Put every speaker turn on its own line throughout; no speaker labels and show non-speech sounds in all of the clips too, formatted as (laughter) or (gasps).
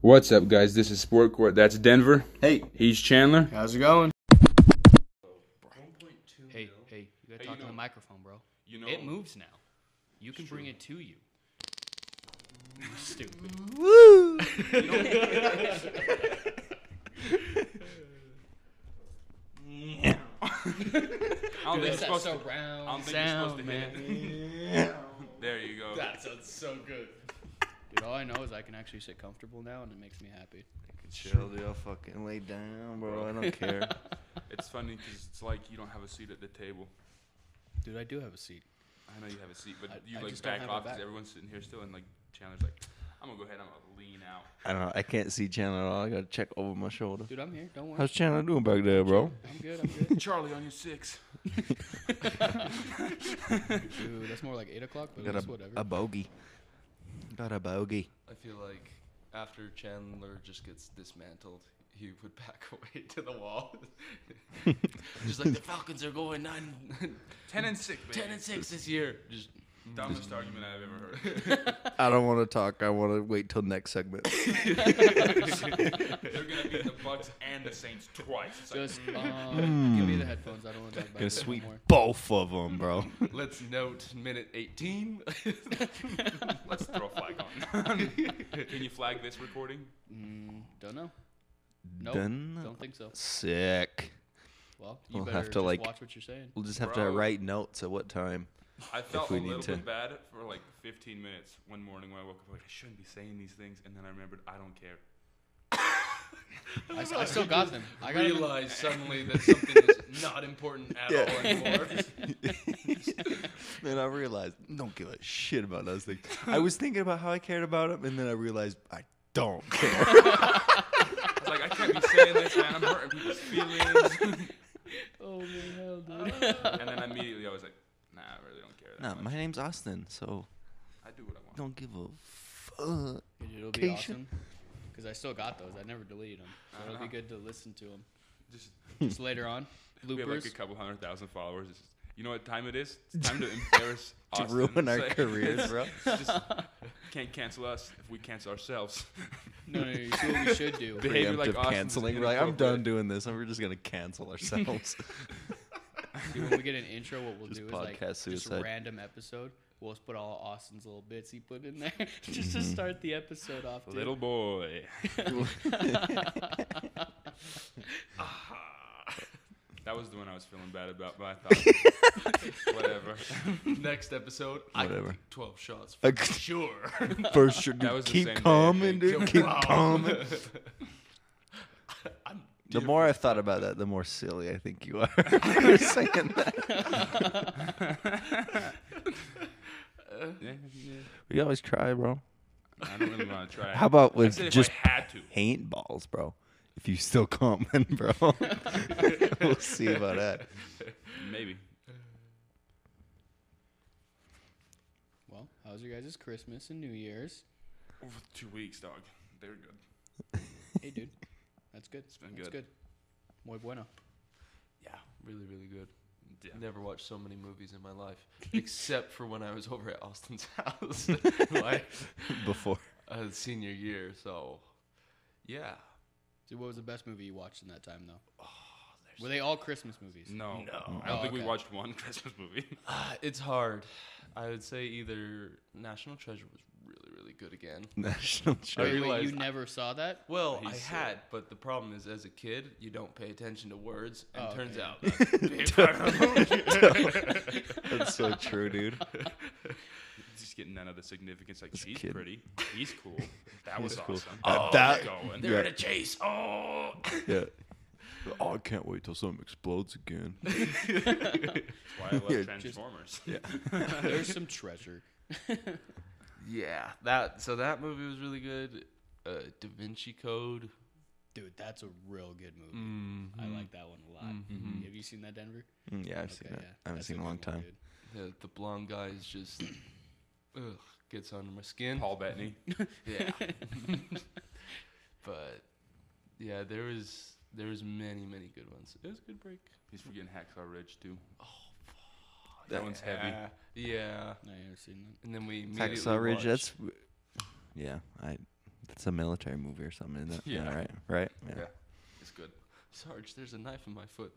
What's up, guys? This is Sport Court. That's Denver.
Hey,
He's Chandler.
how's it going?
Hey, hey, you gotta
Hey, you Oh.
talk to
know-
the microphone, bro.
You know-
it moves now. You can bring it to you.
(laughs)
You Stupid.
I don't think
Dude,
you're
that's that
supposed to.
surround
I don't think you're
sound,
supposed to (laughs)
man.
hit (laughs) it. There you go.
That sounds so good. Dude, all I know is I can actually sit comfortable now, and it makes me happy.
Chill, dude. I'll fucking lay down, bro. I don't (laughs) care.
It's funny because it's like you don't have a seat at the table.
Dude, I do have a seat.
I know you have a seat, but
I-
you
I
like
just don't
back
have it
off because
back.
everyone's sitting here still, and like Chandler's like, I'm gonna go ahead. I'm gonna lean out.
I don't. know. I can't see Chandler at all. I gotta check over my shoulder.
Dude, I'm here. Don't worry.
How's Chandler doing back there, bro?
I'm good. I'm
(laughs)
good.
Charlie on your six.
Dude, that's more like eight o'clock, but
Got
that's
a,
whatever.
a bogey. Got a bogey.
I feel like after Chandler just gets dismantled, he would back (laughs) away to the wall. just like the Falcons are going 9
Ten and six, baby.
10 and 6 this year. Just
(laughs) Dumbest argument I've ever heard.
(laughs) I don't want to talk. I want to wait till next segment.
They're gonna beat the Bucks and the Saints twice. It's like,
Just
(laughs)
uh, give me the headphones. I don't want to talk about it
sweep
anymore.
both of them, (laughs) bro.
let's note minute 18.
let's throw a flag on. Can you flag this recording?
Mm, don't know. Nope.
Dunno.
Don't think so.
Sick.
Well, you
We'll
better
have to,
just
like-
watch what you're saying.
We'll just have to
Bro.
write notes at what time.
I felt a
we
little
need to.
bit bad for like 15 minutes one morning when I woke up. Like I shouldn't be saying these things, and then I remembered I don't care.
I, s- I still got them. I
I
got 'em in-
(laughs) realize suddenly that something is not important at
Yeah.
all anymore.
Then I realized don't give a shit about those (laughs) things. I was thinking about how I cared about them, and then I realized I (laughs) don't care.
I was like I can't be saying this, man. I'm hurting people's feelings.
Oh man, hell, dude.
and then immediately I was like, Nah, I really don't care. That
no,
much.
my name's Austin, so
I do what I want.
don't give a fuck.
Dude, It'll be
Vacation.
awesome because I still got those. I never deleted them.
I
it'll be
know.
good to listen to them
Just
(laughs) just later on.
(laughs) we have like
Bloopers.
a couple hundred thousand followers. It's just- you know what time it is? It's time to embarrass.
To
Austin.
ruin our
It's like-
careers, bro.
(laughs) just can't cancel us if we cancel ourselves.
no, no, no, you see what we
(laughs)
should do.
Behavior like
Preemptive
Austin's
canceling. We're like, I'm done
inappropriate."
doing this, and we're just gonna cancel ourselves.
See, when we get an intro, what we'll
Just
do is like
podcast
just
suicide.
a random episode. We'll just put all Austin's little bits he put in there (laughs) just to start the episode off. Dude.
Mm-hmm. Little (laughs) boy. that was the one I was feeling bad about, but I thought, (laughs) whatever.
Next episode, I
(laughs)
can
Whatever.
take 12 shots
I
for
could-
(laughs) sure.
First, should
That was the same
keep
day, I think.
calming,
(laughs)
dude. Keep
Wow.
calming.
I'm
The more I've thought about that, the more silly I think you are (laughs) for saying that.
Yeah, yeah.
We always try, bro.
I don't really want to try. it.
How about
I
with
said if
just
I had to.
paintballs, bro? If you still comment, bro, (laughs) we'll see about that.
Maybe.
Well, how's your guys' Christmas and New Year's?
Over Two weeks, dog. They're good.
Hey, dude, that's good.
been
that's
good.
good. Muy bueno.
Yeah, really, really good.
Yeah.
Never watched so many movies in my life, except for when I was over at Austin's (laughs) house, like
Before (laughs)
uh, senior year. So, yeah.
So, what was the best movie you watched in that time, though?
Oh,
Were they all Christmas movies?
No.
No.
I don't
Oh,
think we
okay.
watched one (laughs) Christmas
(laughs)
movie.
Uh, it's hard. I would say either National Treasure was really, really good again.
national
Wait,
show,
wait,
realized-
you never saw that?
Well, I
He's, uh,
had, but the problem is, as a kid, you don't pay attention to words, and
Oh,
turns
okay.
out
(laughs)
that's a big part of
(laughs) that's so true, dude.
Just getting none of the significance. Like, she's
kid.
pretty. He's cool. That was
cool.
awesome.
Uh,
Oh,
that-
they're going.
They're in a chase. Oh, (laughs)
Yeah. Oh, I can't wait till something explodes again.
That's why I love
Yeah, just-
Transformers.
There's some treasure.
yeah. That so that movie was really good. Uh, da Vinci Code.
Dude, that's a real good movie.
Mm.
I like that one a lot. Mm-hmm. Have you seen that, Denver?
Mm, Mm-hmm. Yeah, I've seen
Okay,
it.
yeah.
I haven't
That's
seen it
good
in a long
one,
time.
dude.
The, the blonde guy is just (clears throat) ugh, gets under my skin.
Paul Bettany. (laughs)
Yeah. (laughs) but yeah, there was there was many many good ones. It was a good break.
He's forgetting Hacksaw Ridge, too. Oh, That one's heavy.
Yeah. Yeah.
No, I never seen that.
And then we immediately
Hacksaw Ridge.
watched-
That's. Yeah, I. It's a military movie or something, isn't it?
Yeah.
right. Right.
Yeah. It's good. Sarge, there's a knife in my (laughs) foot.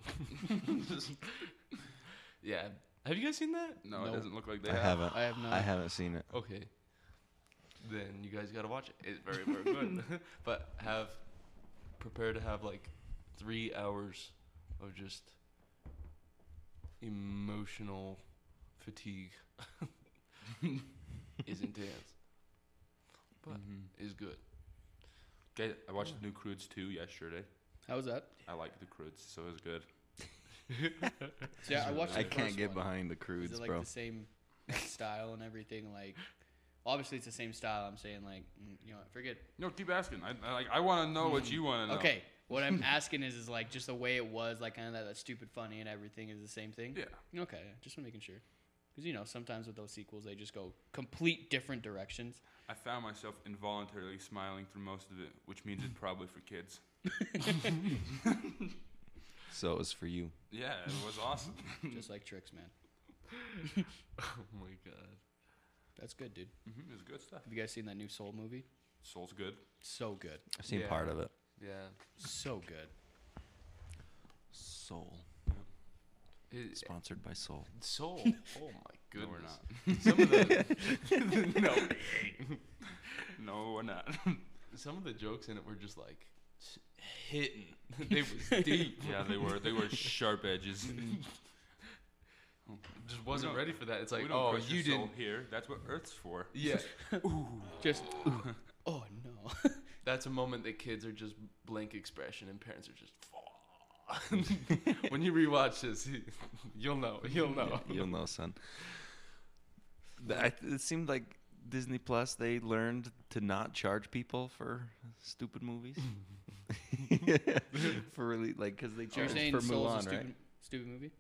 yeah. Have you guys seen that?
No, it
Nope.
doesn't look like they
I
have.
haven't.
I have not.
I haven't seen it.
Okay. Then you guys gotta watch it. It's very, very good. (laughs) but have prepare to have like three hours of just emotional (laughs) fatigue. is intense. But
Mhm.
is good.
Guys, I watched the New Crudes 2 yesterday.
How was that?
I like the Crudes, so it was good.
So, yeah, I watched.
I
the
can't
first
get
one.
behind the
Is
crudes,
it like
bro.
the same (laughs) like, style and everything? Like, obviously it's the same style. I'm saying like, mm, you know, what, forget.
No, keep asking. I, I like. I want to know what
Mm-hmm.
you want to know.
Okay, what
(laughs)
I'm asking is is like just the way it was, like kind of that, that stupid funny and everything is the same thing.
Yeah.
Okay, just making sure. Because you know, sometimes with those sequels, they just go complete different directions.
I found myself involuntarily smiling through most of it, which means it's probably for kids.
So it was for you.
Yeah, it (laughs) was awesome.
just like tricks, man.
(laughs) Oh my god.
That's good, dude.
Mhm, it was good stuff.
Have you guys seen that new Soul movie?
Soul's good.
So good,
I've seen
Yeah.
part of it.
Yeah.
so good.
Soul.
It,
Sponsored by Soul.
soul. Oh my
No,
goodness.
we're not.
Some of the
no, we ain't. no, we're not. (laughs)
some of the jokes in it were just like s- hitting. (laughs) they was deep.
Yeah, they were. They (laughs) were sharp edges.
Just wasn't
don't-
ready for that. It's like,
we don't
oh,
crush your
you
soul
didn't.
here. That's what Earth's for. (laughs)
Yeah,
Just (laughs) oh (laughs) no.
that's a moment that kids are just blank expression and parents are just. when you rewatch this, you'll know.
(laughs)
You'll know.
You'll know, son. Th- I- It seemed like Disney Plus, they learned to not charge people for
(laughs)
stupid movies. (laughs) for really, like, because they
So you're
charged
saying
for
Soul's a
Mulan,
stupid,
right?
stupid movie?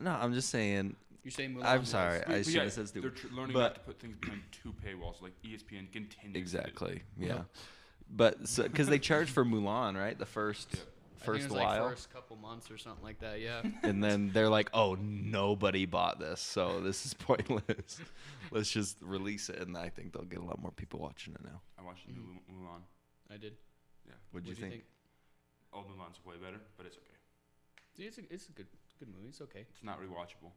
No, I'm just saying.
You're saying Mulan?
I'm
was-
sorry. I
But
should
yeah,
have said
They're
stupid.
tr- learning
But-
not to put things behind two paywalls, like E ESPN continues. to do.
Exactly. Yeah. But But because they charge for Mulan, right? The first
I think it
first
was, like,
while.
first couple months or something like that.
(laughs)
Yeah.
and then they're like, "Oh, nobody bought this, so this is (laughs) pointless. Let's just release it." And I think they'll get a lot more people watching it now.
I watched the new Mul-
Mm-hmm.
Mulan.
I did.
What'd you
What'd
think?
Old Mulan's way better, but it's okay.
See, it's a, it's a good good movie. It's okay.
It's not rewatchable.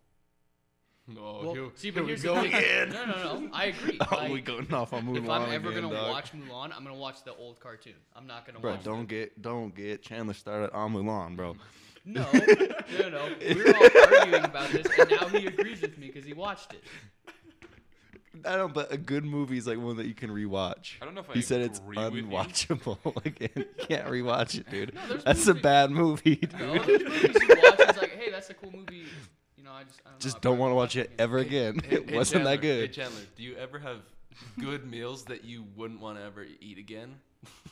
Oh,
Well,
here,
see,
here
but
we
here's
go
the thing.
again.
No, no, no. (laughs) I agree.
(laughs) Oh, we
Like,
going off on Mulan
if I'm ever
again,
gonna
dog.
watch Mulan, I'm gonna watch the old cartoon. I'm not gonna
Bro,
watch. (laughs)
don't get don't get Chandler started on Mulan, bro.
The, no, no, no, no. We were all arguing about this, and now he agrees with me because he watched it.
I don't. But a good movie is like one that you can rewatch.
I don't know if I
He said it's
agree with you.
unwatchable. (laughs) like you can't rewatch it, dude.
there's
That's a
movies-
(laughs)
bad movie. Dude.
No, there's movies you watch. It's like, hey, that's a cool movie. You know, I just I don't know, I
(laughs) Just
probably
don't want to
won't
watch it
again.
ever again. (laughs)
Hey-
It
hey,
wasn't that
Chandler,
good.
Hey Chandler, do you ever have good meals that you wouldn't want to ever eat again?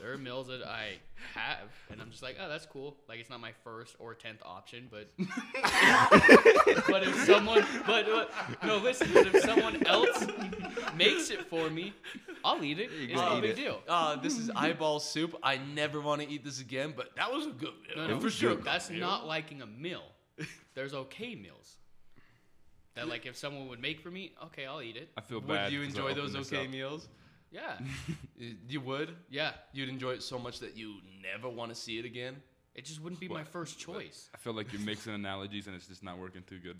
There are meals that I have, and I'm just like, oh, that's cool. Like it's not my first or tenth option, but but if someone, but, but no, listen, but if someone else makes it for me, I'll eat it. It's
gonna
no
eat
big
it.
deal.
Uh, this is eyeball soup. I never want to eat this again, but that was a good
No,
meal.
no,
was
sure.
good.
That's not liking a meal. There's okay meals. That like if someone would make for me, okay, I'll eat it.
I feel
Would
bad.
you
'cause I
enjoy
opened
those
this
okay
up.
meals?
Yeah,
Y- You would?
yeah.
You'd enjoy it so much that you never want to see it again?
It just wouldn't be my first choice.
I feel like you're mixing analogies and it's just not working too good.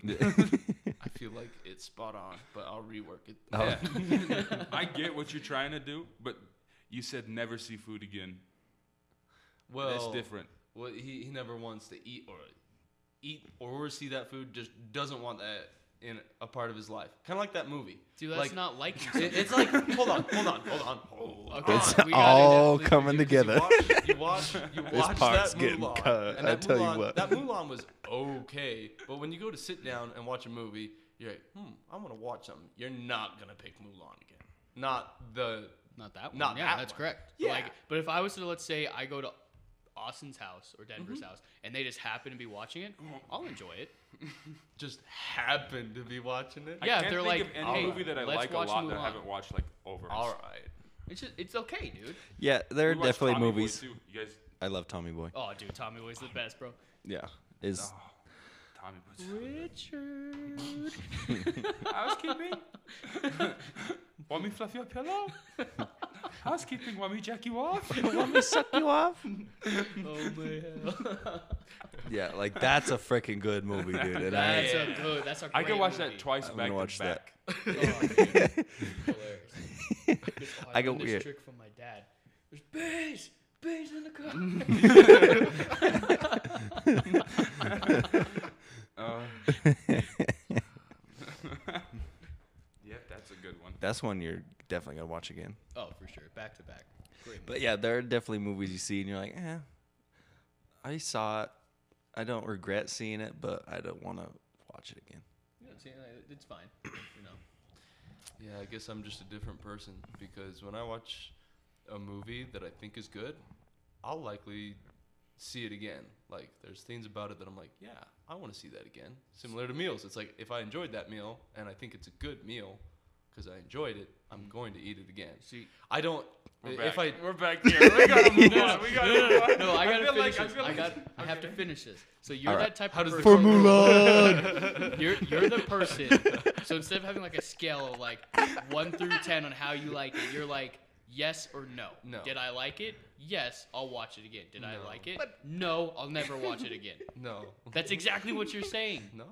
I feel like it's spot on, but I'll rework it.
Oh.
(laughs)
(laughs)
Yeah. I get what you're trying to do, but you said never see food again.
Well,
That's different.
Well, he, he never wants to eat or eat or see that food. Just doesn't want that in a part of his life. Kind of like that movie.
Dude, that's
like,
not liking.
It,
Something.
it's like hold on, hold on, hold on, hold on.
(laughs) Okay,
It's
we gotta
all
definitely-
coming together.
You watch, you watch, you watch
part's
that
getting
Mulan,
cut,
and
I
that
tell you
Mulan-
what. (laughs)
that Mulan was okay. But when you go to sit down and watch a movie, you're like, hmm, I want to watch something. You're not gonna pick Mulan again. Not the
Not that one.
Not
yeah,
that
that's
one.
correct.
Yeah.
Like, but if I was to let's say I go to Austin's house or Denver's house and they just happen to be watching it, I'll enjoy it.
just happened to be watching it.
I
Yeah, if
can't
they're
think
like,
of any
"Hey,
movie that I
let's
like a
watch
lot that I
Mulan."
haven't watched like over.
All right.
It's just it's okay, dude.
(laughs) Yeah, there are
We watched
definitely
Tommy Boy
movies.
too. You guys,
I love
(laughs)
Tommy Boy.
Oh, dude, Tommy Boy's the best, bro.
Yeah, is
oh, Tommy Boy. (laughs)
Richard.
(laughs) Housekeeping? Want me to fluff your pillow? Housekeeping, want me jack you off?
want me suck you
(laughs)
off?
(laughs) Oh my hell.
Yeah, like that's a freaking good movie, dude.
(laughs)
And
That's
I,
a good. That's a great
I could watch
movie. Oh,
that twice
I'm gonna
back to
watch that.
back.
Hilarious. I,
I
I
go-
this
yeah.
trick from my dad. There's bees, bees in the car.
(laughs) Uh, yep, that's a good one.
that's one you're definitely gonna watch again.
oh, for sure, back to back. Great.
But yeah, there are definitely movies you see and you're like, eh, I saw it. I don't regret seeing it, but I don't want to watch it again.
movie. Yeah, see, like, it's fine. You know,
Yeah, I guess I'm just a different person because when I watch a movie that I think is good, I'll likely see it again. Like there's things about it that I'm like, yeah, I want to see that again. Similar to meals, it's like if I enjoyed that meal and I think it's a good meal because I enjoyed it, I'm going to eat it again.
see.
I don't
We're
if
back.
I
We're back here. We
(laughs)
gotta move
No,
on. We gotta
no,
move
no,
on.
no, I gotta
feel like-
finish
I
this.
feel
I
like-
got. I have to finish this. So you're
Alright.
that type
How
of
does the
person.
(laughs)
For
You're you're the person. So instead of having like a scale of like one through ten on how you like it, you're like yes or no.
No.
Did I like it? Yes, I'll watch it again. Did I
No.
like it? No, I'll never watch
(laughs)
it again.
no
That's exactly what you're saying.
no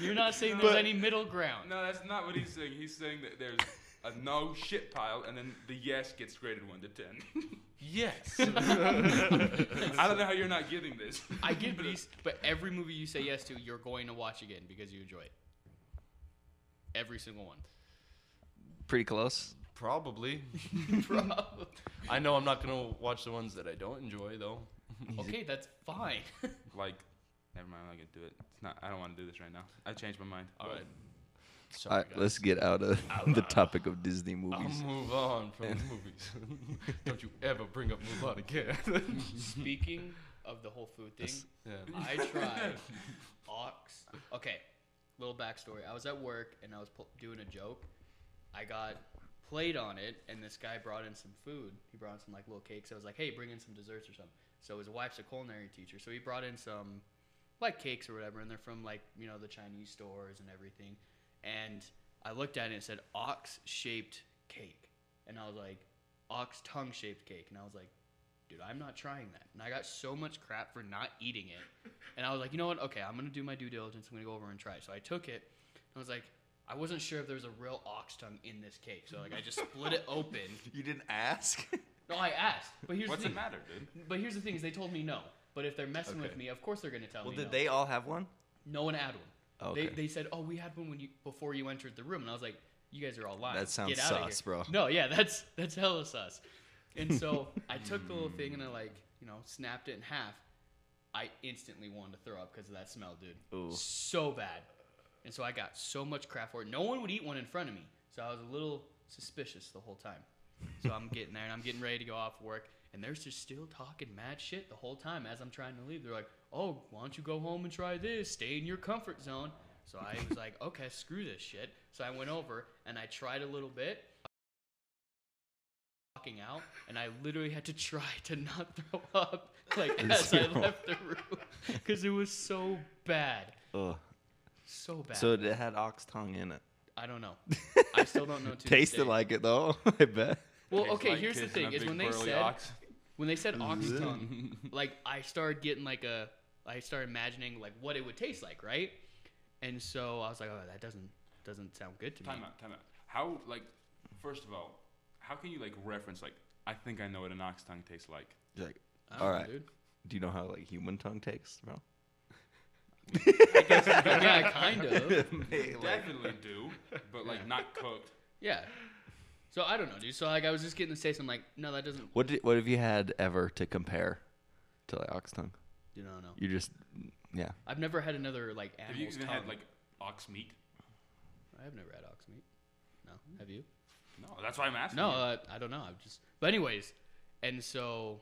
You're not saying there's
But-
any middle
(laughs)
ground.
No, that's not what he's saying. He's saying that there's a no shit pile, and then the yes gets graded one to
(laughs)
ten.
yes (laughs)
I don't know how you're not getting this.
I get these, but every movie you say yes to, you're going to watch again because you enjoy it. Every single one.
(laughs)
Pretty close.
probably I know I'm not gonna watch the ones that I don't enjoy though.
okay, that's (laughs) fine.
Like, never mind. I'm not gonna do it. It's not. I don't want to do this right now. I changed my mind.
All right,
All right, let's get out of the topic of Disney
I'll
movies.
move on from movies. (laughs) Don't you ever bring up Move On again. (laughs)
Speaking of the whole food thing,
yeah. (laughs)
I tried (laughs) ox. Okay, little backstory. I was at work and I was pu- doing a joke. I got played on it, and this guy brought in some food. He brought in some like little cakes. I was like, "Hey, bring in some desserts or something." So his wife's a culinary teacher, so he brought in some like cakes or whatever, and they're from like you know the Chinese stores and everything. And I looked at it and it said ox shaped cake, and I was like, ox tongue shaped cake, and I was like, dude, I'm not trying that. And I got so much crap for not eating it. And I was like, you know what? Okay, I'm gonna do my due diligence. I'm gonna go over and try. it." So I took it. And I was like, I wasn't sure if there was a real ox tongue in this cake, so like I just split it open.
(laughs) You didn't ask?
No, I asked. But here's
What's
the
it
thing.
matter, dude?
But here's the thing: is they told me no. But if they're messing with
Okay.
me, of course they're gonna tell
(laughs) Well,
me.
did
no.
they all have one?
No one had one.
Okay.
They, they said, "Oh, we had one when you before you entered the room," and I was like, "You guys are all lying."
That sounds
Get outta
sus,
here."
bro.
No, yeah, that's that's hella sus. And
(laughs)
so I took the little thing and I like you know snapped it in half. I instantly wanted to throw up because of that smell, dude.
Ooh.
So bad. And so I got so much crap for it. No one would eat one in front of me, so I was a little suspicious the whole time. So I'm getting there and I'm getting ready to go off work. And they're just still talking mad shit the whole time as I'm trying to leave. They're like, oh, why don't you go home and try this? Stay in your comfort zone. So I was like, (laughs) okay, screw this shit. So I went over and I tried a little bit. Walking out, and I literally had to try to not (laughs) throw up like as I left the room because it was so bad,
Ugh.
so bad.
So it had ox tongue in it.
I don't know.
(laughs)
I still don't know. To this
Tasted
day.
like it though, (laughs) I bet.
well,
Tastes
okay.
like
here's the
kissing a
thing: is
big
when they
burly
said
ox.
when they said ox tongue, like I started getting like a, I started imagining like what it would taste like, right? And so I was like, oh, that doesn't doesn't sound good to me.
Time out, time out. How, like, first of all, how can you, like, reference, like, I think I know what an ox tongue tastes like?
You're like,
I don't
all
know,
right.
dude.
Do you know how like human tongue tastes, (laughs) bro?
yeah, kind of.
Definitely do, but, like, not cooked.
Yeah. So I don't know, dude. So like I was just getting the taste. I'm like, no, that doesn't.
what did, what have you had ever to compare to like ox tongue?
You know, no.
You just yeah. (laughs)
I've never had another like animal's
Have you even
tongue.
had, like, ox meat?
I've never had ox meat. No, have you?
No, that's why I'm asking.
No,
you.
uh, I don't know. I'm just. But anyways, and so,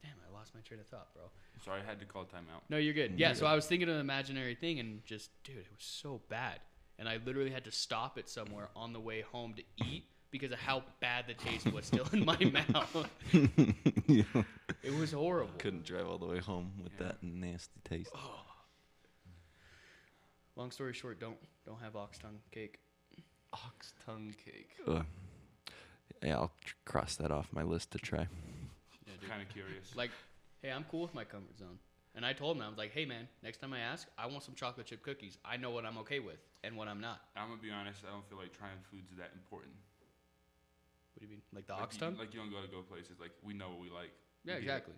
damn, I lost my train of thought, bro.
Sorry, I had to call timeout.
No, you're good. Yeah, so I was thinking of an imaginary thing, and just, dude, it was so bad, and I literally had to stop it somewhere on the way home to eat because of how bad the taste was still in my (laughs) mouth. It was horrible.
Couldn't drive all the way home with that nasty taste.
Long story short, don't don't have ox tongue cake.
Ox tongue cake.
Ugh.
Yeah, I'll tr- cross that off my list
(laughs)
to try.
Yeah, dude.
Kind of curious.
Like, hey, I'm cool with my comfort zone. And I told him, I was like, hey, man, next time I ask, I want some chocolate chip cookies. I know what I'm okay with and what I'm not.
I'm gonna be honest. I don't feel like trying foods that important.
What do you mean? Like the
Like,
ox
you-
tongue?
Like you don't go to go places. Like we know what we like.
Yeah,
we do.
exactly.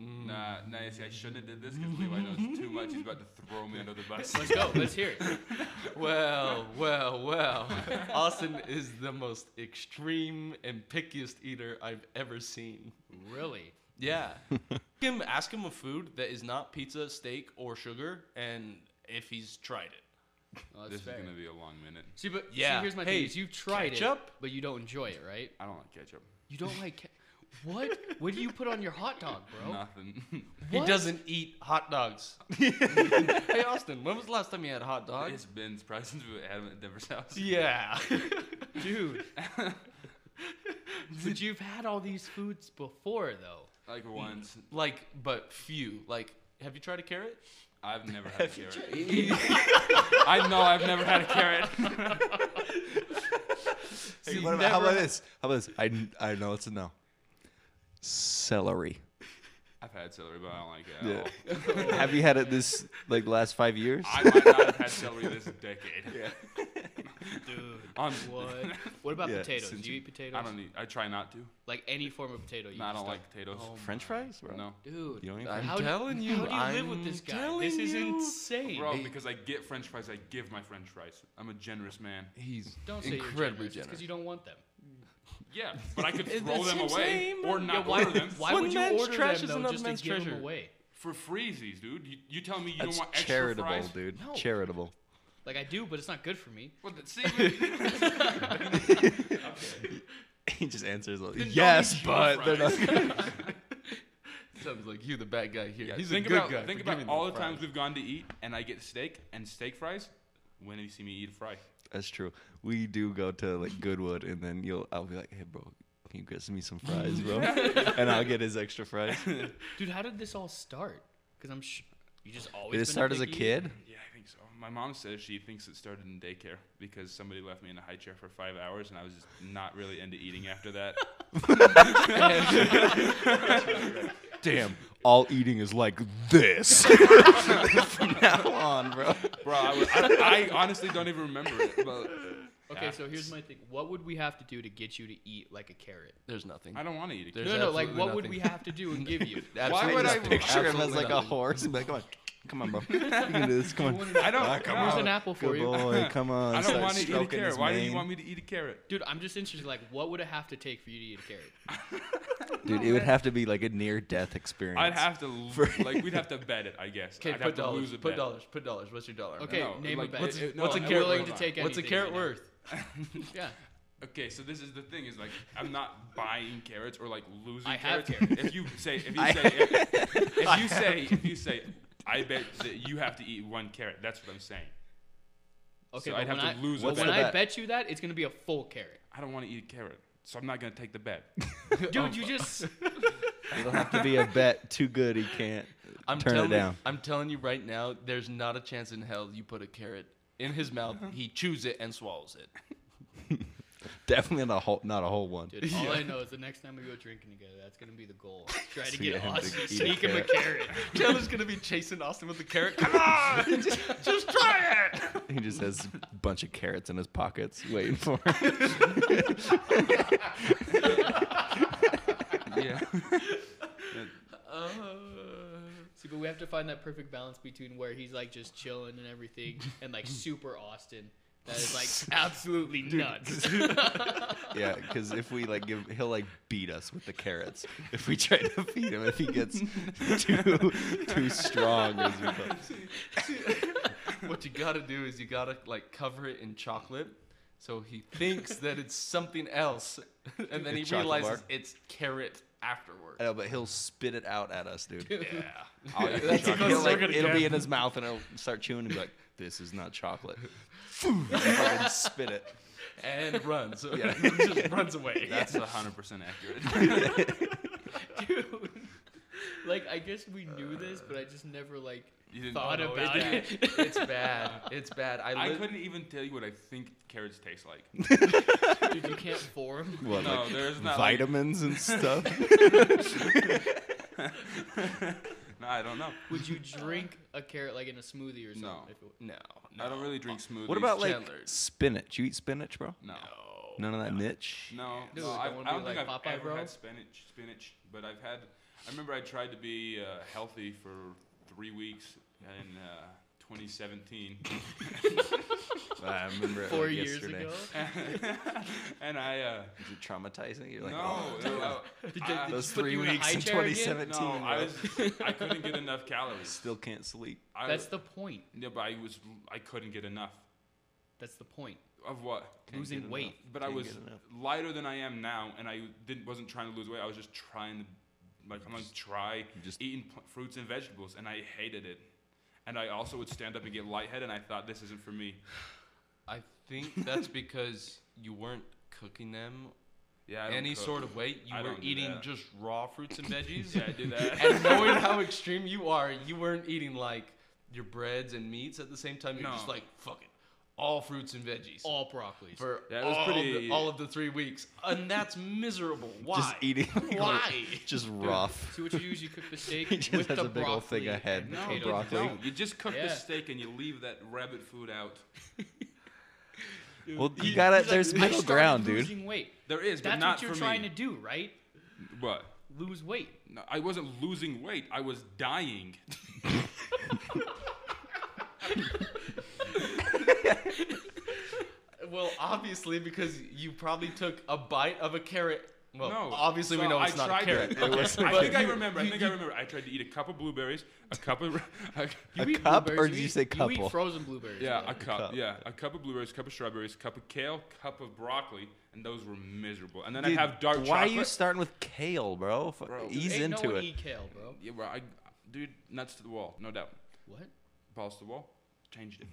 Mm.
Nah, nah. you See, I shouldn't have did this because Levi knows
(laughs)
too much. He's about to throw me under the bus.
Let's go. Let's hear
(laughs)
it.
(laughs) Well, well, well. (laughs) Austin is the most extreme and pickiest eater I've ever seen.
Really?
(laughs)
Yeah. ask him ask him a food that is not pizza, steak, or sugar, and if he's tried it.
Well,
this
that's fair.
is gonna be a long minute.
See, but
Yeah.
see, here's my
Hey,
thing: is you've tried
ketchup?
it, but you don't enjoy it, right?
I don't like ketchup.
You don't like ke- what? (laughs) What do you put on your hot dog, bro?
Nothing. (laughs)
What?
He doesn't eat hot
(laughs)
dogs. hey Austin, when was the last time you had a hot dog?
it's been surprising to have at Denver's house.
Yeah.
dude. but you've had all these foods before, though.
(laughs) Like once,
like, but few. Like, have you tried a carrot?
I've never had a carrot. (laughs) I know I've never had a carrot.
See,
you've
what about, how about
never-
this? How about this? I, kn- I know it's a no. Celery.
I've had celery, but I don't like it at
Yeah.
all.
(laughs) have you had it this like last five years?
(laughs) I might not have had celery this decade.
Dude,
On-
what? What about
Yeah,
potatoes?
since
Do you
you-
eat potatoes?
I don't need. I try not to.
like any form of potato. You
No, I
just
don't like potatoes.
Oh
French
my-
fries? Bro?
no,
Dude,
You don't eat
how
fries?
I'm
do-
telling you,
How do you live with
I'm
this guy?
telling
This is
you.
insane.
bro, because I get French fries. I give my French fries. I'm a generous man.
He's
don't say
incredibly
you're generous because you don't want them.
Yeah, but I could
It's
throw
the
them
same
away
same.
or
Yeah,
not
why-
order them
Why
One
would you
man's
order
trash is
them though,
another
just
man's
to give them
treasure.
away?
for freezies, dude. You, you tell me you
That's
don't want extra
charitable,
fries?
dude.
No.
Charitable.
Like I do, but it's not good for me.
Well, th- see,
(laughs) He just answers like,
don't
yes,
eat your
but they're
fries."
not.
sounds like you, the bad guy here.
Yeah,
He's
think
a good
about,
guy.
Think
for
about
giving
all the
them fries.
times we've gone to eat and I get steak and steak fries. When have you seen me eat a fry?
(laughs) That's true. We do go to like Goodwood, and then you'll I'll be like, hey, bro, can you get me some
(laughs)
fries, bro? and I'll get his extra fries. Did
Dude, how did this all start? Because I'm sh- you just always.
it
been
start as a
picky
kid?
Yeah, I think so. My mom says she thinks it started in daycare because somebody left me in a high chair for five hours and I was just not really into eating after that.
Damn, all eating is like this from now on, bro.
(laughs) Bro, I, was, I, I honestly don't even remember it. But
eater? Okay, so here's my thing. What would we have to do to get you to eat like a carrot?
There's nothing.
I don't want to eat a
There's
carrot.
no, no, like
absolutely
what would
nothing.
we have to do and give
(laughs)
you?
Why would I
Picture him as
Absolutely
like a
nothing.
horse. and be like, come on, come on, bro. You can do this. Come on.
I don't.
Ah, come
no,
Here's
on.
an apple for
Good
you.
boy. Come on.
I don't
Start
want to eat a
stroking his
carrot. Why do you
mane.
want me to eat a carrot?
Dude, I'm just interested. Like, what would it have to take for you to eat a carrot?
Dude, it would have to be like a near-death experience.
I'd have to l-
For-
like we'd have to bet it, I guess.
Okay,
I'd
put
have to
dollars.
lose a
Put
bet.
dollars. Put dollars. What's your dollar?
Okay,
No,
name
like,
a bet.
what's-
It-
no,
what's a
I'm
carrot
willing
worth?
to take
What's a
anything
carrot
right now.
worth?
(laughs)
Yeah.
Okay, so this is the thing is like I'm not buying carrots or like losing
I have
carrots. If you say if you
I-
say
(laughs)
if, if you say if you say I bet that you have to eat one carrot. That's what I'm saying. So
Okay, but
I'd have
when
to
I,
lose a
but
bet.
When I
What's the
bet you that, it's gonna be a full carrot.
I don't want to eat a carrot, so I'm not gonna take the bet.
Dude, you just
It'll have to be a bet too good he can't
I'm
turn
telling,
it down.
I'm telling you right now, there's not a chance in hell you put a carrot in his mouth.
Uh-huh.
He chews it and swallows it.
Definitely not a whole, not a whole one.
Dude, all I know is the next time we go drinking together, that's gonna be the goal. Try to
So you
get
have to
Austin,
eat a
sneak him a carrot.
Taylor's gonna be chasing Austin with a carrot. Come on, just, just try it.
(laughs) He just has a bunch of carrots in his pockets waiting for him.
yeah.
Uh,
See, but we have to find that perfect balance between where he's like just chilling and
(laughs)
everything, and like super Austin, that is like
(laughs)
absolutely nuts.
yeah, because if we like give, he'll like beat us with the carrots if we try to (laughs) feed him. If he gets too too strong, as we call it.
what you gotta do is you gotta like cover it in chocolate, so he thinks that it's something else, (laughs) and then
A
he
chocolate
realizes
bar?
it's carrot afterward.
I (laughs) know, but he'll spit it out at us, dude.
(laughs)
Yeah.
I'll eat the
That's a
chocolate.
good
He'll, like,
Suck it
it'll be
again.
in his mouth and it'll start chewing and be like, "This is
(laughs)
not chocolate." and fucking spit it.
And runs.
Yeah.
just runs away.
(laughs)
That's 100 percent accurate.
Dude. like I guess we knew this, but I just never like
You didn't
thought
know.
about it.
(laughs)
(laughs)
it's bad. It's bad. I,
I
li-
couldn't even tell you what I think carrots taste like.
Dude, you can't form.
What,
no,
like
there's not. like-
vitamins
(laughs)
and stuff?
no, I don't know.
Would you drink a carrot like in a smoothie or something?
No.
If it-
No,
I don't really drink smoothies.
what about like
Chandler's.
spinach? You eat spinach, bro?
no?
None of that niche.
No,
Dude,
no,
that
I, I
one
don't
be
think
like
I've
Popeye,
ever
bro.
had spinach. Spinach, but I've had. I remember I tried to be uh, healthy for three weeks in uh, 2017,
I remember
Four
like
years
yesterday.
ago.
(laughs) and I. Uh,
Is it traumatizing? You're like,
no,
oh,
no, I-
(laughs) Did you-
I-
did you
those
put
three
you in a
weeks
high
in
chair again?
2017.
no, I
bro.
was. I couldn't get enough
(laughs)
calories.
still can't sleep.
I,
That's the point.
yeah, but I was. I couldn't get enough
That's the point.
of what.
Can't
Losing
get
weight.
But I
Can't
was
get enough.
lighter than I am now, and I didn't wasn't trying to lose weight. I was just trying to, like, I'm gonna try
just-
eating pl- fruits and vegetables, and I hated it. And I also would stand up and get lightheaded, and I thought this isn't for me.
I
(laughs)
think that's because you weren't cooking them
Yeah, I don't
any
cook.
sort of weight. You
I
were
don't do
eating
that.
just raw
(laughs)
fruits and veggies.
Yeah, I do that.
(laughs)
and
(laughs)
knowing how extreme you are, you weren't eating like your breads and meats at the same time. You're just
No.
like fuck it, all fruits and veggies
All broccoli.
for
Yeah, it was
all, of
pretty-
the, all of the three weeks, and
(laughs)
that's miserable. Why?
Just eating. like,
(laughs) Why?
Just rough.
See what you do is
(laughs)
you cook the steak
He just
with
has
the
a big old
broccoli
thing of head
and
of
potatoes.
broccoli.
No, you just cook
Yeah.
the steak and you leave that rabbit food out.
Well, you
He's
gotta.
like,
there's
"I
middle
started
ground, dude.
losing weight.
There is, but
That's
not
what you're
for
trying
me.
to do, right?
What?
Lose weight.
No, I wasn't losing weight. I was dying.
Well, obviously, because you probably took a bite of a carrot. Well,
no,
obviously we
So
know
I
it's not a
tried (laughs)
carrot.
to- okay, I
But
think I
you-
remember. I
you-
think I remember. I tried to eat a cup of blueberries, a cup of. (laughs) a-
A
You eat
cup, or
blueberries,
did
you
you
eat-
say
You
couple?
eat frozen blueberries.
Yeah,
right?
a cup,
cup.
Yeah, a cup of blueberries, cup of strawberries, cup of kale, cup of broccoli, and those were miserable. And then
Dude,
I have dark
why are you
chocolate.
starting with kale, bro? F-
Bro.
Ease
Ain't
into
no one
it.
Eat kale, bro.
yeah, bro, I, dude, nuts to the wall, no doubt.
What?
Balls to the wall, changed it.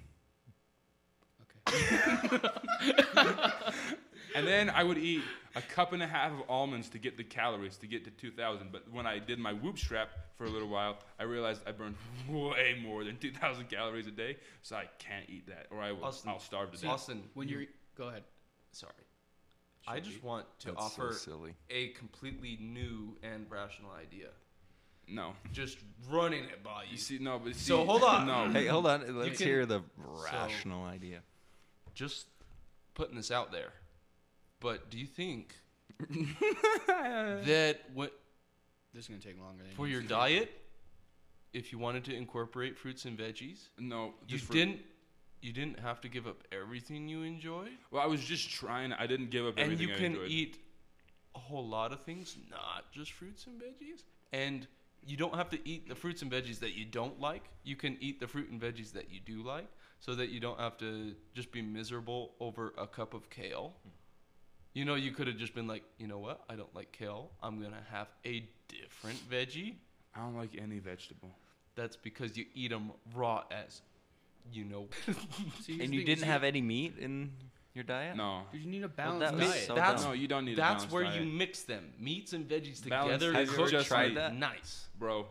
Okay.
(laughs) And then I would eat a cup and a half of almonds to get the calories to get to 2,000. But when I did my whoop strap for a little while, I realized I burned (laughs) way more than 2,000 calories a day, so I can't eat that, or I will,
Austin,
I'll starve to death.
Austin,
When you're go ahead.
sorry, I just want to
That's so
offer
silly.
a completely new and rational idea.
No,
Just running it by you.
you see, no, but see,
So hold on.
no,
Hey, hold on. Let's
can-
hear the rational idea.
just putting this out there. But do you think that what
This is gonna take longer. Than
for your diet, if you wanted to incorporate fruits and veggies,
no,
you
just for-
didn't you didn't have to give up everything you enjoy,
Well, I was just trying. I didn't give up
and
everything
you can
I enjoyed.
eat a whole lot of things, not just fruits and veggies, and you don't have to eat the fruits and veggies that you don't like. You can eat the fruit and veggies that you do like, so that you don't have to just be miserable over a cup of kale. You know, you could have just been like, you know what? I don't like kale. I'm gonna have a different veggie.
I don't like any vegetable.
That's because you eat them raw as, you know.
(laughs)
And you didn't have any meat in your diet?
No.
You need a
Well,
balanced
that was
diet.
so
That's-
No,
dumb.
you don't need.
That's
a balanced
where
diet.
you mix them, meats and veggies
Balanced
together.
diet.
Have you ever
cooked
tried
meat.
that?
Nice.
bro.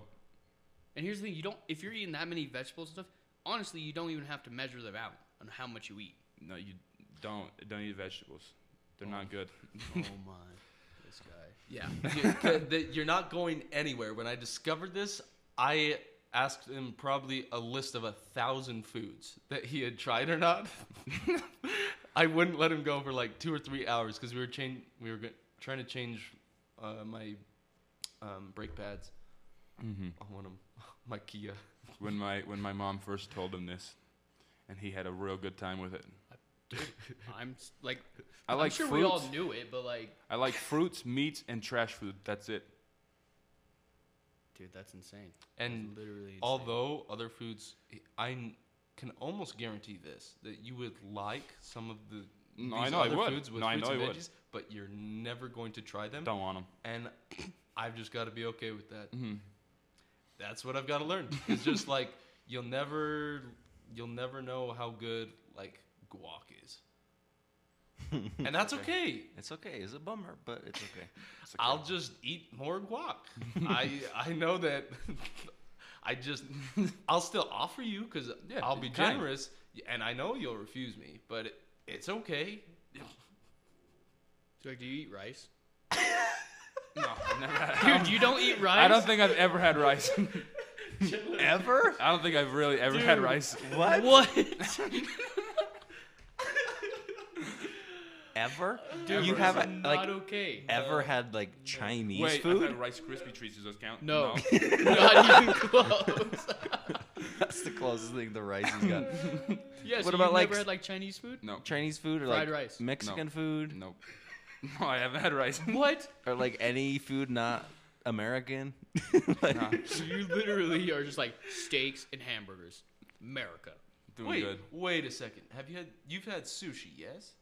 And here's the thing: you don't. If you're eating that many vegetables and stuff, honestly, you don't even have to measure them out on how much you eat.
No, you don't. Don't eat vegetables. They're not good.
(laughs) oh my, this guy.
Yeah, You- th- th- you're not going anywhere. When I discovered this, I asked him probably a list of a thousand foods that he had tried or not. (laughs) I wouldn't let him go for like two or three hours because we were change we were go- trying to change uh, my um, brake pads on one of my Kia.
When my when my mom first told him this, and he had a real good time with it.
(laughs) I'm s- like.
I like
am sure we all
fruits.
knew it, but like,
I like fruits, meats, and trash food. That's it.
dude, that's insane.
And
literally,
Although other foods, I n- can almost guarantee this that you would like some of the
No, I know I would. No, I know I would.
but you're never going to try them.
Don't Mm-hmm. want them.
And (clears throat) I've just got to be okay with that. That's what I've got to learn. It's just (laughs) like
(laughs)
you'll never, you'll never know how good like guac is. and that's okay.
It's okay. It's a bummer, but it's okay.
I'll (laughs) just eat more guac.
(laughs)
I I know that. (laughs) I just I'll still offer you because
Yeah,
I'll be
be kind.
generous, and I know you'll refuse me, but it, it's okay.
So, like, do you eat rice?
No, I've never had.
Dude, you don't eat rice?
I don't think I've ever had rice. (laughs)
Ever?
I don't think I've really ever had rice.
What?
What?
Ever?
Dude,
you
Ever.
have
haven't
not
like
okay.
ever had like Chinese
Wait, I've
(laughs)
food?
had Rice Krispie treats. Does those count?
No. (laughs) not even (laughs) close.
That's the closest thing to rice he's got.
yeah, so
What
you've
about, like,
never
s-
had like Chinese food?
No. no.
Chinese food or
Fried
like
rice.
Mexican food
Nope. (laughs) No, I haven't had rice. (laughs)
What?
or like any food not American? Like,
Nah,
You literally are just like steaks and hamburgers. America.
doing
wait,
good.
wait a second. Have you had you've had sushi? Yes.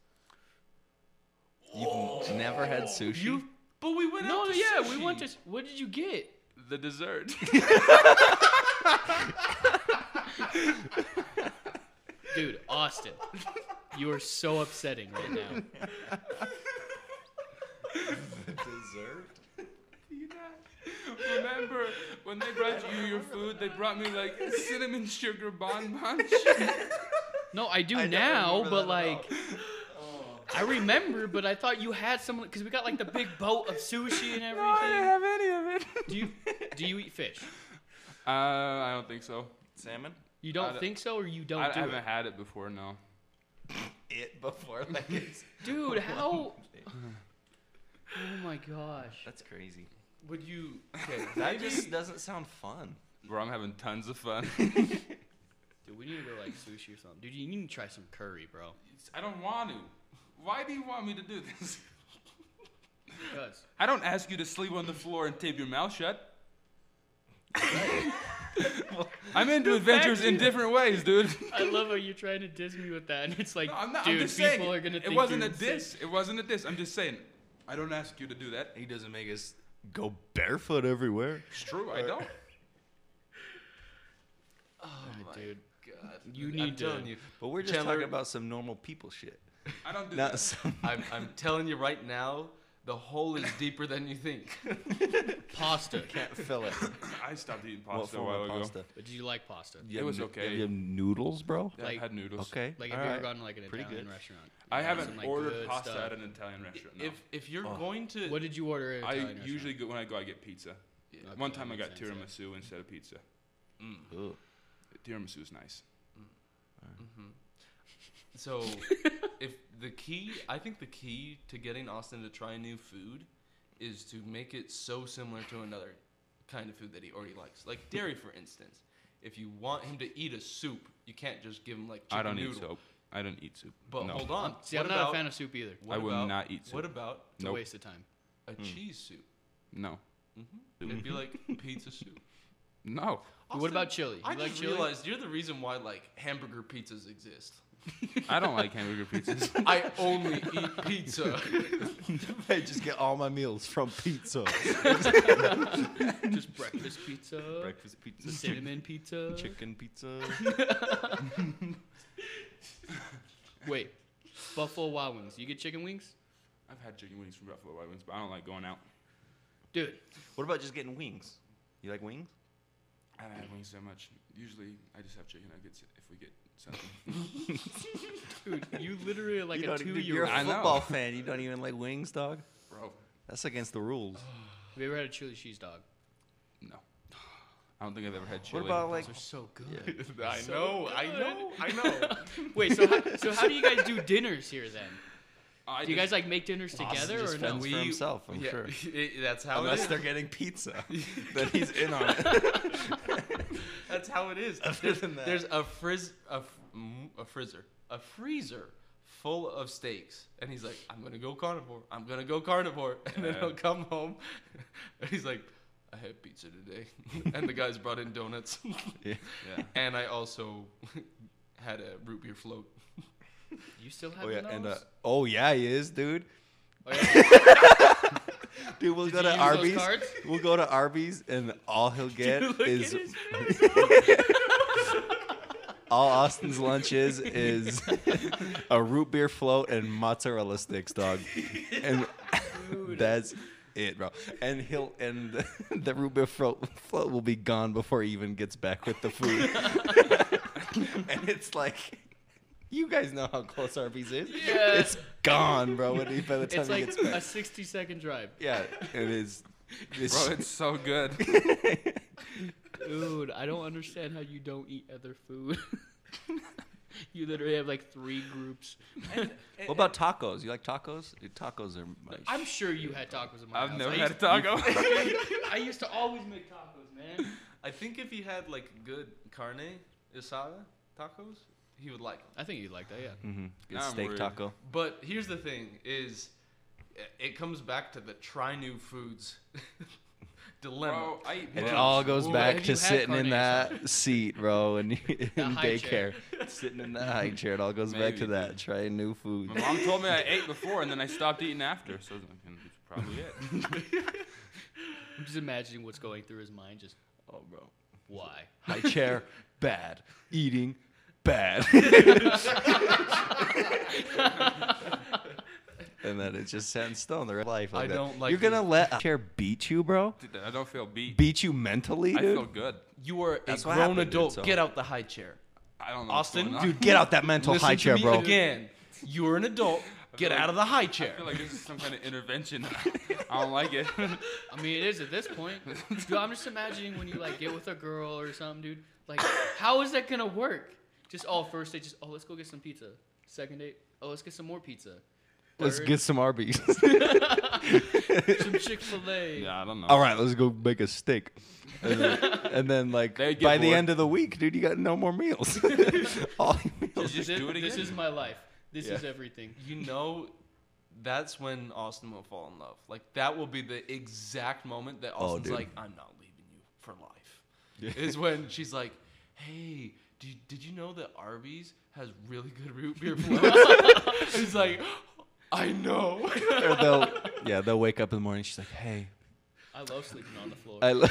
You've never had sushi. (laughs)
You. But we went
No,
out. to
yeah, we
sushi.
went to. What did you get?
The dessert. (laughs)
Dude, Austin, you are so upsetting right now.
dessert?
Remember when they brought you your food? They brought me like cinnamon sugar (laughs) bonbon. shit.
No, I do
don't
now,
remember
but
that at
like. I remember, but I thought you had some because we got like the big boat of sushi (laughs) and everything.
any of
(laughs)
it.
do you do you eat fish?
Uh, I don't think so.
Salmon?
I
You don't
don't-
think so, or you don't
I, I
do
haven't
it,
had it before. No.
It before like (laughs) it's,
dude? (laughs) How? Oh my gosh!
that's crazy.
Would you? Okay,
That
maybe,
just doesn't sound fun.
Bro, I'm having tons of fun. (laughs)
Dude, we need to go like sushi or something. Dude, you need to try some curry, bro.
I don't want to. Why do you want me to do this?
Because
I don't ask you to sleep on the floor and tape your mouth shut. (laughs) I'm into adventures in different ways, dude.
I love how you're trying to diss me with that, and it's like,
No, I'm not.
dude,
I'm just
people
saying.
are gonna.
it
think
wasn't
you're
a
insane.
diss. It wasn't a diss. I'm just saying. I don't ask you to do that.
He doesn't make us go barefoot everywhere.
It's true. I don't.
oh my
dude.
god.
You
I'm
need to-
telling you.
But we're just
Chandler-
talking about some normal people shit.
I don't do
Not (laughs)
that.
some
I'm I'm telling you right now. The hole is deeper than
(laughs)
you think.
Pasta.
can't fill (laughs) it.
I stopped eating
What
pasta a
form of
while ago.
pasta?
But did you like pasta?
You have
was
noo-
okay.
You have noodles, bro.
Yeah,
Like-
I've had noodles.
Okay.
Like,
all
have you
right.
ever gone to like an
Pretty
Italian
good.
restaurant?
I
and had
haven't
some, like,
ordered
good
pasta
stuff?
at an Italian restaurant. No.
If if you're going to,
What did you order at an
I
Italian restaurant?
usually go, when I go, I get pizza.
Okay,
One
that
time I
makes
got
sense, yeah.
tiramisu instead of pizza.
(laughs) Ugh.
Tiramisu is nice.
(laughs)
So, if the key, I think the key to getting Austin to try new food is to make it so similar to another kind of food that he already likes. Like dairy, for instance. If you want him to eat a soup, you can't just give him like chicken
I don't
noodle.
eat soap. I don't eat soup.
But
no.
hold on.
See,
what
I'm not a
about,
fan of soup either. It's
what
I will
about-
not eat Hmm.
What about
a
Nope.
waste
(laughs)
of time.
a cheese soup?
No.
Mm-hmm. It'd be like
(laughs)
pizza soup.
No.
what about chili? You
I
like
just
chili?
realized you're the reason why like hamburger pizzas exist.
I don't like hamburger
(laughs)
pizzas.
I
(laughs)
only eat pizza. (laughs)
I just get all my meals from pizza.
Just breakfast pizza,
Breakfast pizza,
cinnamon pizza.
(laughs) chicken pizza.
Wait, Buffalo Wild Wings. You get chicken wings,
I've had chicken wings from Buffalo Wild Wings, but I don't like going out.
dude?
What about just getting wings? You like wings?
I don't have wings so much. Usually, I just have chicken nuggets if we get something.
Dude, you literally are like
you
a
don't even, you're
two-year-old.
a
I know.
football fan. You don't even like wings, dog.
Bro,
That's against the rules.
Have you ever had a chili cheese dog?
no. I don't think I've ever had chili.
What about like?
Those are so good. (laughs)
I
So
know, I
good.
know, I know.
Wait, so how, so how do you guys do dinners here then?
I
Do
(laughs)
you guys
just-
like make dinners together
just
or no?
fends- for himself, I'm (laughs) sure.
it- (laughs) that's how
Unless
it is.
they're getting (laughs) pizza, then he's in (laughs) on
(laughs)
it.
That's how it is.
(laughs) Other
There's,
than that.
there's a frizz, a, f- mm, a frizzer, a freezer full of steaks, and he's like, "I'm gonna go carnivore. I'm gonna go carnivore," (laughs) and then
Yeah.
he'll come home, (laughs) and he's like, "I had pizza today," (laughs) and the guys brought in donuts, (laughs)
Yeah.
and I also (laughs) had a root beer float.
You still have
Oh yeah,
those?
and uh, (laughs) oh yeah, he is, dude.
Oh, yeah.
(laughs) Dude, we'll go
you
to
use those
Arby's.
cards?
We'll go to (laughs) Arby's, and all he'll get
Look at
is
his-
all Austin's lunch is is (laughs) a root beer float and mozzarella sticks, dog. And (laughs) that's it, bro. And he'll and (laughs) the, the root beer float, float will be gone before he even gets back with the food. (laughs) and it's like you guys know how close Arby's is.
Yeah.
It's gone, bro. When he, by the time
It's
he
like
gets back.
a 60 second drive.
Yeah, it is. It's,
Bro, it's so
(laughs)
good.
Dude, I don't understand how you don't eat other food. (laughs) you literally have like three groups.
what about tacos? You like tacos? Dude, tacos are. My
I'm sure you had tacos in my
I've
house.
never
I
had a
used-
taco.
(laughs) I used to always make tacos, man.
I think if he had like good carne asada tacos, he would like 'em.
I think you'd like that, yeah.
mm-hmm. Good
I'm
steak
worried.
taco.
But here's the thing: is i- it comes back to the try new foods (laughs) dilemma.
(laughs)
Bro, I eat
And it
bugs.
all goes
Well,
back
have
to
you had
sitting in
carne
that seat, bro, and (laughs) in
high
daycare,
chair.
sitting in that high chair. It all goes back to
Maybe. Mm-hmm.
that. Trying new food.
My mom told me I ate before and then I stopped eating after, so that's probably
(laughs)
it.
I'm just imagining what's going through his mind. Just
Oh, bro.
why?
High chair, bad. Eating, bad. (laughs) and then it just set in stone the rest of life. Like
I
that.
don't like
You're gonna
you.
let a chair beat you, bro?
Dude, I don't feel beat.
Beat you mentally,
I
dude?
feel good.
You are
That's
a
what
grown
happened, dude,
adult.
so-
Get out the high chair.
I don't know.
Austin,
what's going on.
Dude, get out that mental
Listen
high
to
chair,
me
bro.
Again, you are an
(laughs)
adult. Get
like-
out of the high chair.
I feel like this is some kind of intervention. (laughs) I don't like it. (laughs)
I mean, it is at this point. Dude, I'm just imagining when you like get with a girl or something, dude. Like, how is that gonna work? Just oh, first date, just oh, let's go get some pizza. Second date, oh, let's get some more pizza.
Let's
Third,
get some Arby's. (laughs)
some
(laughs)
Chick Fil A.
yeah, I don't know.
All right, let's go make a steak. And then, and then, like, by
They'd get
the
bored.
end of the week, dude, you got no more meals. (laughs) All your meals.
This,
Just
is,
do it
this
again.
is my life. This
Yeah.
is everything.
you know that's when Austin will fall in love. Like that will be the exact moment that Austin's
Oh, dude.
like, I'm not leaving you for life.
(laughs)
Is when she's like, Hey, did, did you know that Arby's has really good root
(laughs)
beer floats? (laughs) it's like, I know.
Or they'll, yeah, they'll wake up in the morning. She's like, hey.
I love sleeping on
(laughs)
the floor.
(laughs) I lo-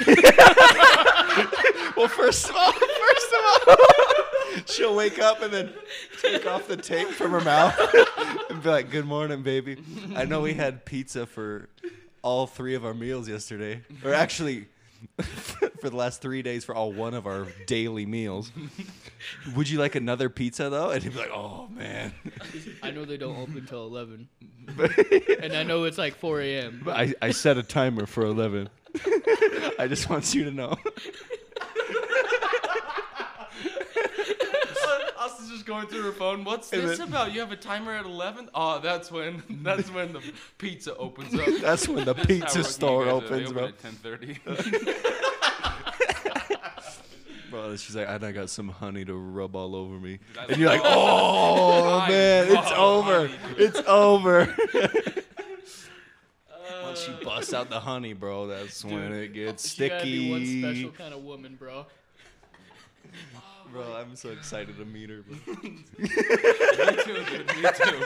well, first of all, first of all, she'll wake up and then take off the tape from her mouth (laughs) and be like, good morning, baby. I know we had pizza for all three of our meals yesterday, or actually, (laughs) for the last three days for all one of our daily meals. Would you like another pizza though? And he'd be like, "Oh (laughs) man,
I know they don't open till 11, and I know it's like 4 a.m.
But I, I set a timer for 11. (laughs) I just want you to know.
(laughs) Austin's just going through her phone. What's
And
this
then-
about? You have a timer at eleven? Oh, that's when (laughs) that's when the pizza opens up.
That's when
(laughs)
the
This is how
pizza
rookie
store
guys are. They
opens,
open
bro.
At ten
(laughs)
thirty.
Bro, she's like, and I got some honey to rub all over me.
I
And you're like, oh man, it's over. It's over. (laughs) Once she busts out the honey, bro, that's when it gets
You gotta be one special
sticky.
kind of woman, bro.
(laughs) Bro, I'm so excited to meet her. Bro. (laughs)
me too, dude. Me too.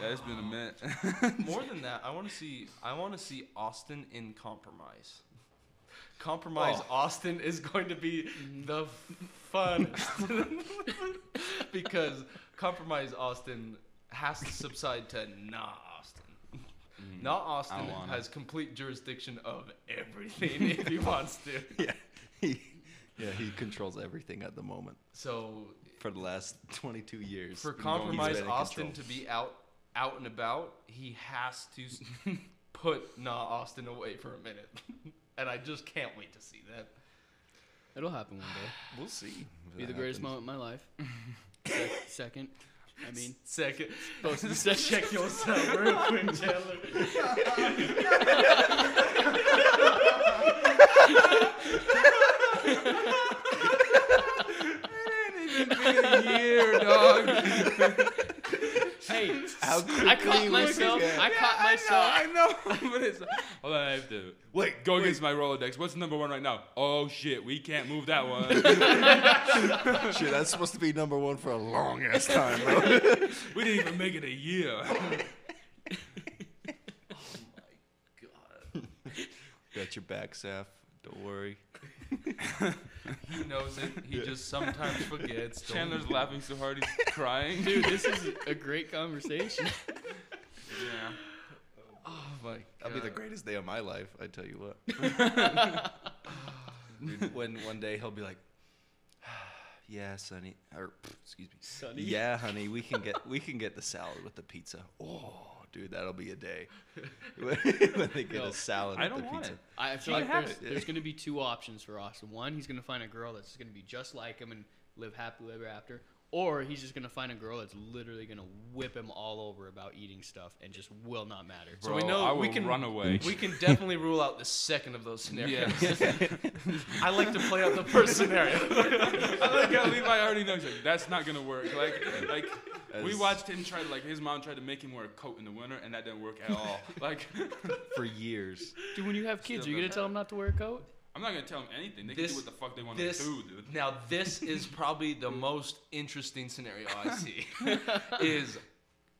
That has been a minute. (laughs)
More than that, I want to see I want to see Austin in compromise. Compromise Austin is going to be the fun (laughs) because compromise Austin has to subside to not Austin. Not Austin
I wanna.
has complete jurisdiction of everything if he wants to.
Yeah, he, yeah, he controls everything at the moment
So
for the last 22 years.
for
He's been in
compromise
control.
Austin to be out out and about, he has to s- (laughs) put Nah Austin away for a minute, (laughs) and I just can't wait to see that.
It'll happen one day.
We'll see. if
Be the
that
greatest
happens.
moment of my life. Sec- Second, I mean,
(laughs)
Second,
both of the
just
sessions.
check yourself real quick, Taylor.
Year, (laughs) dog.
(laughs) Hey,
How
I
quickly
caught
we
myself.
forget.
I caught myself.
I know, I know. but it's hold on, I have to
Wait,
go
wait.
against my Rolodex. What's number one right now? Oh shit, we can't move that (laughs) one.
Shit, that's supposed to be number one for a long ass time, bro.
we didn't even make it a year.
God.
yeah, got your back, Saf. Don't worry.
He knows it. He
(laughs)
just sometimes forgets.
(laughs)
Don't-
Chandler's laughing so hard he's crying.
Dude, this is a great conversation.
Yeah.
Oh my god.
That'll be the greatest day of my life. I tell you what. Dude, when one day he'll be like, (sighs) "Yeah, Sonny," or pff, excuse me,
Sonny?
Yeah, honey, we can get we can get the salad with the pizza. Oh, dude, that'll be a day when they get
No,
a salad
I
with
don't
the
want
pizza.
it.
I feel
You
like
have
there's,
it.
there's going to be two options for Austin. One, he's going to find a girl that's going to be just like him and live happily ever after, or he's just going to find a girl that's literally going to whip him all over about eating stuff and just will not matter.
So we
Bro,
know
Oh, I
we
will
can
run away.
We can definitely rule out the second of those
Yeah.
scenarios. (laughs) I like to play out
(laughs)
the first scenario.
I like how Levi already knows like, that's not gonna work. Like, like we
As-
watched him try to like his mom tried to make him wear a coat in the winter, and that didn't work at (laughs) all. Like,
for years.
Dude, when you have kids, are you going to tell them not to wear a coat?
I'm not gonna tell him anything. They
This-
can do what the fuck they want
This
to do, dude.
now this is probably the most interesting scenario I see. is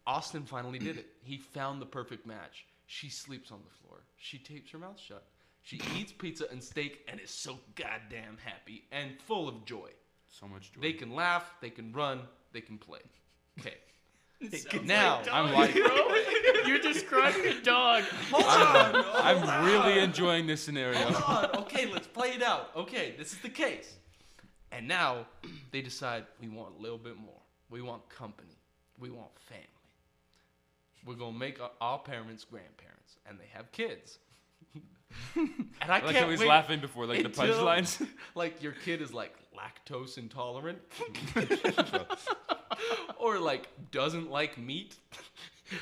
Austin finally did it. He found the perfect match. She sleeps on the floor. She tapes her mouth shut. She eats pizza and steak and is so goddamn happy and full of joy.
So much joy. (laughs)
They can laugh, they can run, they can play.
(laughs)
Okay.
Sounds
now
like
I'm
dog,
like-
bro. (laughs) you're describing a dog.
(laughs) I'm really enjoying this (laughs) scenario.
Hold on. Okay, let's play it out. Okay, this is the case. And now they decide we want a little bit more. We want company. We want family. We're going to make our, our parents grandparents, and they have kids. (laughs) and I
I like
can't
how he's
wait
laughing before (laughs) like the
until,
punchlines.
Like your kid is like lactose intolerant, (laughs) or like doesn't like meat,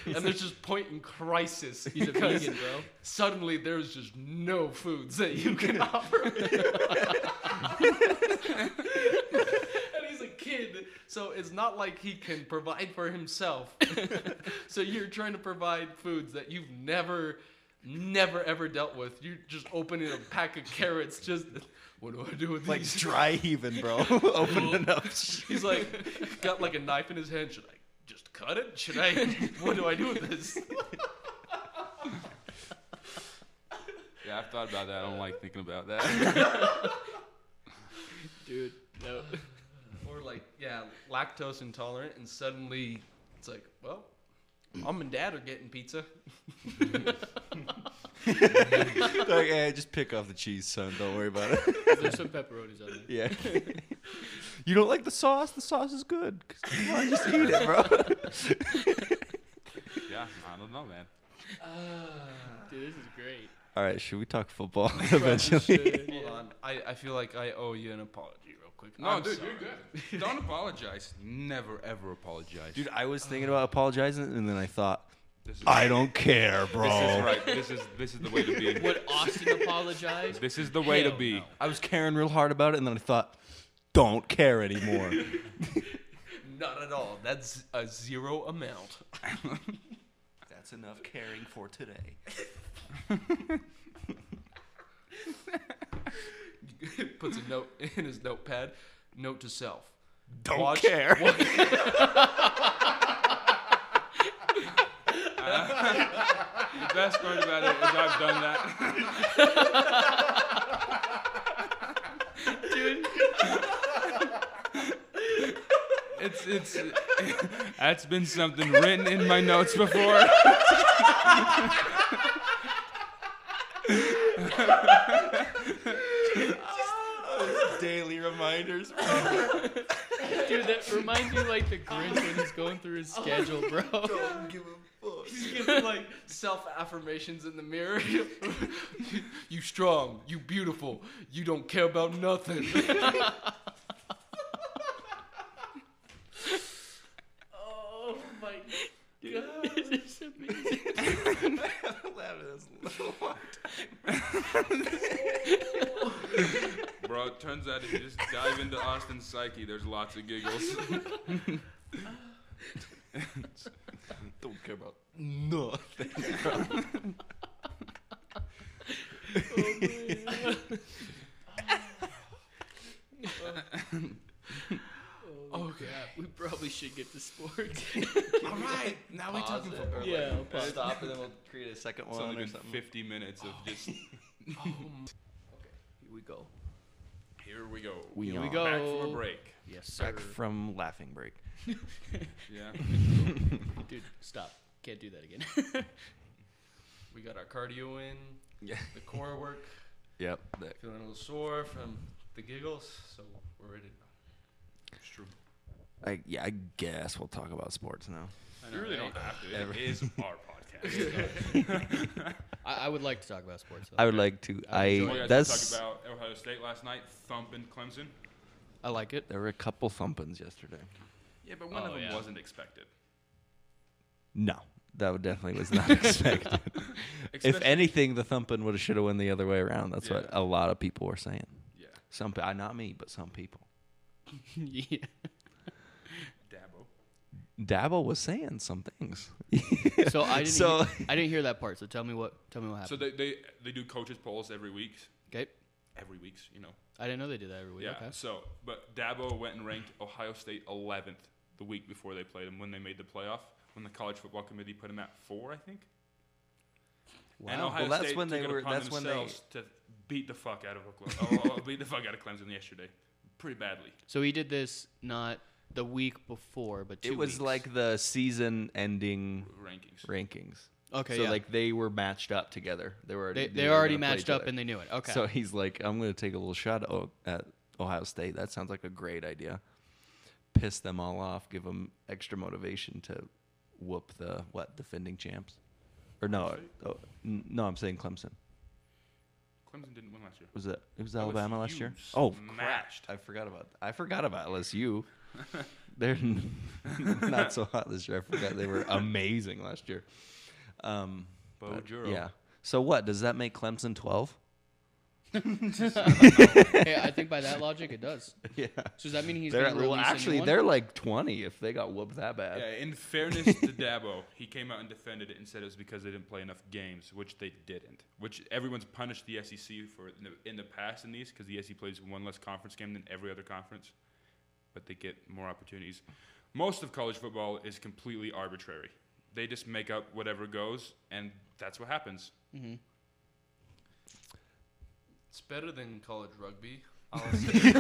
and there's just point in crisis.
He's a
because
vegan, bro.
Suddenly, there's just no foods that you can offer. and he's a kid, so it's not like he can provide for himself. (laughs) so you're trying to provide foods that you've never, never ever dealt with. You're just opening a pack of carrots. Just what do I do with
Like
these?
dry heaving, bro. (laughs) Open it up.
He's like, got like a knife in his hand. Should I just cut it? Should I? What do I do with this?
yeah, I've thought about that. I don't like thinking about that. (laughs)
Dude, no.
(laughs) Or like, yeah, lactose intolerant, and suddenly it's like, well, mom and dad are getting pizza.
like, hey, just pick off the cheese, son. Don't worry about it.
There's some pepperonis on there.
(laughs) Yeah. you don't like the sauce? The sauce is good. Come on, (laughs) just eat it, bro.
yeah, I don't know, man.
Dude, this is great.
All right, should we talk (laughs) football eventually?
(laughs) Hold on, I, I feel like I owe you an apology real quick.
No,
I'm
dude,
sorry.
you're good. Don't apologize. Never ever apologize.
Dude, I was thinking about apologizing, and then I thought,
this is,
I don't (laughs) care, bro.
This is right. This is this is the way to be.
Would Austin (laughs) apologize?
This is the way to
Hell
be.
no.
I was caring real hard about it, and then I thought, don't care anymore.
Not at all. That's a zero amount.
(laughs)
(laughs)
That's enough caring for today.
Puts a note (laughs) in his notepad. Note to self.
Don't
Watch-
care. (laughs)
The best part about it is I've done (laughs) that.
Dude,
It's it's that's been something written in my notes before.
Daily reminders.
dude, that reminds me like the Grinch when he's going through (laughs) his schedule, bro.
Don't give a fuck. (laughs)
He's giving like self affirmations in the mirror. (laughs) you strong. You beautiful. You don't care about nothing.
Oh my
(laughs)
god, (laughs) this is amazing.
Bro, it turns out if you just dive into Austin's psyche, there's lots of giggles.
Don't care about nothing.
(laughs) Oh crap, we probably should get to (laughs) sports.
all
(laughs)
right. Now we're talking
Pause it.
football.
yeah, I'll pause.
Stop, and then we'll create a second
It's
one
only
or
been
something.
50 minutes of just
Here we go.
(laughs) Here we go.
We
Here we
are
go.
Back from a break.
Yes, sir.
Back from laughing break.
(laughs) Yeah.
Dude, stop. Can't do that again. (laughs)
We got our cardio in,
(laughs)
Yeah.
the core work, (laughs)
Yep.
feeling a little sore from the giggles, so we're ready.
It's true.
I yeah, I guess we'll talk about sports now.
You really don't have to. It is our (laughs) podcast.
I, I would like to talk about sports. Though.
I would like to.
So
I
you guys
that's
talk about Ohio State last night thumping Clemson.
I like it. (laughs)
(laughs) there were a couple thumpins yesterday.
Yeah, but one
Oh,
of them
yeah.
wasn't expected.
No, that would definitely (laughs) was not expected. if
Especially-
anything, the thumping would have should have went the other way around. That's what
Yeah.
a lot of people were saying.
yeah,
Some, pe- uh, not me, but some people.
yeah.
Dabo.
Dabble was saying some things. (laughs)
So I didn't.
So-
hear, I didn't hear that part. So tell me what. Tell me what
So
happened.
they, they they do coaches polls every week,
okay.
every week's you know.
I didn't know they did that every week.
Yeah.
Okay.
So, but Dabo went and ranked Ohio State 11th the week before they played him when they made the playoff. When the college football committee put him at four, I think. And
Wow.
Ohio
Well, that's
State
when
took
they
it
were-
upon
that's when they-
themselves to beat the fuck out of Oklahoma. oh, beat the fuck out of Clemson yesterday, pretty badly.
So he did this not the week before, but two
it was
weeks.
like the season-ending
Rankings.
rankings.
okay,
so
yeah.
like they were matched up together. They were already
they they
were
were already
gonna play
matched
each
up
other.
and they knew it. Okay.
So he's like, I'm going to take a little shot at O- at Ohio State. That sounds like a great idea. Piss them all off, give them extra motivation to whoop the what defending champs, or no, oh, n- no, I'm saying Clemson.
Clemson didn't win last year.
Was it? It was
LSU
Alabama last year. Oh,
smashed.
I forgot about. I forgot about LSU. They're n- (laughs) not so hot this year. I forgot they were amazing last year. Um,
Bo
but
Juro.
Yeah. So what does that make Clemson twelve?
(laughs) hey, I think by that logic it does.
(laughs) Yeah.
So does that mean he's
They're
gonna
well,
release
actually
anyone?
they're like twenty if they got whooped that bad.
Yeah, in fairness
(laughs)
to Dabo, he came out and defended it and said it was because they didn't play enough games, which they didn't. Which everyone's punished the SEC for in the, in the past in these because the SEC plays one less conference game than every other conference, but they get more opportunities. Most of college football is completely arbitrary. They just make up whatever goes, and that's what happens.
It's better than college rugby.
Oh,
(laughs) I'll say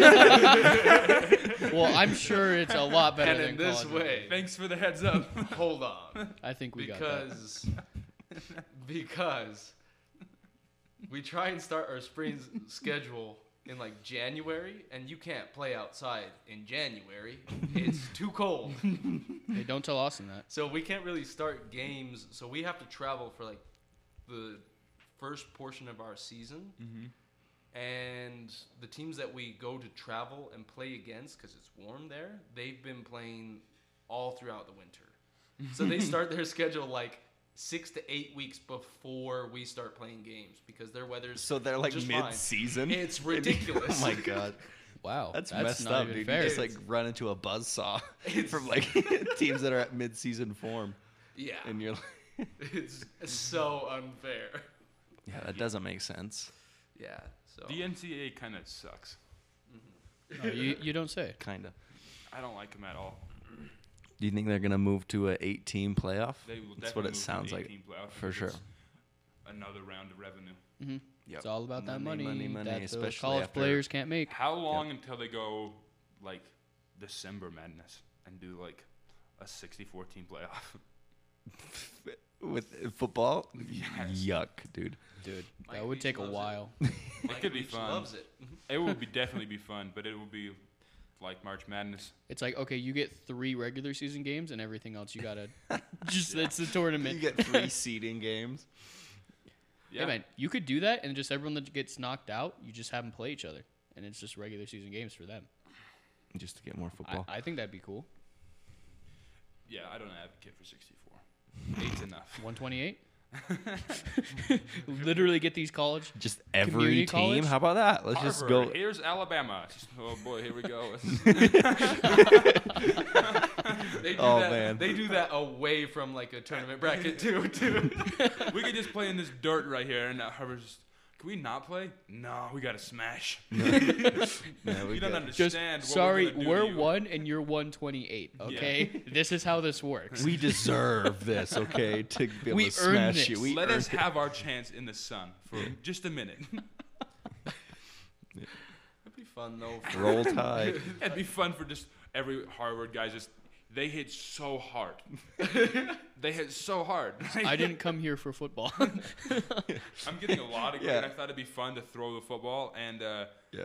(laughs) Well, I'm sure it's a lot better
it
than
in this
college rugby.
way.
Thanks for the heads up.
(laughs)
(laughs)
Hold on.
I think we got that. (laughs)
because because we try and start our spring s- schedule in like January and you can't play outside in January. It's too
(laughs)
cold.
Hey, don't tell Austin that.
So we can't really start games. So we have to travel for like the first portion of our season.
Mm-hmm.
And the teams that we go to travel and play against, because it's warm there, they've been playing all throughout the winter. So
(laughs)
they start their schedule like six to eight weeks before we start playing games because their weather's
So they're like
just fine.
mid season. (laughs)
It's ridiculous.
oh my god.
Wow,
That's,
that's,
messed
not
up,
even
dude.
fair.
You just like run into a buzzsaw (laughs) from like teams that are at mid season form
yeah,
and you're like (laughs)
(laughs) it's so unfair.
Yeah, that doesn't make sense.
Yeah. So
(laughs) the NCAA kind of sucks.
No, you, you don't say.
Kinda.
I don't like them at all.
Do you think they're gonna move to a eight team playoff?
They will
That's
definitely
what it
move to
sounds
the
like.
18 playoff
for
because
sure.
it's Another round of revenue.
Yep.
It's all about that money,
money, money,
that the
especially
college
after-
players can't make.
How long until they go like December Madness and do like a 64 team playoff? (laughs)
With uh, football?
Yes.
Yuck, dude.
Dude,
Mike
that would
Leach
take a
loves it.
while.
it could be
Leach
fun.
Loves it.
It will be definitely be fun, but it will be like March Madness.
It's like okay, you get three regular season games and everything else you
(laughs)
gotta just it's the tournament.
You get three seeding games.
Yeah,
Hey man, you could do that and just everyone that gets knocked out, you just have them play each other, and it's just regular season games for them.
(laughs) Just to get more
I,
football.
I think that'd be cool.
yeah. I don't advocate for (laughs) 64. Eight's enough.
128.
(laughs)
Literally get these college.
just every
Community
team.
college?
How about that? Let's just
Harvard,
go.
Here's Alabama. It's just- Oh boy, here we (laughs) go.
They do
Oh,
that,
man.
They do that away from like a tournament bracket too, (laughs) too.
we could just play in this dirt right here, and uh, Harvard's. just, Can we not play? No, we gotta smash. (laughs)
Yeah, we
you don't
got-
Just
understand. what
sorry,
we're, gonna do to
we're,
you.
one and you're one twenty eight.
(laughs)
Okay, this is how this works.
(laughs) we deserve this, okay? To be able
We
to
earned
smash
this.
you. We
Let
earned
us have our chance in the sun for (laughs) just a minute.
It'd be fun though.
it.
For,
roll tide.
It'd be fun for just every Harvard guy. Just they hit so
(laughs)
hard. they hit so hard.
I didn't come here for football. (laughs)
I'm getting a lot of.
Yeah.
Yeah. I thought it'd be fun to throw the football and. Uh,
Yeah.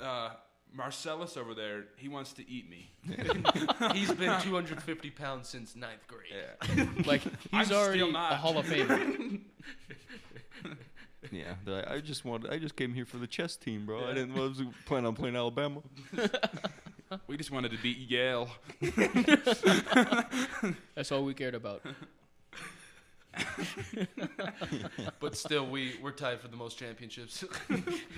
uh, Marcellus over there, he wants to eat me.
he's been 250 pounds since ninth
(laughs)
grade.
like he's
still
already
not.
a Hall
(laughs)
of Famer.
Yeah. They're like, I just wanted I just came here for the chess team, bro. I didn't I was planning on playing Alabama.
We just wanted to beat Yale.
That's all we cared about.
But still, we we're tied for the most championships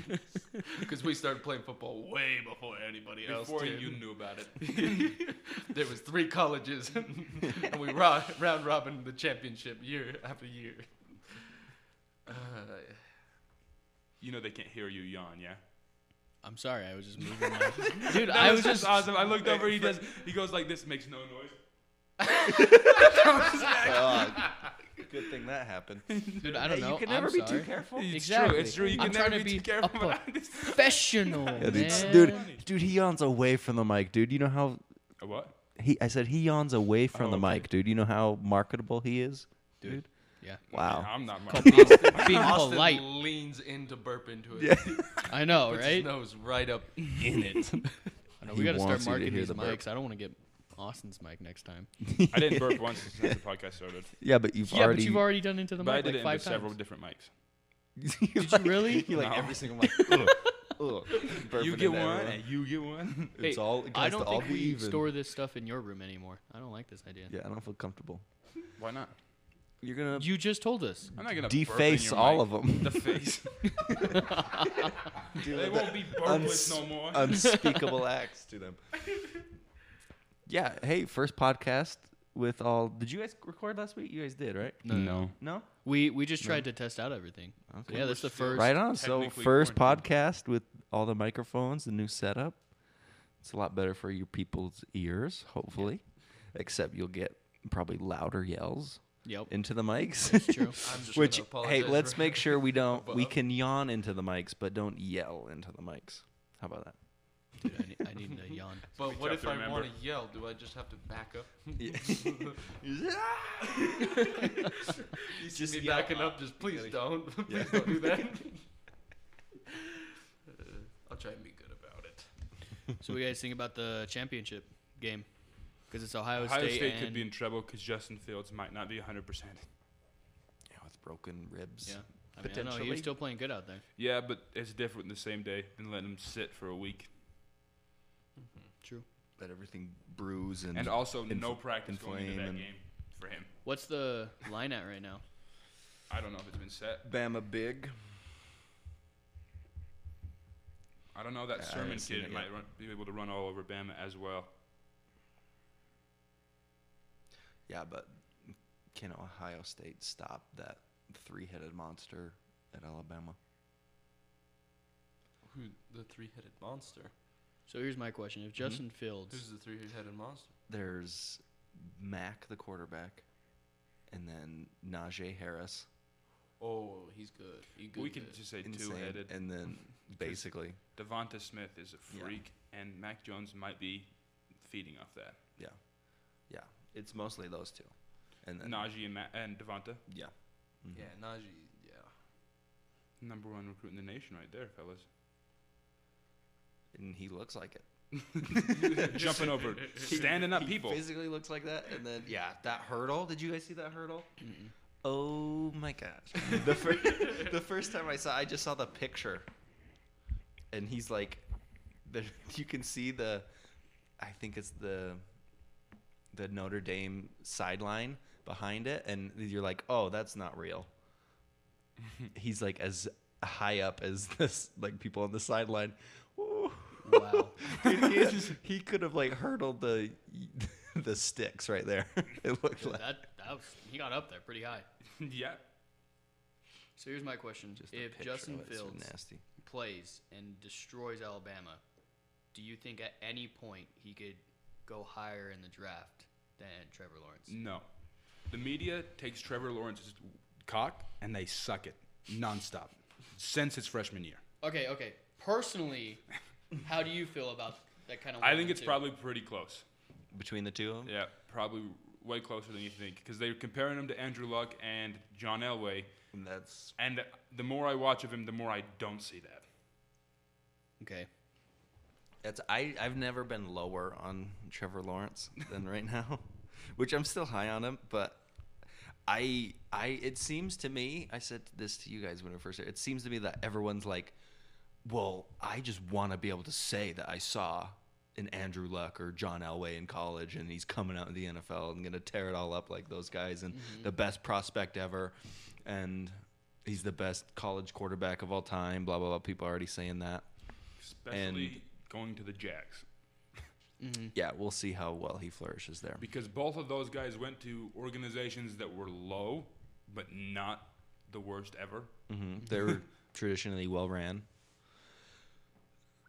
(laughs) because we started playing football way before anybody else.
Before
did.
you knew about it.
there was three colleges, (laughs) and we ro- round robin the championship year after year. Uh,
You know they can't hear you yawn, yeah?
I'm sorry, I was just
(laughs)
moving. on. Dude, I was just.
awesome. I looked over, he does he goes like this, makes no noise.
Good thing that happened.
Dude, I don't know.
You can
I'm
never be
sorry.
too careful.
It's
Exactly.
true, it's true. You
I'm
can
trying
never
to
be,
be
too careful.
a
about this.
Professional,
Yeah, dude, s-
man.
dude, dude, he yawns away from the mic, dude. You know how
A what?
he? I said he yawns away from
Oh,
the
okay.
mic, dude. You know how marketable he is, dude.
Yeah.
Wow.
I'm not much.
Austin, being
Austin
polite.
leans in to burp into it.
Yeah.
I know,
Puts
right?
his nose right up.
In (laughs) it.
I know,
He
we gotta start
wants you to
marketing
hear
these
the burp.
mics. I don't want to get Austin's mic next time.
(laughs) I didn't burp once since
(laughs)
the podcast started.
yeah, but you've
yeah,
already.
but you've already done into the
But I
mic
did
like
it with
five times.
several different mics.
(laughs) did
you really?
You like
No.
every single mic. Ugh, ugh,
(laughs) You
burping
get
into
one,
everyone.
and you get one.
Hey,
It's all. It
I
has to
don't
all
think
be
we
even.
store this stuff in your room anymore. I don't like this idea.
Yeah, I don't feel comfortable.
(laughs) Why not?
You're gonna
You just told us.
I'm not gonna
deface all of them.
the
(laughs)
face. they won't be burpless no
(laughs)
more.
unspeakable acts
(laughs)
to them. Yeah. Hey, first podcast with all. Did you guys record last week? You guys did, right?
No, no.
No.
We we just tried to test out everything. So
Okay.
yeah, that's the first.
Right on. So
technically
first
quarantined.
podcast with all the microphones, the new setup. It's a lot better for your people's ears, hopefully. Except you'll get probably louder yells
Yep.
into the mics.
True.
I'm just
Which
gonna apologize
hey, let's
for- (laughs)
make sure we don't. we
above.
can yawn into the mics, but don't yell into the mics. How about that?
Dude, I, need, I need a yawn.
be
But what
tough
if
to
I
remember.
want to yell? Do I just have to back up?
Just
me
yell.
backing up. Just please don't. (laughs) please don't do that. Uh, I'll try and be good about it.
So what do you guys think about the championship game? Because it's Ohio,
Ohio State,
State,
could
and-
be in trouble because Justin Fields might not be 100%.
Yeah, with broken ribs.
yeah. I mean, I know he
potentially.
was still playing good out there.
Yeah, but it's different the same day than letting him sit for a week.
True.
Let everything bruise and.
And also,
Inf-
no practice going into
inflame
that
and-
game for him.
What's the line at right now?
I don't know if it's been set.
Bama big.
I don't know. That
I
Sermon
haven't seen
kid
it
might
yet.
run, be able to run all over Bama as well.
Yeah, but can Ohio State stop that three-headed monster at Alabama?
Who the three-headed monster?
So here's my question:
Mm-hmm.
If Justin
Who's
(laughs)
Fields,
the three-headed monster?
There's Mac, the quarterback, and then Najee Harris,
Oh, he's good. He good.
we could
good.
just say
insane,
two-headed.
and
(laughs)
then basically,
Devonta Smith is a
Yeah.
freak, and Mac Jones might be feeding off that.
yeah, yeah, it's mostly those two, and then
Najee and, Ma- and Devonta,
yeah,
Yeah, Najee. Yeah.
number one recruit in the nation, right there, fellas.
Mm-hmm. and he looks like it. (laughs)
Jumping over, standing up
He
people. (laughs)
physically looks like that, and then yeah, that hurdle. Did you guys see that hurdle? Oh my gosh! the first (laughs) the first time I saw, I just saw the picture, and he's like, the, (laughs) you can see the, I think it's the, the Notre Dame sideline behind it, and you're like, oh, that's not real. he's like as high up as (laughs) this, like people on the sideline. Woo.
wow,
(laughs) Dude, he, is- he could have like hurdled the (laughs) the sticks right there. (laughs) It looked
Dude,
like
that that was, he got up there pretty high.
yeah.
So here's my question:
Just a
If
picture
Justin
of it, it's so
Fields
nasty.
plays and destroys Alabama, do you think at any point he could go higher in the draft than Trevor Lawrence?
No. The media takes Trevor Lawrence's cock and they suck it nonstop since his freshman year.
Okay, okay. Personally, how do you feel about that kind of?
I
one
think
and
it's
two?
probably pretty close.
Between the two of them?
Yeah, probably way closer than you think because they're comparing him to Andrew Luck and John Elway.
That's
And the more I watch of him, the more I don't see that.
(laughs)
okay.
that's I, I've never been lower on Trevor Lawrence than right now. (laughs) Which I'm still high on him, but I I it seems to me I said this to you guys when we first started, it seems to me that everyone's like, Well, I just wanna be able to say that I saw an Andrew Luck or John Elway in college and he's coming out in the NFL and gonna tear it all up like those guys and the best prospect ever and he's the best college quarterback of all time, blah blah blah. People are already saying that.
Especially
And-
going to the Jags.
yeah, we'll see how well he flourishes there.
Because both of those guys went to organizations that were low, but not the worst ever.
Mm-hmm.
hmm (laughs)
(laughs)
They're traditionally well ran,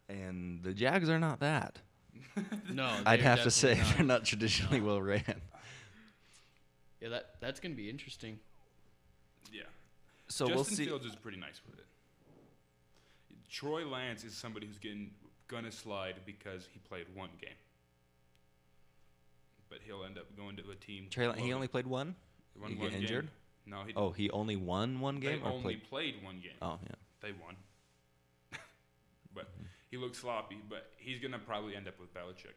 and the Jags are not that.
No,
I'd
they're
have to say
definitely not.
they're not traditionally well ran.
Yeah, that that's gonna be interesting.
Yeah.
So
Justin
we'll see.
Fields is pretty nice with it. Troy Lance is somebody who's getting gonna slide because he played one game, but he'll end up going to a team.
Trey Lan- he
loaded.
only played one.
won
he get
one game.
injured?
No, he
Oh, he only won one game
they
or
only
played.
played one game.
Oh yeah.
They won, (laughs) but he looked sloppy. But he's gonna probably end up with Belichick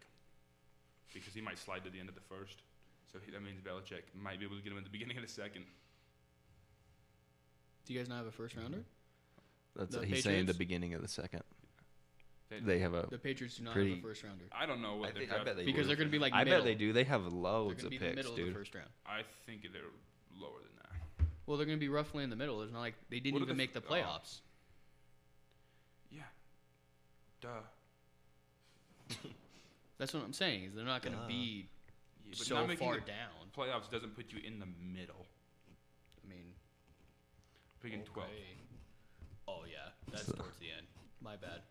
because he might slide to the end of the first. So he, that means Belichick might be able to get him at the (laughs) beginning of the second.
Do you guys not have a first rounder?
That's
The
what he's saying. The
Patriots?
beginning of the second,
They-
they have a.
The Patriots do not
Pretty-
have a first rounder.
I don't know what
I,
they're
think, I bet they
Because
do.
they're gonna be like
I bet
middle.
they do. They have
They're
loads
gonna
of
be the
picks,
middle of the
dude.
first round.
I think they're lower than that.
Well, they're gonna be roughly in the middle. There's not like they didn't
What are
even
the
make
f-
the
oh.
playoffs.
Yeah. Duh.
That's what I'm saying. Is they're not gonna
Duh.
be
Yeah, but
so
not making
far
the
down.
Playoffs doesn't put you in the middle.
I mean,
Picking 12.
okay. Oh yeah, that's
So-
towards the end. My bad.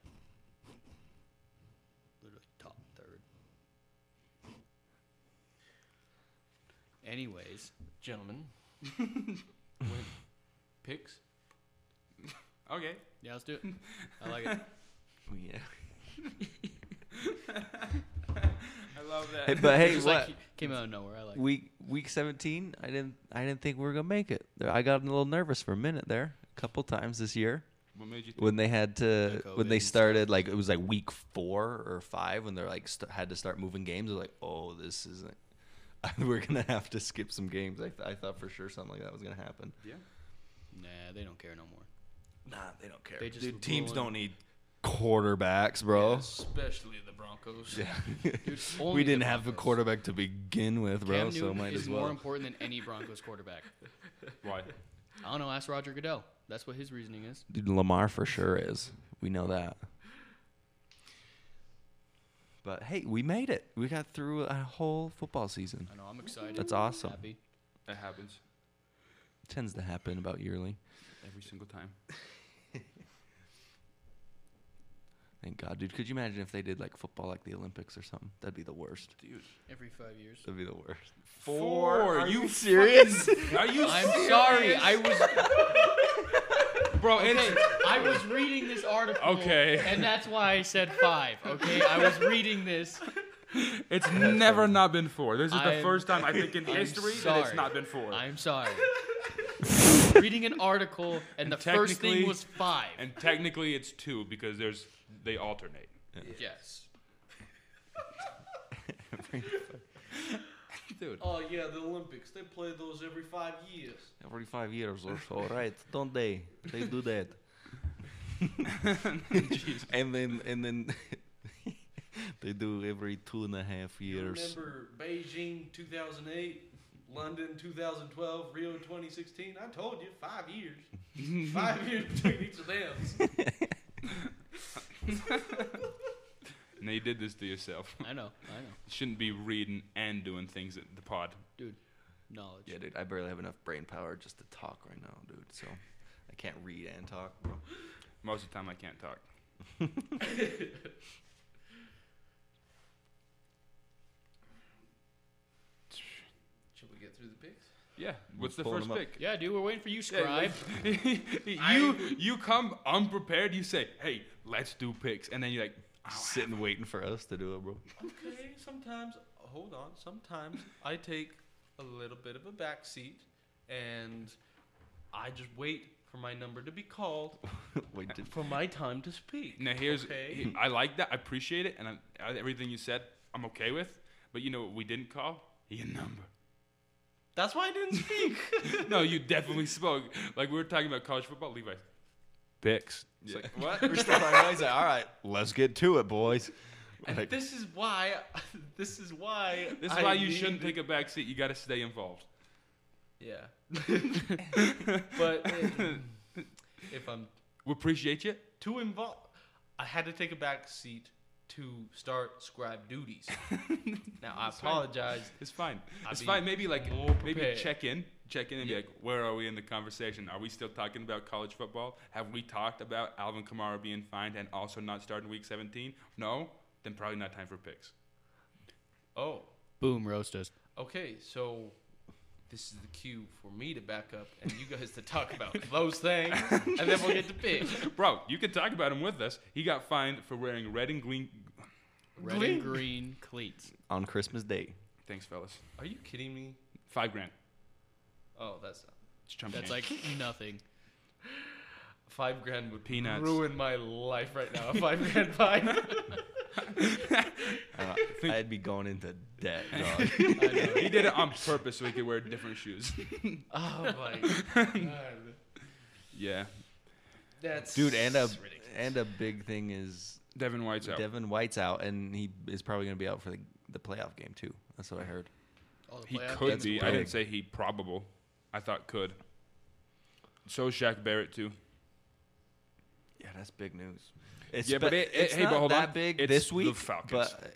Literally top third. Anyways, (laughs)
Gentlemen. Win. Picks?
Okay.
yeah, let's do it. I like it.
Yeah.
I love that.
Hey, (laughs)
(laughs)
but (laughs) hey,
Just,
what?
like, he- came out of nowhere. I like. it.
week week 17 i didn't i didn't think we were gonna make it There- i got a little nervous for a minute there a couple times this year
what made you think?
when they had to
The
when they
COVID stuff.
started like it was like week four or five when they're like st- had to start moving games they're like oh this isn't (laughs) we're gonna have to skip some games I, th- I thought for sure something like that was gonna happen
Yeah.
Nah, they don't care no more.
nah they don't care
They just
Dude, teams
rolling.
don't need quarterbacks bro
Especially the Broncos.
(laughs)
yeah,
only
(laughs) we
the
didn't have a
Broncos.
quarterback to begin with bro
Cam
so
Newton
might
is
as
more
well
important than any Broncos quarterback.
Why?
I don't know. Ask Roger Goodell. That's what his reasoning is.
Dude, Lamar for sure is. We know that. But hey, we made it. We got through a whole football season.
I know. I'm excited.
That's awesome.
Happy.
That happens
tends to happen about yearly.
every single time.
Thank God, dude. Could you imagine if they did like football like the Olympics or something? That'd be the worst.
Dude.
Every five years.
That'd be the (laughs) worst.
Four? Are you
serious?
Are you
I'm sorry. I was
Bro,
okay.
it's.
I was reading this article.
Okay.
And that's why I said five. Okay. I was reading this.
It's never not been four. This is the
I'm-
first time I think in
(laughs) I'm
history that it's
sorry.
not been 4
I'm sorry. reading an article and the first
technically-
thing was five.
and technically it's two because there's they alternate.
yes.
dude.
Oh, yeah, the Olympics. They play those every five years.
Every five years or so, right? Don't they? They do (laughs) that. and then and then (laughs) they do every two and a half years.
Remember Beijing 2008, London 2012, Rio 2016? I told you, five years.
(laughs)
five years between each of them.
Now you did this to yourself.
I know. I know.
You shouldn't be reading and doing things at the pod.
Dude. Knowledge.
Yeah, dude, I barely have enough brain power just to talk right now, dude. So I can't read and talk, bro.
Most of the time, I can't talk.
Should we get through the picks?
Yeah. What's the
pulling
first
them up.
pick?
Yeah, dude, we're waiting for you, scribe.
Yeah, (laughs)
(laughs)
you you come unprepared. You say, "Hey, let's do picks," and then you're like, "Oh,
Sitting waiting for us to do it, bro. (laughs)
Okay, sometimes, hold on, sometimes I take a little bit of a back seat and I just wait for my number to be called
Wait, did, (laughs)
for my time to speak.
"Now here's
Okay.
I like that. I appreciate it, and I'm, uh, everything you said, I'm okay with." But you know what we didn't call your number.
That's why I didn't
(laughs)
speak.
no, you definitely spoke. Like we were talking about college football, Levi. Picks. It's like what?
We're still talking about- he's like, all right, let's get to it, boys.
and
Like-
this is why this is why
This is
I
why you
need-
shouldn't take a back seat. You got to stay involved.
(laughs)
Yeah. but if I'm
We appreciate you.
too involved I had to take a back seat to start scribe
(laughs)
duties. now I apologize.
It's fine.
I'd
It's
be
fine. Maybe like
more
maybe
prepared.
check in, check in, and
Yeah.
be like, where are we in the conversation? Are we still talking about college football? Have we talked about Alvin Kamara being fined and also not starting week 17? No, then probably not time for picks.
Oh,
Boom, roast us.
okay, so this is the cue for me to back up and you guys to talk about those things, and then we'll get to pick.
Bro, you can talk about him with us. He got fined for wearing red and green.
Red
Green.
and green cleats.
on Christmas Day.
Thanks, fellas.
Are you kidding me?
Five grand.
Oh, that's not.
It's chump
That's like
change.
nothing.
Five grand would
Peanuts.
ruin my life right now. A Five grand
(laughs)
fine.
Uh,
Think-
I'd be going into debt, dog.
he did it on purpose so he could wear different shoes.
oh
(laughs)
my god,
yeah,
that's
Dude, and a
ridiculous.
and a big thing is
Devin White's out.
Devin White's out, and he is probably going to be out for the, the playoff game too. That's what I heard.
All the
He
playoff
could
That's
be. I
big.
didn't say he probable. I thought could. So is Shaq Barrett too.
Yeah, that's big news. It's
Yeah, but it- it-
it's
hey,
not
but hold
that
on.
big
It's
this
the
week.
Falcons.
But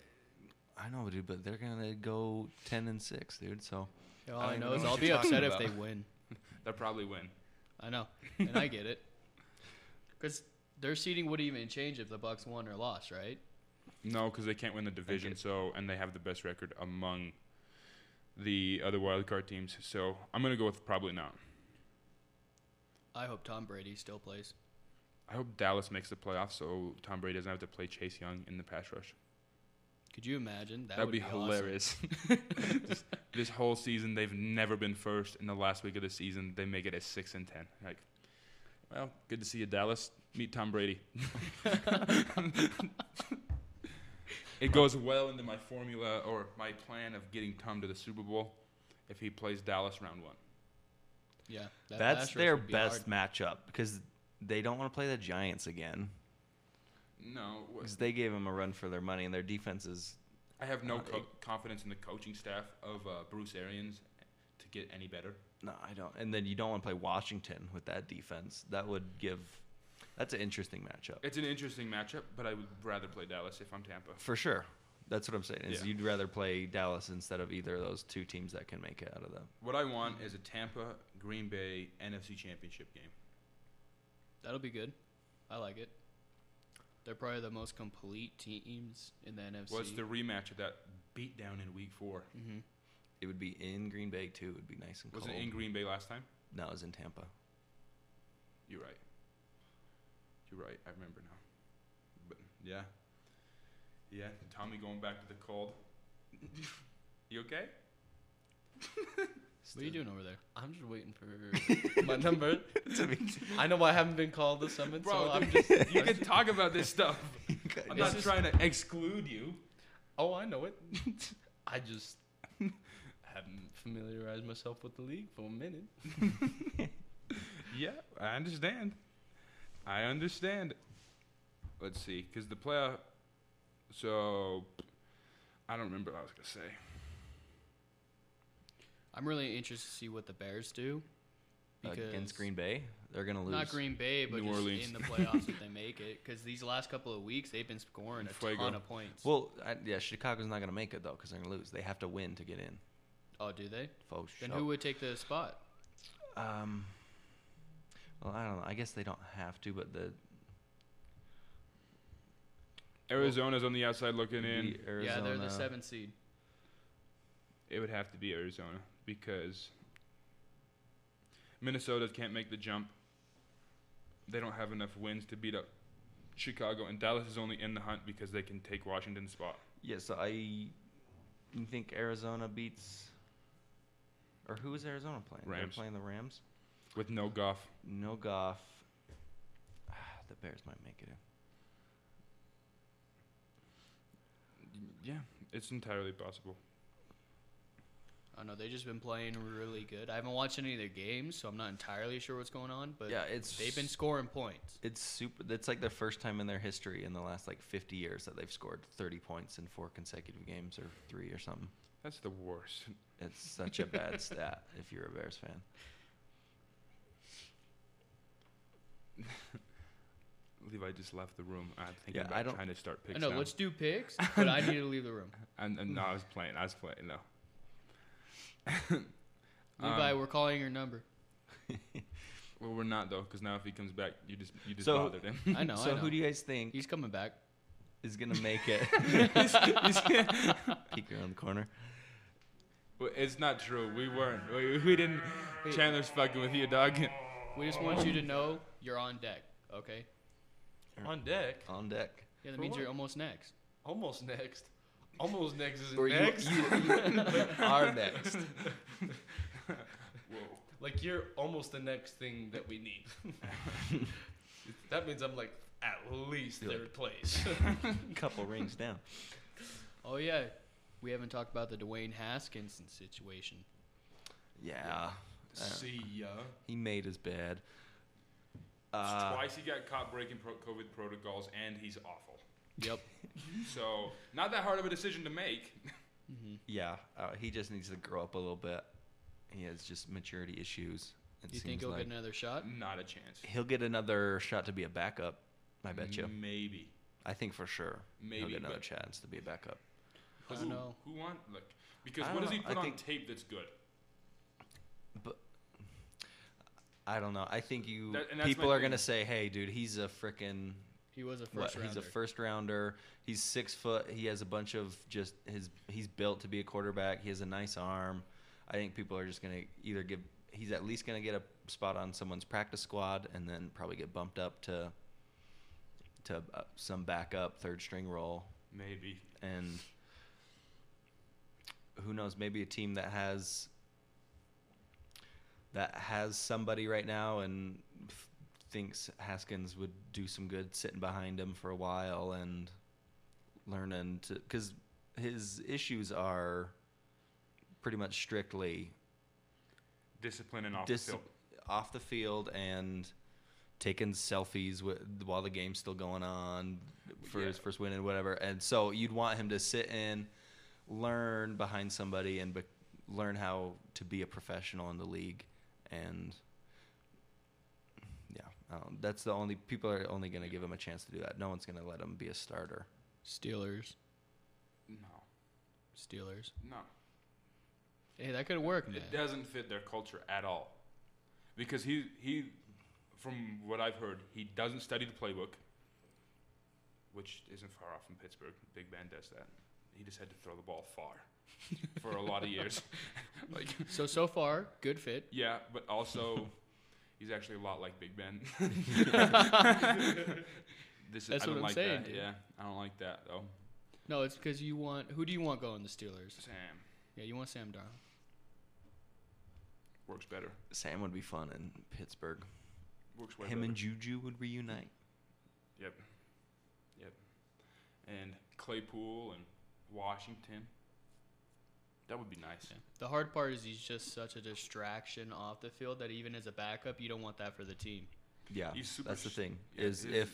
I know, dude, but they're gonna go ten and six, dude. So
All
I
I,
don't
know
even
is
know what
I'll be
you're talking
upset if they
about.
win.
They'll probably win.
I know, and I
(laughs)
get it. Because their seating wouldn't even change if the Bucks won or lost, right?
No, because they can't win the division. So and they have the best record among the other wildcard teams. So I'm gonna go with probably not.
I hope Tom Brady still plays.
I hope Dallas makes the playoffs so Tom Brady doesn't have to play Chase Young in the pass rush.
Could you imagine? That
That would be,
awesome.
hilarious. this, this whole season they've never been first. In the last week of the season, they make it a six and ten. Like, well, good to see you, Dallas. Meet Tom Brady. it goes well into my formula or my plan of getting Tom to the Super Bowl if he plays Dallas round one.
Yeah, that
that's
pass rush
their
would be
best
hard.
matchup because they don't want to play the Giants again
No, wha-
because they gave them a run for their money, and their defense is
I have no
Uh,
co- confidence in the coaching staff of uh, Bruce Arians to get any better.
no, I don't. And then you don't want to play Washington with that defense. That would give that's an interesting matchup.
It's an interesting matchup, but I would rather play Dallas if I'm Tampa.
For sure. That's what I'm saying. Is
Yeah.
you'd rather play Dallas instead of either of those two teams that can make it out of them.
What I want is a Tampa Green Bay NFC Championship game.
That'll be good. I like it. They're probably the most complete teams in the NFC.
Well, it's the rematch of that beatdown in Week Four.
Mhm.
It would be in Green Bay too. It would be nice and
Was
cold.
it in Green Bay last time?
no, it was in Tampa.
You're right. You're right. I remember now. But yeah, yeah. Tommy going back to the cold. (laughs) you okay?
What are you doing over there?
I'm just waiting for my number. I know I haven't been called to summon,
Bro,
so I'm
dude, (laughs)
just.
you can talk about this (laughs) stuff. I'm
It's
not
just-
trying to exclude you.
Oh, I know it. I just haven't familiarized myself with the league for a minute.
Yeah, I understand. I understand. Let's see, because the playoff. So, I don't remember what I was gonna say.
I'm really interested to see what the Bears do. because-
Uh, Against Green Bay, they're gonna lose.
Not Green Bay, but
New
just
Orleans.
in the playoffs
(laughs)
if they make it. Because these last couple of weeks, they've been scoring a
Fuego.
ton of points.
Well, I, yeah, Chicago's not gonna make it though because they're gonna lose. They have to win to get in.
oh, do they?
Faux
Then
show.
who would take the spot?
Um, Well, I don't know. I guess they don't have to, but the
Arizona's on the outside looking in.
the Arizona.
Yeah, they're the seventh seed.
It would have to be Arizona because Minnesota can't make the jump. They don't have enough wins to beat up Chicago, and Dallas is only in the hunt because they can take Washington's spot.
Yeah, so I you think Arizona beats. Or who is Arizona playing? They're
Rams.
playing the Rams.
With no Goff,
No Goff. (sighs) Ah, The Bears might make it in.
yeah, it's entirely possible.
I don't know. They've just been playing really good. I haven't watched any of their games, so I'm not entirely sure what's going on. But
yeah, it's
they've been scoring points.
It's super. That's like the first time in their history in the last like 50 years that they've scored 30 points in four consecutive games or three or something.
That's the worst.
It's such
(laughs)
a bad stat if you're a Bears fan.
Levi just left the room. I'm thinking
Yeah, I
about
don't-
trying to start
I
picks.
know.
now.
Let's do picks, but I need to leave the
(laughs)
room.
And, and no, I was playing. I was playing. No. Um,
Levi, we're calling your number.
Well, we're not though, because now if he comes back, you just you just
So-
bothered him.
I know.
(laughs) so
I know.
who do you guys think
He's coming back.
is gonna make
(laughs)
it? Peek around the corner.
Well, It's not true. We weren't. We, we didn't. Chandler's fucking with you, dog.
We just want you to know you're on deck. Okay.
On deck.
On deck.
Yeah, that
For
means
what?
you're almost next.
Almost next. Almost next is
Or you-
next.
Are next.
like you're almost the next thing that we need. that means I'm like at least
You're
third place. (laughs)
Couple rings down.
Oh yeah, we haven't talked about the Dwayne Haskins situation.
Yeah. Uh,
See
E
ya.
He made his bed. Uh,
Twice he got caught breaking pro- COVID protocols, and he's awful.
Yep.
So not that hard of a decision to make.
yeah. Uh, he just needs to grow up a little bit. He has just maturity issues. It
Do you think
seems
he'll
like.
get another shot?
Not a chance.
he'll get another shot to be a backup. I bet you.
Maybe.
I think for sure. he'll
Mm. Maybe,
get another
but-
chance to be a backup.
I don't know.
Who want look? Because
I
what
don't
does he
know. I
put on
think-
tape that's good?
But I don't know. I think you
That- and that's
people
my
are
thing.
gonna say, "Hey, dude, he's a freaking
He was a
what?
first
He's
rounder.
a first rounder. He's six foot. He has a bunch of just his. He's built to be a quarterback. He has a nice arm. I think people are just gonna either give. He's at least gonna get a spot on someone's practice squad, and then probably get bumped up to to uh, some backup third string role.
Maybe.
and who knows maybe a team that has that has somebody right now and f- thinks Haskins would do some good sitting behind him for a while and learning to cuz his issues are pretty much strictly
Discipline and off
dis-
the field.
off the field and taking selfies with, while the game's still going on for his
Yeah.
first win and whatever. And so you'd want him to sit in, learn behind somebody, and be- learn how to be a professional in the league. And yeah, I don't- that's the only people are only going to give him a chance to do that. No one's going to let him be a starter.
Steelers.
No.
Steelers.
No.
Hey, that could have worked, man.
It doesn't fit their culture at all. Because he he from what I've heard, he doesn't study the playbook, which isn't far off from Pittsburgh. Big Ben does that. He just had to throw the ball
(laughs)
far for a lot of years. like
So so far, good fit.
yeah, but also he's actually a lot like Big
(laughs)
Ben. this is,
That's
I don't
what I'm
like
saying,
that.
dude.
Yeah, I don't like that though.
No, it's because you want. Who do you want going to Steelers?
Sam
Yeah, you want Sam Darnold.
works better.
Sam would be fun in Pittsburgh.
Works way
Him
better.
and Juju would reunite.
Yep. Yep. And Claypool and Washington. That would be nice.
Yeah. The hard part is he's just such a distraction off the field that even as a backup, you don't want that for the team.
Yeah,
He's super
that's the
s-
thing.
yeah,
is
he's
if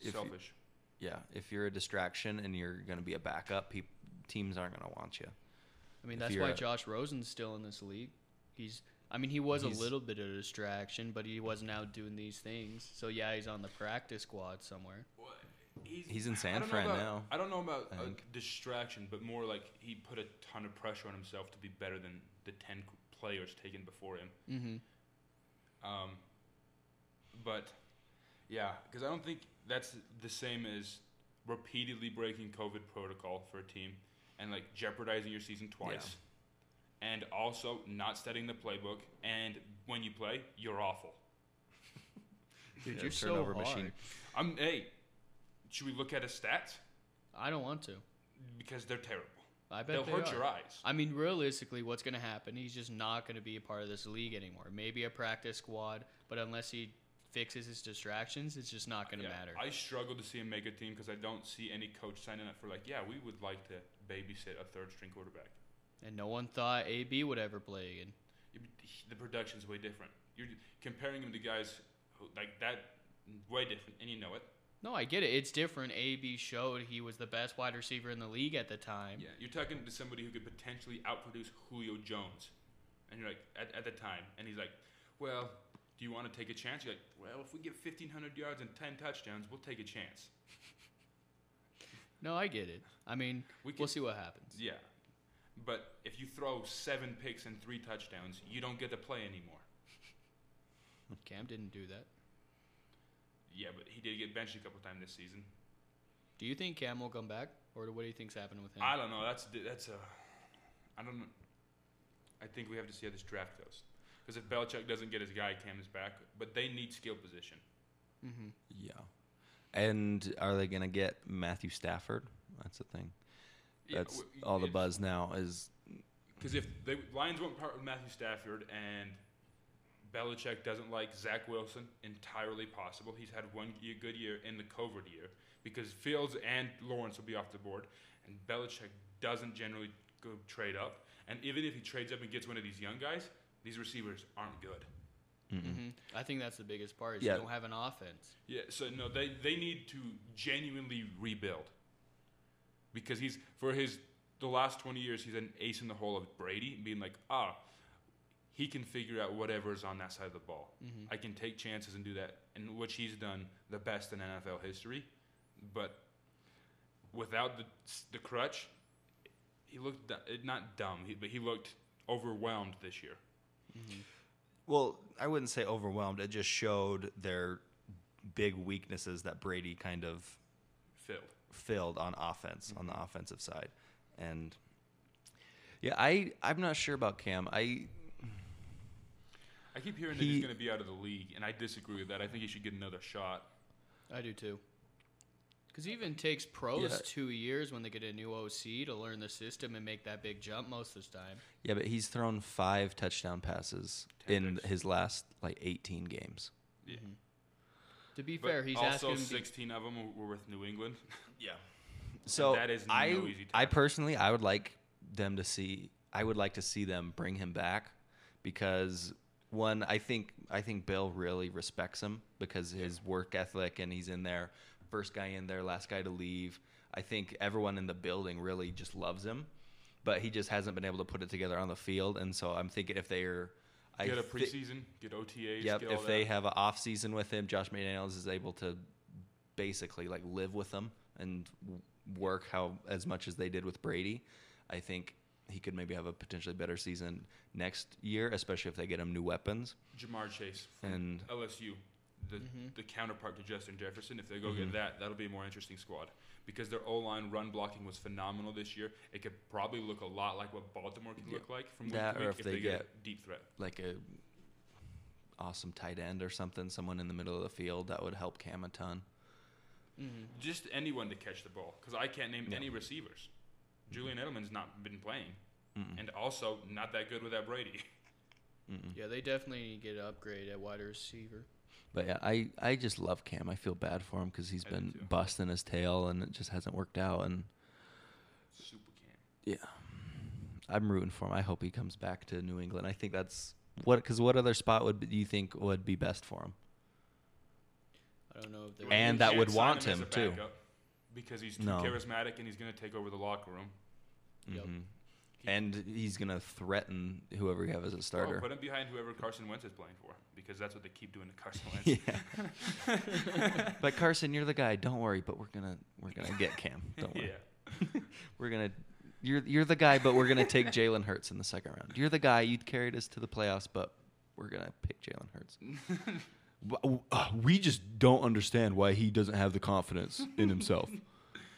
if you-
Selfish.
Yeah, if you're a distraction and you're going to be a backup, peop teams aren't going to want you.
I mean,
If
that's
you're
why
a-
Josh Rosen's still in this league. He's. I mean, he was a
He's-
little bit of a distraction, but he wasn't out doing these things. So yeah, he's on the practice squad somewhere.
He's in
I
San
don't know
Fran
about-
now.
I don't know about
I
a
think.
distraction, but more like he put a ton of pressure on himself to be better
Mm-hmm.
than the 10 c- players taken before him.
Mm-hmm.
Um, But yeah, because I don't think that's the same as repeatedly breaking COVID protocol for a team and like jeopardizing your season twice. And also not studying the playbook, and when you play, you're awful.
Dude,
you're so hard.
I'm hey, should we look at his stats
I don't want to.
because they're terrible?
I bet
They'll
they
hurt
are.
your eyes.
I mean, realistically, what's going to happen? He's just not going to be a part of this league anymore. Maybe a practice squad, but unless he fixes his distractions, it's just not going to
Yeah,
matter.
I struggle to see him make a team because I don't see any coach signing up for like, yeah, we would like to babysit a third string quarterback.
and no one thought AB would ever play again.
Yeah, but he- The production's way different. You're comparing him to guys who, like that, way different, and you know it.
No, I get it. It's different. AB showed he was the best wide receiver in the league at the time.
Yeah, you're talking to somebody who could potentially outproduce Julio Jones, and you're like at, at the time, and he's like, well, do you want to take a chance? You're like, well, if we get 1,500 yards and 10 touchdowns, we'll take a chance.
No, I get it. I mean,
We
we
can-
will see what happens.
Yeah, but if you throw seven picks and three touchdowns, you don't get to play anymore.
Cam didn't do that.
Yeah, but he did get benched a couple times this season.
Do you think Cam will come back, or what do you think's happening with him?
I don't know. That's that's a. I don't know. I think we have to see how this draft goes. Because if Belichick doesn't get his guy, Cam is back. But they need skill position.
mm-hmm.
Yeah. And are they going to get Matthew Stafford? That's the thing. That's all the buzz now is
Because if the Lions won't part with Matthew Stafford and Belichick doesn't like Zach Wilson, entirely possible. He's had one year, good year in the COVID year because Fields and Lawrence will be off the board, and Belichick doesn't generally go trade up. And even if he trades up and gets one of these young guys, these receivers aren't good.
hmm I think that's the biggest part. Is
Yeah.
You don't have an offense.
Yeah, so no, they, they need to genuinely rebuild. Because he's for his the last twenty years he's an ace in the hole of Brady, being like, ah, he can figure out whatever is on that side of the ball. I can take chances and do that, and which he's done the best in NFL history. But without the the crutch, he looked du- eh, not dumb, he, but he looked overwhelmed this year.
Well, I wouldn't say overwhelmed. It just showed their big weaknesses that Brady kind of
Filled.
filled on offense, on the offensive side. And yeah, I I'm not sure about Cam. I
I keep hearing that he's
He-
going to be out of the league, and I disagree with that. I think he should get another shot.
I do too. Because even takes pros
Yeah.
two years when they get a new OC to learn the system and make that big jump most of the time.
yeah, but he's thrown 5 touchdown passes
Ten
in
touchdowns.
his last like 18 games.
Yeah.
To be
But
fair, he's
also
asking. Six-
16 of them were with New England.
Yeah. So
that is
I,
no easy
I
task.
personally, I would like them to see. I would like to see them bring him back because one, I think I think Bill really respects him because his work ethic and he's in there, first guy in there, last guy to leave. I think everyone in the building really just loves him, but he just hasn't been able to put it together on the field. And so I'm thinking if they're I
get a
thi-
preseason, get OTAs.
Yep.
get all
If they
that.
have an off season with him, Josh McDaniels is able to basically like live with them and w- work how as much as they did with Brady. I think he could maybe have a potentially better season next year, especially if they get him new weapons.
Jamar Chase from
And Mm-hmm.
LSU, the, the counterpart to Justin Jefferson, if they go get that, that'll be a more interesting squad because their O line run blocking was phenomenal this year. It could probably look a lot like what Baltimore can
Yeah.
look like from week
That
to
or
week
if they
a deep threat.
like a awesome tight end or something, someone in the middle of the field that would help Cam a ton.
Mm-hmm.
Just anyone to catch the ball because I can't name
Yeah. Mm-hmm.
any receivers. Julian Edelman's not been playing, and also not that good without Brady. (laughs)
Mm-hmm.
yeah, they definitely need to get an upgrade at wide receiver.
But yeah, I, I just love Cam. I feel bad for him because he's
I do
been
too.
busting his tail and it just hasn't worked out. And
Super camp.
Yeah. I'm rooting for him. I hope he comes back to New England. I think that's what because what other spot would be- do you think would be best for him?
I don't know if they're.
Well, And
You
that
can't
would
sign
want
as
him,
a
too.
backup Because he's too
No.
charismatic and he's going to take over the locker room.
Yep.
Mm-hmm. And he's gonna threaten whoever you have as a
Well,
starter.
put him behind whoever Carson Wentz is playing for because that's what they keep doing to Carson
(laughs)
Wentz.
yeah. (laughs) but Carson, you're the guy. Don't worry. But we're gonna we're gonna get Cam. Don't worry.
yeah.
We're gonna. You're you're the guy, but we're gonna take Jalen Hurts in the second round. You're the guy. You carried us to the playoffs, but we're gonna pick Jalen Hurts. w- uh, we just don't understand why he doesn't have the confidence in himself.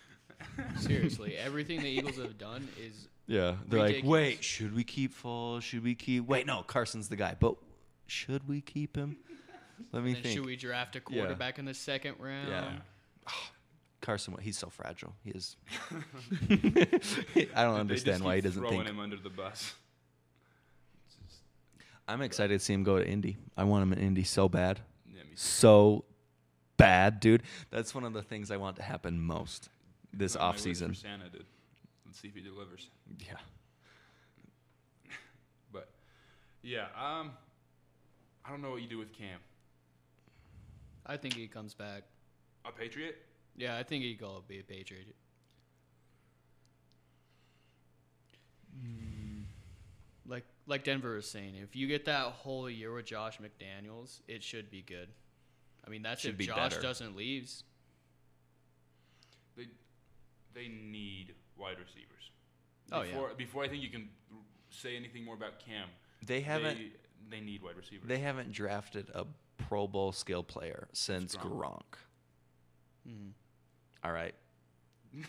(laughs) Seriously, everything the Eagles have done is
Yeah, they're like,
Ridiculous.
wait, should we keep full? Should we keep? Wait, no, Carson's the guy, but should we keep him? Let me
then
think.
should we draft a quarterback in the second round?
Yeah. (sighs) Carson, what- he's so fragile. He is.
(laughs)
(laughs) I don't
They just
understand why he
keep
doesn't
throwing
think.
him under the bus. (laughs)
I'm excited to see him go to Indy. I want him in Indy so bad,
Yeah, me too.
so bad, dude. That's one of the things I want to happen most this
Not my
off
wish
season.
for Santa, dude. Let's see if he delivers.
Yeah.
But yeah, um, I don't know what you do with Cam.
I think he comes back.
A Patriot?
Yeah, I think he'd go be a Patriot.
Hmm.
Like like Denver was saying, if you get that whole year with Josh McDaniels, it should be good. I mean, that's
Should
if
be
Josh
better.
doesn't leaves.
They they need wide receivers.
Oh, yeah.
before, Before I think you can say anything more about Cam,
They haven't.
they, they need wide receivers.
They haven't drafted a Pro Bowl skill player since Gronk.
Gronk.
Hmm.
All right.
You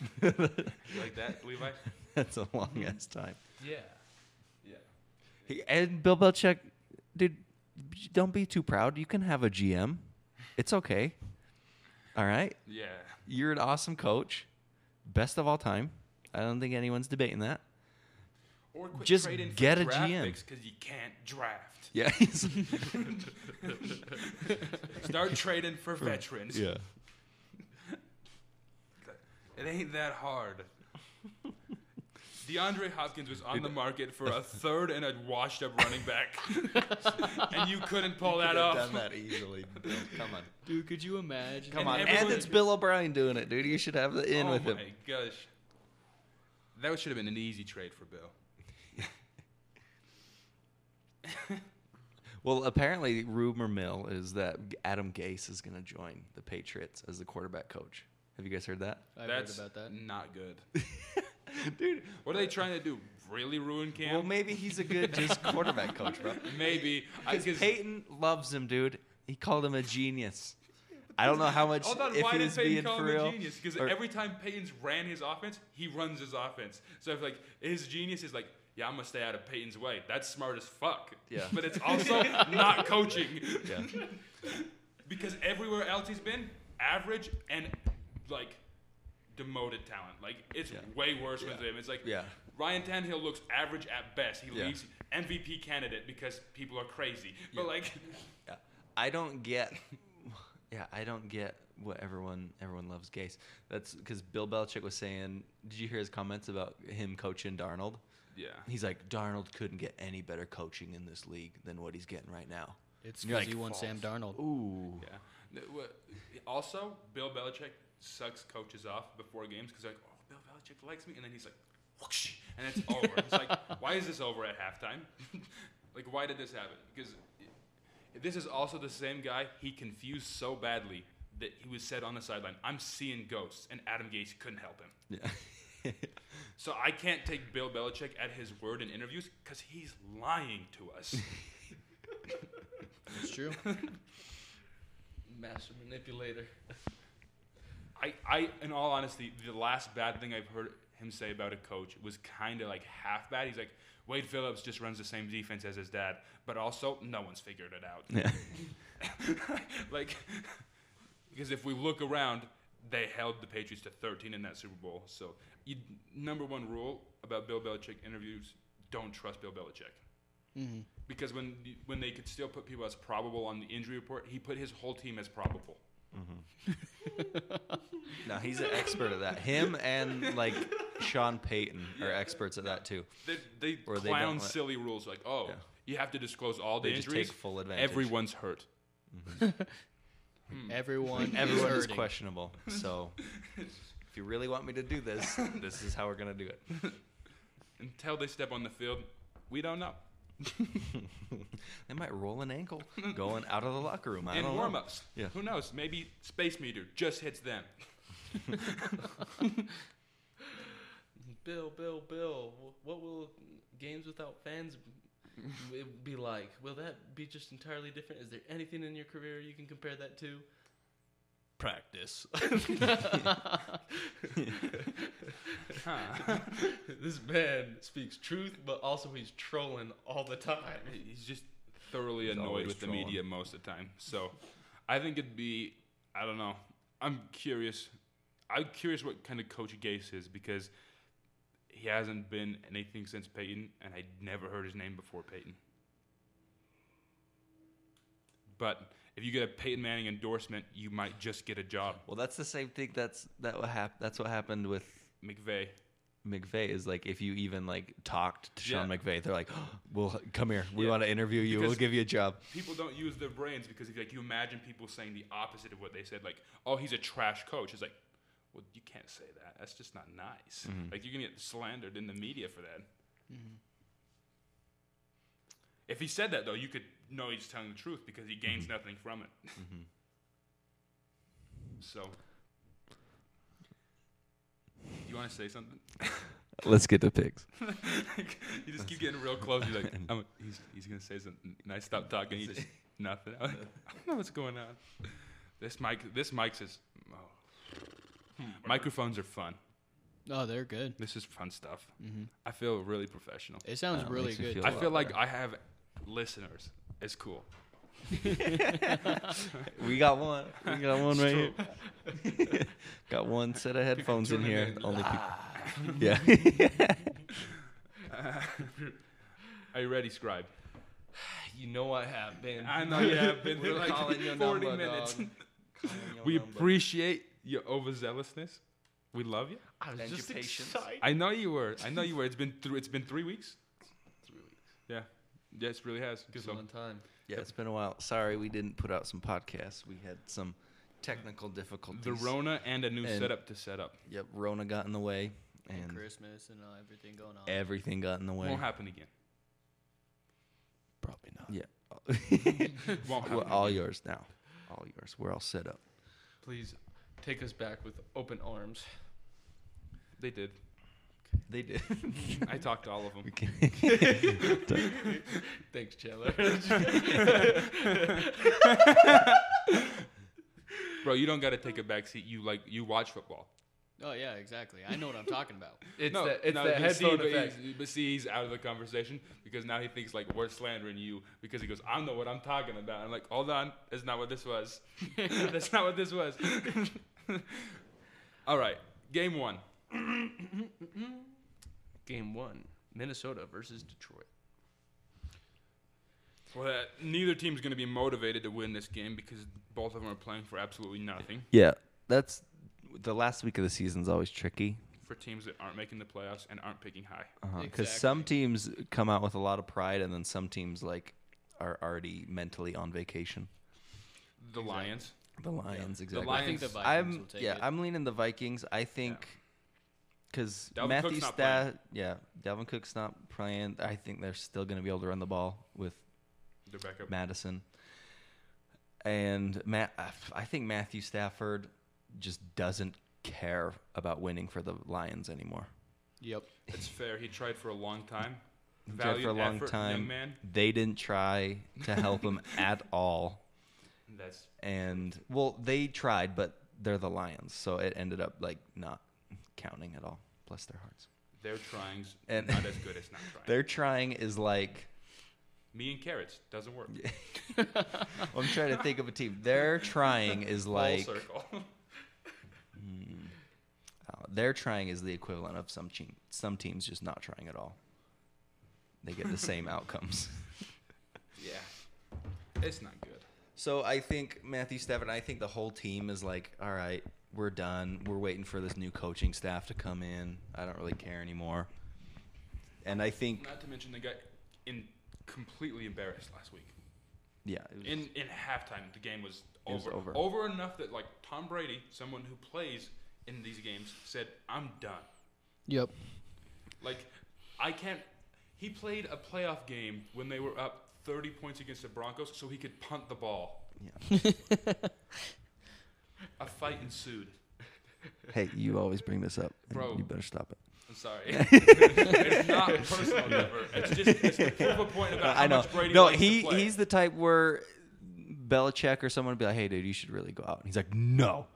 like that, Levi?
(laughs) That's a long ass time.
Yeah. Yeah.
He- And Bill Belichick, dude, don't be too proud. You can have a GM. It's okay. All right.
Yeah.
You're an awesome coach, best of all time. I don't think anyone's debating that.
Or quit
Just
trading for
get a
draft
GM.
because you can't draft.
(laughs) Yeah. he's- (laughs)
Start trading for veterans.
yeah.
It ain't that hard. DeAndre Hopkins was on the market for a third and a washed up running back. (laughs) and you couldn't pull that off.
that easily. Come on.
Dude, could you imagine?
Come
on.
on.
And it's Bill O'Brien doing it, dude. You should have the in
oh
with
my
him.
gosh. That should have been an easy trade for Bill.
Well, apparently, rumor mill is that Adam Gase is going to join the Patriots as the quarterback coach. Have you guys heard that?
I've
That's
heard about that.
not good.
(laughs) Dude,
What are they trying to do? Really ruin Cam?
well, maybe he's a good
(laughs)
just quarterback coach, bro.
Maybe.
(laughs)
I,
Because
'cause-
Peyton loves him, dude. He called him a genius. I don't know how much
Hold on,
if
why
he
did
was
Oh, Peyton
being
call
for
him
real.
a genius? Because
or-
every time Peyton's ran his offense, he runs his offense. So if like his genius is like, yeah, I'm gonna stay out of Peyton's way. That's smart as fuck.
Yeah.
But it's also
(laughs)
not coaching
Yeah.
(laughs) because everywhere else he's been, average and like demoted talent. Like it's
Yeah.
way worse with him. It's like
Yeah.
Ryan Tannehill looks average at best. He
Yeah.
leaves MVP candidate because people are crazy. But
(laughs)
like,
Yeah. I don't get. (laughs) Yeah, I don't get what everyone everyone loves Gase. That's because Bill Belichick was saying. Did you hear his comments about him coaching Darnold?
yeah.
He's like, Darnold couldn't get any better coaching in this league than what he's getting right now.
It's
You're
because
like,
you won Sam Darnold.
Ooh.
Yeah. No, wha- Also, Bill Belichick sucks coaches off before games because like, oh, Bill Belichick likes me, and then he's like, whoosh, and it's over. it's like, why is this over at halftime? (laughs) like, why did this happen? Because i- this is also the same guy he confused so badly that he was said on the sideline, "I'm seeing ghosts," and Adam Gase couldn't help him.
(laughs) Yeah.
So I can't take Bill Belichick at his word in interviews because he's lying to us.
It's
(laughs)
true.
Master manipulator.
I, I, in all honesty, the last bad thing I've heard him say about a coach was kind of like half bad. He's like, Wade Phillips just runs the same defense as his dad, but also no one's figured it out.
yeah.
(laughs) like, because if we look around, they held the Patriots to 13 in that Super Bowl. So, you, number one rule about Bill Belichick interviews: don't trust Bill Belichick. Because when when they could still put people as probable on the injury report, he put his whole team as probable.
No, he's an expert at that. Him and like Sean Payton are experts at that too.
They, they
Or they
clown
don't let-
silly rules like, oh,
Yeah.
you have to disclose all the
They just
injuries.
take full advantage.
Everyone's hurt.
Everyone,
Hmm. Everyone
is,
is
hurting.
questionable.
(laughs)
So if you really want me to do this, this is how we're gonna do it.
Until they step on the field, we don't know.
(laughs) They might roll an ankle going out of the locker room. I
In
don't
warm
know.
ups,
Yeah.
who knows? Maybe space meter just hits
(laughs)
them.
(laughs)
Bill, Bill, Bill. wh- What will games without fans It'd be like, will that be just entirely different? Is there anything in your career you can compare
(laughs)
that to?
(laughs)
(laughs) Practice.
Huh.
this man speaks truth, but also he's trolling all the time.
He's just thoroughly
He's
annoyed
always
with the
trolling.
media most of the time. So I think it'd be I don't know. I'm curious. I'm curious what kind of coach Gase is because he hasn't been anything since Peyton, and I never heard his name before Peyton. But if you get a Peyton Manning endorsement, you might just get a job.
Well, that's the same thing. That's that what hap- That's what happened with
McVay.
McVeigh. Is like if you even like talked to Sean
Yeah.
McVeigh, they're like, (gasps) "Well, come here. We
Yeah.
want to interview you. we'll
Because-
give you a job."
people don't use their brains because if, like you imagine people saying the opposite of what they said like oh he's a trash coach it's like well you can't say that that's just not nice like you're gonna get slandered in the media for that if he said that though you could know he's telling the truth because he gains nothing from it so you want to say something?
Let's get the pigs.
(laughs) you just keep getting real close. You're
(laughs)
like, I'm, he's, he's going to say something. And I stop talking. He just, nothing. I'm
(laughs)
like, I don't know what's going on. This mic, this mic says, oh.
Hmm.
microphones are fun.
No, Oh, they're good.
This is fun stuff. I feel really professional.
It sounds
That
really
makes me
good.
feel
I
lot
feel like I have listeners. It's
(laughs)
cool.
We got one. We got one right here.
true.
(laughs) got one set of headphones in
tune
here.
in and-
Only people. (laughs) yeah.
Are you ready, scribe?
You know I have been.
I know you have (laughs) been
We're
for like
calling your
40
number,
minutes.
dog. Calling
(laughs)
your
We
number.
appreciate your overzealousness. We love you.
(laughs) I was
and your
just
patience.
excited.
I know you were. I know you were. It's been th- it's been three weeks.
Three weeks.
Yeah. Yes, really has.
Good
So-
one time.
Yeah, it's been a while. Sorry, we didn't put out some podcasts. We had some technical difficulties.
The Rona and a new
And-
setup to set up.
Yep, Rona got in the way,
And
and
Christmas and uh, everything going on.
everything got in the way.
Won't
(laughs)
happen
(laughs)
again.
Probably not.
yeah,
Won't happen.
we're all yours now. All yours. We're all set up.
Please take us back with open arms.
They did.
They (laughs) did.
I talked to all of them.
Thanks,
(laughs)
Chandler.
Bro, you don't got to take a back seat. You like you watch football.
Oh yeah, exactly. I know what I'm talking about.
It's the it's the
but
headphone
see, but
effect.
he's- But see, he's out of the conversation because now he thinks like we're slandering you because he goes, I know what I'm talking about. I'm like, hold on, that's not what this
(laughs)
was. that's not what this was. (laughs) all right, game one.
Game one, Minnesota versus Detroit.
Well, that, neither team's going to be motivated to win this game because both of them are playing for absolutely nothing.
(laughs) yeah, that's the last week of the season's always tricky
for teams that aren't making the playoffs and aren't picking high.
because Uh-huh. some teams come out with a lot of pride, and then some teams like are already mentally on vacation.
The Lions.
The Lions, exactly.
Lions-
I think the Vikings will
I'm
take
yeah,
it.
I'm leaning the Vikings. I think because
Dalvin
Matthew
Cook's not
Staff, yeah, Dalvin Cook's not playing. I think they're still going to be able to run the ball with
They're back up.
Madison and Matt. I think Matthew Stafford just doesn't care about winning for the Lions anymore.
yep.
It's fair. He tried for a long time.
(laughs) He tried
Valiant
for a long
effort,
time.
young man.
They didn't try to help him at all.
That's
and well they tried but they're the lions so it ended up like not counting at all bless their hearts
their trying's
And-
not as good
(laughs)
as not trying.
their trying is like
Me and carrots doesn't work.
i'm trying to think of a team their trying is like
Full circle. (laughs)
uh, their trying is the equivalent of some team some teams just not trying at all they get the
(laughs)
same outcomes
yeah, it's not good.
so i think matthew stafford i think the whole team is like all right we're done we're waiting for this new coaching staff to come in i don't really care anymore and i think
Not to mention they got in completely embarrassed last week.
yeah it was-
In in halftime, the game was
Mm. It was
over.
over.
enough that like Tom Brady, someone who plays in these games, said, "I'm done."
Yep.
Like, I can't. He played a playoff game when they were up 30 points against the Broncos, so he could punt the ball.
yeah.
(laughs) A fight ensued.
hey, you always bring this up. and
Bro.
You better stop it.
I'm
(laughs)
sorry. it's not personal never. It's just it's to prove a point about how
Uh, I know.
much Brady
No,
likes
he
to play.
he's the type where Belichick or someone would be like, "Hey, dude, you should really go out." And he's like, "No,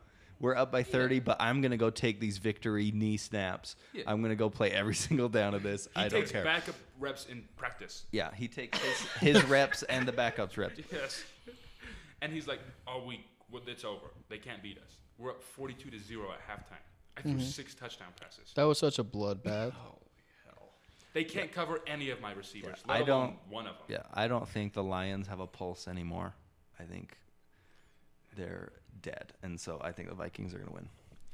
we're up by thirty, but I'm gonna go take these victory knee snaps.
Yeah.
I'm gonna go play every (laughs) single down of this.
he
I don't
takes
care."
backup reps in practice.
yeah, he takes his, his reps and the backups reps.
Yes. (laughs) And he's like, "Oh, we well, it's over. They can't beat us. We're up 42 to zero at halftime. I
Mm-hmm.
threw six touchdown passes.
That was such a bloodbath.
Oh,
They can't cover any of my receivers.
Yeah,
let
I
alone
don't-
One of them.
Yeah, I don't think the Lions have a pulse anymore. I think they're dead, and so I think the Vikings are gonna win.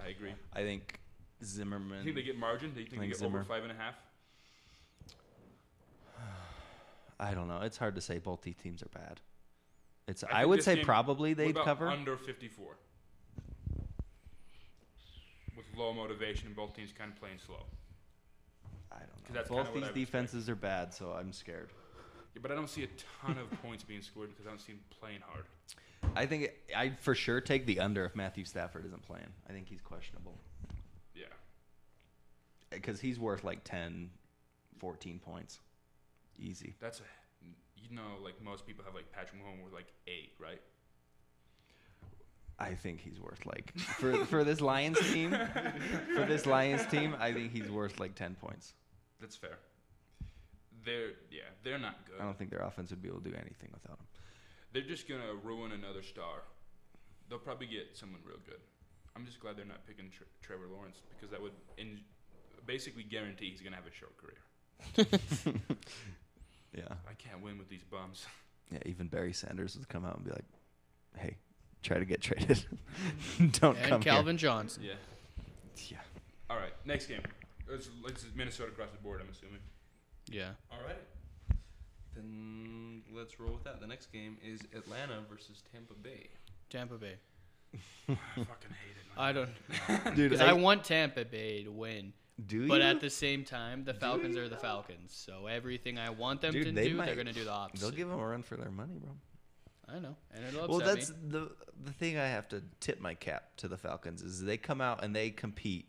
I agree.
I think Zimmerman.
You think they get margin? Do you think they
Like
get
Zimmer.
over five and a half?
I don't know. It's hard to say. Both these teams are bad. It's.
I
I,
think
would
this
say
game-
probably
What
they'd
about
cover.
under 54? With low motivation and both teams kind of playing slow.
I don't
'Cause
know.
that's kinda
Both
what
these
I would
defenses are bad, so I'm scared.
Yeah, but I don't see a ton
(laughs)
of points being scored because I don't see them playing hard.
I think it, I'd for sure take the under if Matthew Stafford isn't playing. I think he's questionable
Yeah.
because he's worth like 10, 14 points, easy.
That's a, you know, like most people have like Patrick Mahomes with like eight, right?
I think he's worth like for for this Lions team. For this Lions team, I think he's worth like ten points.
That's fair. They're yeah, they're not good.
I don't think their offense would be able to do anything without him.
They're just gonna ruin another star. They'll probably get someone real good. I'm just glad they're not picking Tre- Trevor Lawrence because that would in- basically guarantee he's gonna have a short career.
Yeah,
I can't win with these bums. (laughs)
yeah. Even Barry Sanders would come out and be like, "Hey, try to get traded. (laughs) don't come
And
here."
Calvin Johnson.
Yeah.
Yeah.
All right. Next game. It's, it's Minnesota across the board. I'm assuming.
Yeah.
All right. Then let's roll with that. The next game is Atlanta versus Tampa Bay.
Tampa Bay.
I fucking hate it. man.
I don't
Dude,
because I want Tampa Bay to win,
do
but
you?
at the same time, the Falcons are the Falcons. So everything I want them
Dude,
to
they
do,
might-
they're gonna do the
They'll
opposite.
give them a run for their money, bro.
I know, and it'll upset
Well, that's
me.
the the thing I have to tip my cap to the Falcons is they come out and they compete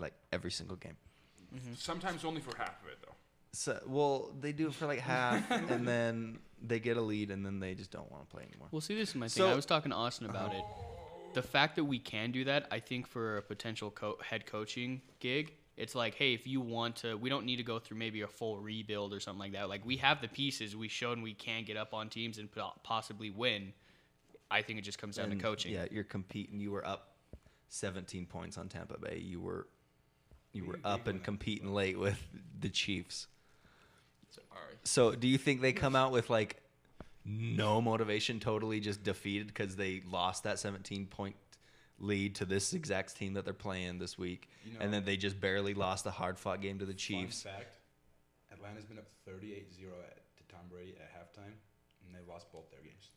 like every single game.
Mm-hmm.
Sometimes only for half of it though.
So, well, they do it for like half,
(laughs)
and then they get a lead, and then they just don't want to play anymore.
Well, see, this is my thing.
So- Oh.
I was talking to Austin about it. The fact that we can do that, I think, for a potential co- head coaching gig, it's like, hey, if you want to, we don't need to go through maybe a full rebuild or something like that. Like we have the pieces. We shown we can get up on teams and po- possibly win. I think it just comes down
And,
to coaching.
Yeah, you're competing. You were up 17 points on Tampa Bay. You were you were up and competing late with the Chiefs.
All right.
So, do you think they come out with like no motivation, totally just defeated because they lost that 17 point lead to this exact team that they're playing this week, and then they just barely lost a hard fought game to the Chiefs?
Fun fact, Atlanta's been up 38-0 at, to Tom Brady at halftime, and they lost both their games.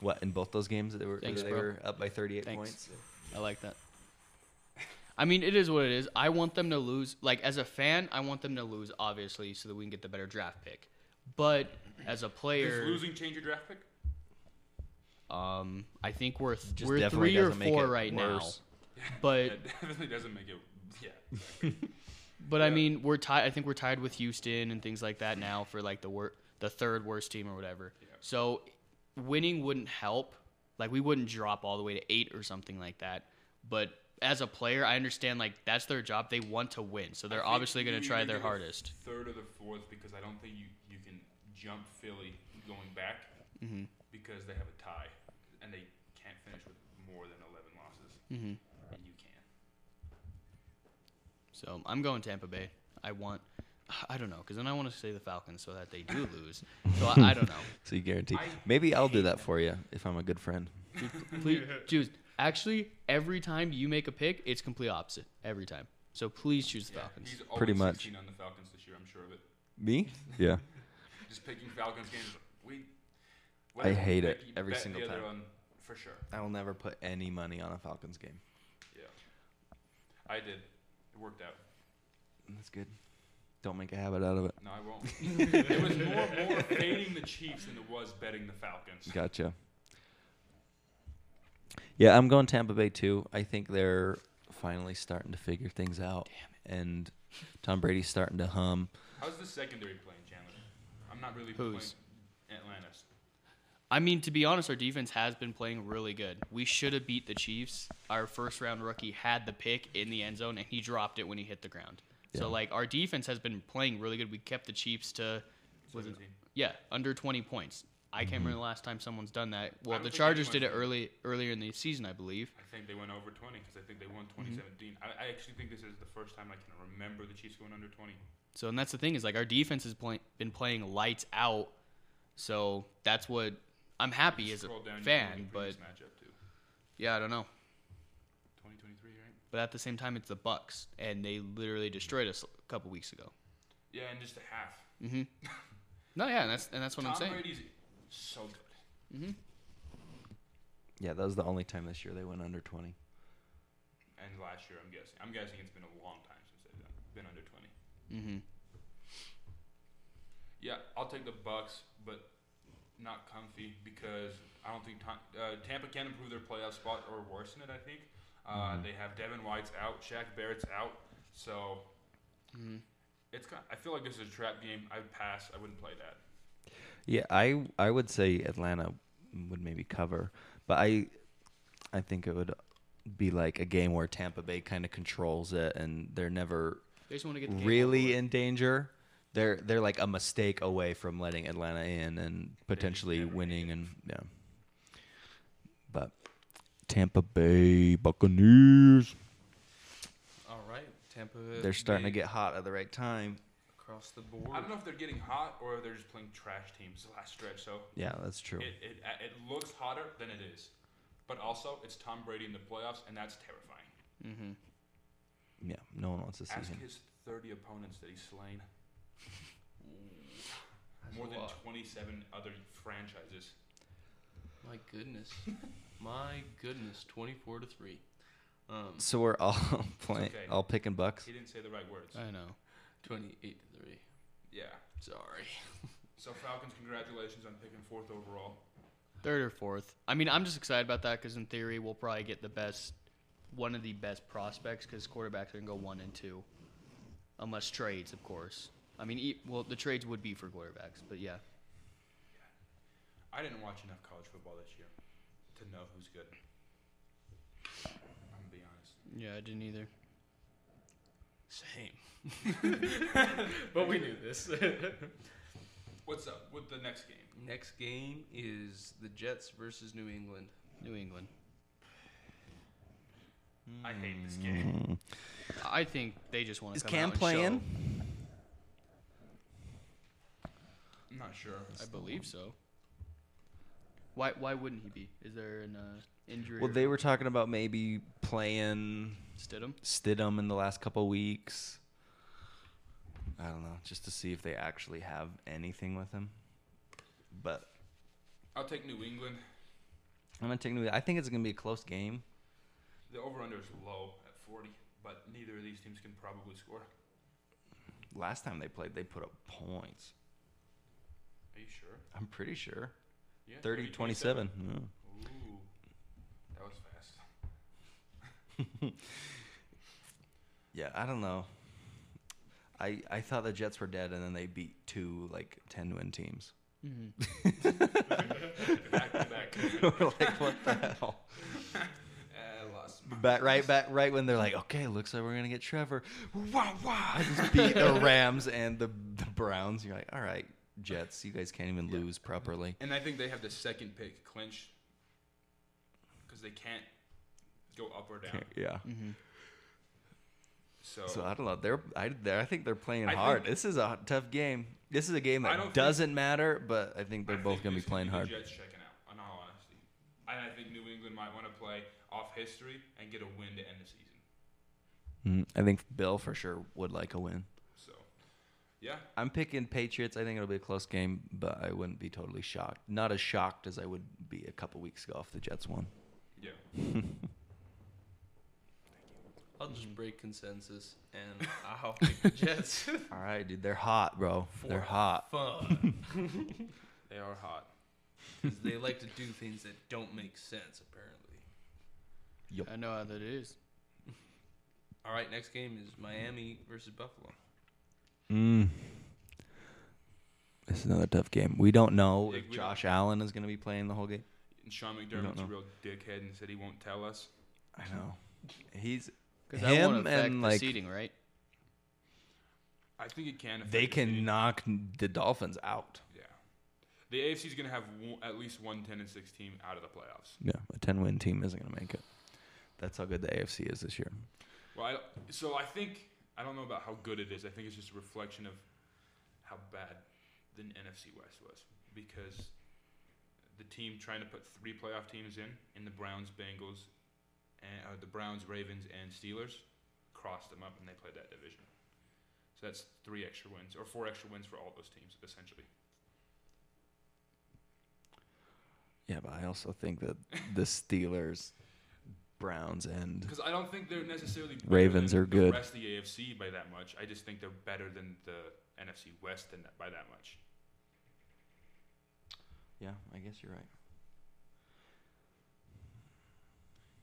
What in both those games they were
Thanks,
they
bro.
were up by 38
Thanks.
points?
I like that. I mean, it is what it is. I want them to lose. Like, as a fan, I want them to lose, obviously, so that we can get the better draft pick. But as a
Does
player,
losing change your draft pick?
um, I think we're th-
Just
we're
definitely
three or
doesn't make
four
it
(laughs)
right
worse.
now. But
That (laughs) definitely doesn't make it. Yeah.
but I mean, we're tied. I think we're tied with Houston and things like that now for like the wor- the third worst team or whatever. So winning wouldn't help. Like we wouldn't drop all the way to eight or something like that. But as a player, I understand like that's their job. They want to win,
I
so they're
think
obviously going
you
to try
either
their
get the
hardest.
Third or the fourth, because I don't think you, you can jump Philly going back
Mm-hmm.
because they have a tie and they can't finish with more than 11 losses.
Mm-hmm.
And you can.
So I'm going Tampa Bay. I want. (sighs) I don't know, because then I want to say the Falcons so that they do lose. So I, I don't know.
So you guarantee?
I
Maybe I'll do that for you if I'm a good friend.
(laughs) Please, choose. Actually, every time you make a pick, it's complete opposite every time. So please choose the Falcons.
He's 0
Pretty much.
16 on the Falcons this year, I'm sure of it.
Me? Yeah.
Just picking Falcons games. We.
I hate
bet-
it
you
every
bet
single
the other
time.
On, for sure.
I will never put any money on a Falcons game.
Yeah. I did. It worked out.
That's good. Don't make a habit out of it.
No, I
(laughs)
won't. it was more, more fading the Chiefs than it was betting the Falcons.
Gotcha. Yeah, I'm going Tampa Bay too. I think they're finally starting to figure things out. and Tom Brady's starting to hum.
How's the secondary playing, Chandler? I'm not really
Who's?
playing Atlantis.
I mean, to be honest, our defense has been playing really good. We should have beat the Chiefs. Our first round rookie had the pick in the end zone, and he dropped it when he hit the ground.
Yeah.
So like our defense has been playing really good. We kept the Chiefs to, was it, yeah, under 20 points. I can't remember the last time someone's done that.
I
Well,
don't
the
think
Chargers did
anyone's
it
done it.
early earlier in the season, I believe.
I think they went over 20 because I think they won
Mm-hmm.
2017. I, I actually think this is the first time I can remember the Chiefs going under 20.
So and that's the thing is like our defense has play- been playing lights out. So that's what I'm happy as a
Scroll down, you can look
fan,
at
but
previous matchup too.
yeah, I don't know.
2023, right?
But at the same time, it's the Bucks, and they literally destroyed us a couple weeks ago.
Yeah, and just a half.
Mm-hmm. (laughs) No, yeah, and that's and that's what
Tom
I'm saying. Mm-hmm.
Brady's so good.
Yeah, that was the only time this year they went under 20.
And last year, I'm guessing. I'm guessing it's been a long time since they've done, been under 20.
Mm-hmm.
Yeah, I'll take the Bucks, but not comfy because I don't think Tom, uh, Tampa can improve their playoff spot or worsen it. I think uh,
Mm-hmm.
they have Devin White's out, Shaq Barrett's out, so
Mm-hmm.
it's. Kind I feel like this is a trap game. I'd pass. I wouldn't play that.
Yeah, I I would say Atlanta would maybe cover, but I I think it would be like a game where Tampa Bay kind of controls it and they're never
They just want to get the game
really in danger. They're they're like a mistake away from letting Atlanta in and potentially winning and yeah. But Tampa Bay Buccaneers,
All right, Tampa.
they're starting to
Bay
get hot at the right time.
across the
I
board.
don't know if they're getting hot or if they're just playing trash teams the last stretch. So
Yeah, that's true.
it, it uh, it looks hotter than it is, but also it's Tom Brady in the playoffs, and that's terrifying.
Mm-hmm.
Yeah, no one wants to see
Ask
him.
his 30 opponents that he's slain. More
a
than
lot.
27 other franchises.
My goodness, my goodness, twenty-four to three. Um,
So we're all (laughs) playing,
okay.
all picking Bucks.
He didn't say the right words.
I know.
twenty-eight to three.
Yeah.
Sorry.
So, Falcons, congratulations on picking fourth overall.
Third or fourth. I mean, I'm just excited about that because in theory, we'll probably get the best, one of the best prospects because quarterbacks are gonna go one and two, unless trades, of course. I mean, e- well, the trades would be for quarterbacks, but yeah.
I didn't watch enough college football this year to know who's good. I'm going to be honest.
Yeah, I didn't either.
Same. (laughs) but we knew this. (laughs)
What's up with the next game?
Next game is the Jets versus New England.
New England.
I hate this game.
I think they just want to.
Is
come
Cam
out and
playing?
I'm not sure.
show. I believe so. Why? Why wouldn't he be? Is there an uh, injury?
Well,
or-
they were talking about maybe playing
Stidham.
Stidham in the last couple weeks. I don't know, just to see if they actually have anything with him. But
I'll take New England.
I'm gonna take. New- I think it's gonna be a close game.
The over under is low at 40, but neither of these teams can probably score.
Last time they played, they put up points.
Are you sure?
I'm pretty sure.
Yeah,
30-27. Yeah.
Ooh, that was fast.
Yeah, I don't know. I I thought the Jets were dead, and then they beat two like ten win teams. (laughs)
Mm-hmm.
back to back. (laughs)
we're like, what the hell?
Uh, lost.
Back right back right when they're like, okay, looks like we're gonna get Trevor. Wow, wow! I just beat the Rams and the the Browns. You're like, all right, Jets, you guys can't even lose properly.
And I think they have the second pick clinched because they can't go up or down.
Yeah.
So,
So I don't know. They're I they're, I think they're playing
I
hard.
think-
this is a tough game. This is a game
I don't
that
think-
doesn't matter, but I think they're
I
both
think
gonna be
this could
playing
the
hard.
Jets checking out, in all honesty. And I think New England might want to play off history and get a win to end the season.
Mhm. I think Bill for sure would like a win.
So, yeah,
I'm picking Patriots. I think it'll be a close game, but I wouldn't be totally shocked. Not as shocked as I would be a couple weeks ago if the Jets won.
yeah.
I'll
Mm-hmm.
just break consensus and
(laughs)
I'll pick the Jets.
All right, dude. They're hot, bro. They're
For
hot.
Fun. (laughs)
They are hot.
'Cause they like to do things that don't make sense, apparently.
I know how that is.
All right, next game is Miami versus Buffalo.
Mm. This is another tough game. We don't know
Yeah,
if
we don't-
Josh Allen is going to be playing the whole game.
And Sean
don't
McDermott's a
know.
real dickhead and said he won't tell us.
I know. He's
Because that won't
Him
affect
and,
the
like-
seeding, right?
I think it can. affect
they
the
can
seeding.
knock the Dolphins out.
Yeah. The AFC's going to have one, at least one 10 and 6 team out of the playoffs.
Yeah, a 10 win team isn't going to make it. That's how good the AFC is this year.
Well, I, so I think I don't know about how good it is. I think it's just a reflection of how bad the NFC West was because the team trying to put three playoff teams in in the Browns, Bengals, and uh, the Browns, Ravens, and Steelers crossed them up and they played that division. So that's three extra wins or four extra wins for all those teams essentially.
Yeah, but I also think that the Steelers, Browns, and
Because I don't think they're necessarily better
Ravens
than
are
the
good.
Rest of the AFC by that much. I just think they're better than the NFC West than that, by that much.
yeah, I guess you're right.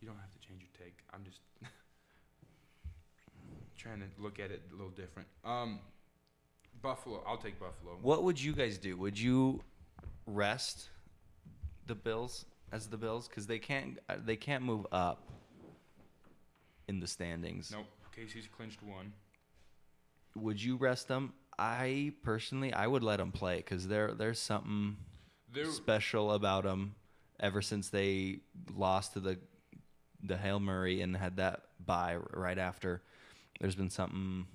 You don't have to change your take. I'm just (laughs) trying to look at it a little different. Um, Buffalo. I'll take Buffalo.
What would you guys do? Would you rest the Bills as the Bills because they can't uh, they can't move up in the standings?
Nope. Casey's clinched one.
Would you rest them? I personally, I would let them play because there there's something
They're,
special about them ever since they lost to the the Hail Murray and had that bye r- right after. There's been something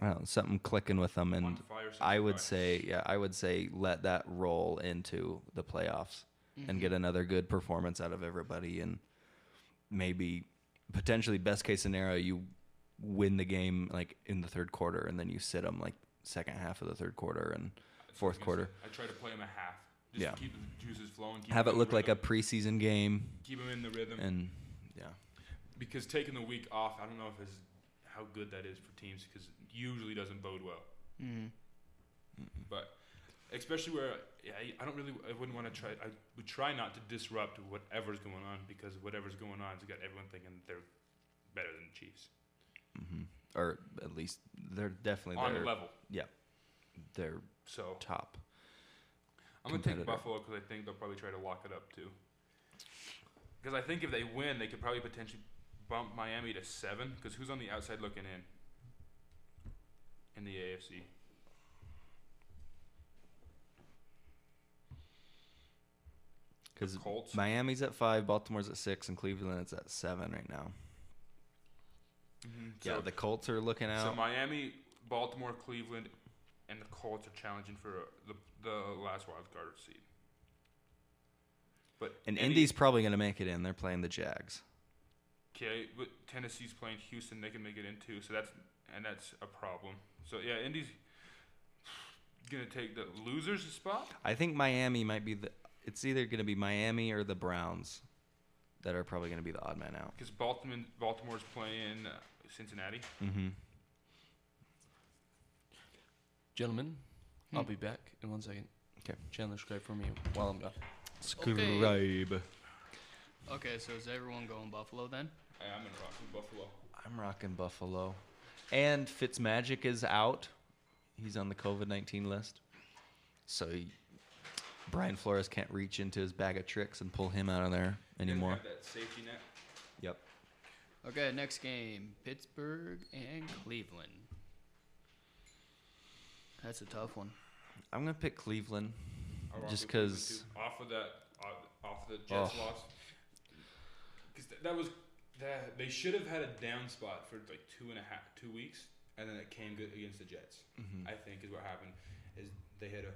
I don't know, something clicking with them and
fire since
I
the
would
bye.
say yeah, I would say let that roll into the playoffs and get another good performance out of everybody and maybe potentially best case scenario you win the game like in the third quarter and then you sit them like second half of the third quarter and fourth quarter
I try to play them a half. Just
Yeah.
to keep the juices flowing. Keep
have
them
it
in
look
the
like a
rhythm,
preseason game
Keep them in the rhythm.
and yeah
because taking the week off, I don't know if it's how good that is for teams because it usually doesn't bode well.
Mm-hmm.
But especially where yeah, I- I don't really, I wouldn't want to try. I would try not to disrupt whatever's going on because whatever's going on has got everyone thinking that they're better than the Chiefs
mm-hmm. or at least they're definitely
on
their,
the level.
yeah they're
So
top
I'm gonna take
competitor.
Buffalo because I think they'll probably try to lock it up too. Because I think if they win, they could probably potentially bump Miami to seven. Because who's on the outside looking in? In the AFC.
because
Colts.
Miami's at five Baltimore's at six and Cleveland is at seven right now yeah
So-
the Colts are looking out
So Miami, Baltimore, Cleveland, and the Colts are challenging for the the last wild card seed. But
and
any-
Indy's probably going to make it in they're playing the Jags
okay, but Tennessee's playing Houston, they can make it in too. So that's and that's a problem. So yeah, Indy's gonna take the losers spot.
I think Miami might be the it's either going to be Miami or the Browns that are probably going to be the odd man out
Because Baltimore Baltimore's playing uh, Cincinnati.
mm-hmm.
Gentlemen, I'll be back in one second.
'Kay.
Chandler, subscribe for me while I'm gone.
Scribe. Okay, so is everyone going Buffalo then?
Hey, I'm gonna rock with Buffalo.
I'm rocking Buffalo. And Fitzmagic is out. He's on the COVID 19 list. So he, Brian Flores can't reach into his bag of tricks and pull him out of there anymore.
Have that safety net.
Yep.
Okay, next game Pittsburgh and Cleveland. That's a tough one.
I'm going to pick Cleveland
I rock
just
with Cleveland,
because
too. off of that off- off the Jets
Oh.
loss because that was that they should have had a down spot for like two and a half two weeks and then it came good against the Jets
Mm-hmm.
I think is what happened is they had a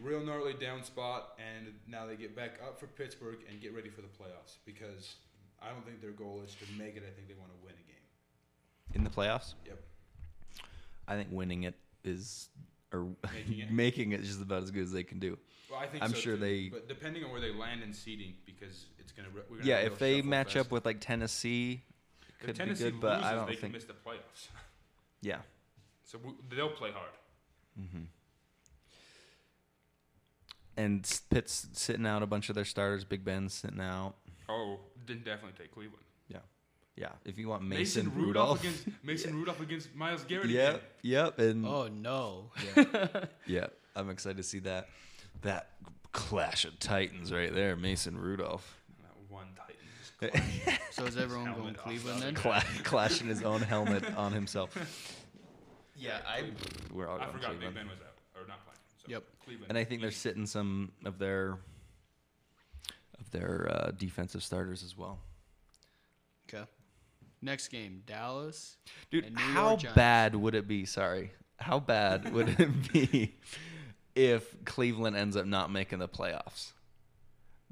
real gnarly down spot and now they get back up for Pittsburgh and get ready for the playoffs because I don't think their goal is to make it I think they want to win a game
in the playoffs,
yep
I think winning it is, or
Making it.
(laughs) making it is just about as good as they can do.
well I think
I'm
so,
sure
too.
they-
but depending on where they land in seeding because it's gonna re- we're gonna
Yeah,
have a
if
real
they
shuffle
match
fest.
up with like Tennessee,
If
could
Tennessee
be good, but I
loses,
don't
they can
think.
miss the playoffs.
Yeah.
So w- they'll play hard.
And s- Pitt's sitting out a bunch of their starters. Big Ben's sitting out.
Oh, then definitely take Cleveland.
Yeah. Yeah, if you want Mason,
Mason, Rudolph,
(laughs)
against Mason Rudolph against Miles Garrett.
yep,
again.
yep,
Mm.
and
Oh no.
(laughs) yeah, I'm excited to see that that clash of titans right there. Mason Rudolph
That one Titan. just
So is everyone going
helmet off.
Cleveland then?
cla- clashing his own helmet on himself.
Yeah, I
We're all
I
going
forgot
Cleveland.
Big Ben was out or not playing. So
Yep.
Cleveland.
and I think they're
Easy.
sitting some of their of their uh, defensive starters as well.
Okay. Next game, Dallas.
Dude,
and New York
how
Giants.
bad would it be? Sorry, how bad would it (laughs) be if Cleveland ends up not making the playoffs?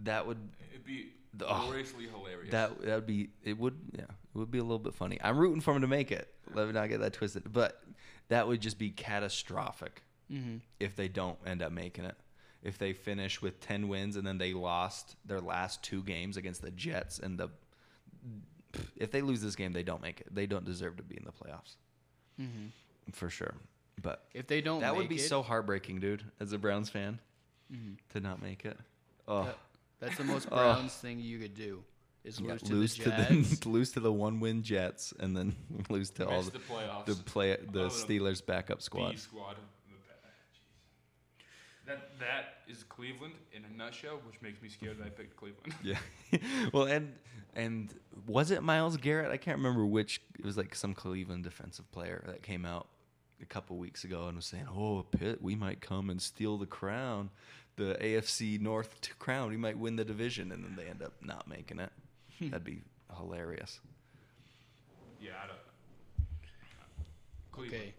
That would
It'd be
The- oh.
gloriously hilarious.
that that would be it would yeah it would be a little bit funny. I'm rooting for him to make it. Let me not get that twisted, but that would just be catastrophic
Mm-hmm.
if they don't end up making it. If they finish with ten wins and then they lost their last two games against the Jets and the if they lose this game, they don't make it. They don't deserve to be in the playoffs
Mm-hmm.
for sure. But
If they don't,
that would
make
be
it, Mm-hmm.
so heartbreaking, dude. As a Browns fan, to not make it. Oh,
that- that's the
(laughs)
most Browns thing you could do is
yeah,
lose,
Oh. lose
to the Jets.
(laughs) lose to the one win Jets, and then (laughs) lose to all
Miss
the,
the playoffs.
the play the
Oh, the
Steelers backup
B
squad.
squad. of the pa- Jeez. That that is Cleveland in a nutshell, which makes me scared that I picked Cleveland. (laughs)
Yeah. well, and and was it Miles Garrett? I can't remember which. It was like some Cleveland defensive player that came out a couple weeks ago and was saying, "Oh, Pitt, we might come and steal the crown, the AFC North t- crown. We might win the division." And then they end up not making it.
Hmm.
That'd be hilarious.
yeah, I don't. Cleveland.
Okay.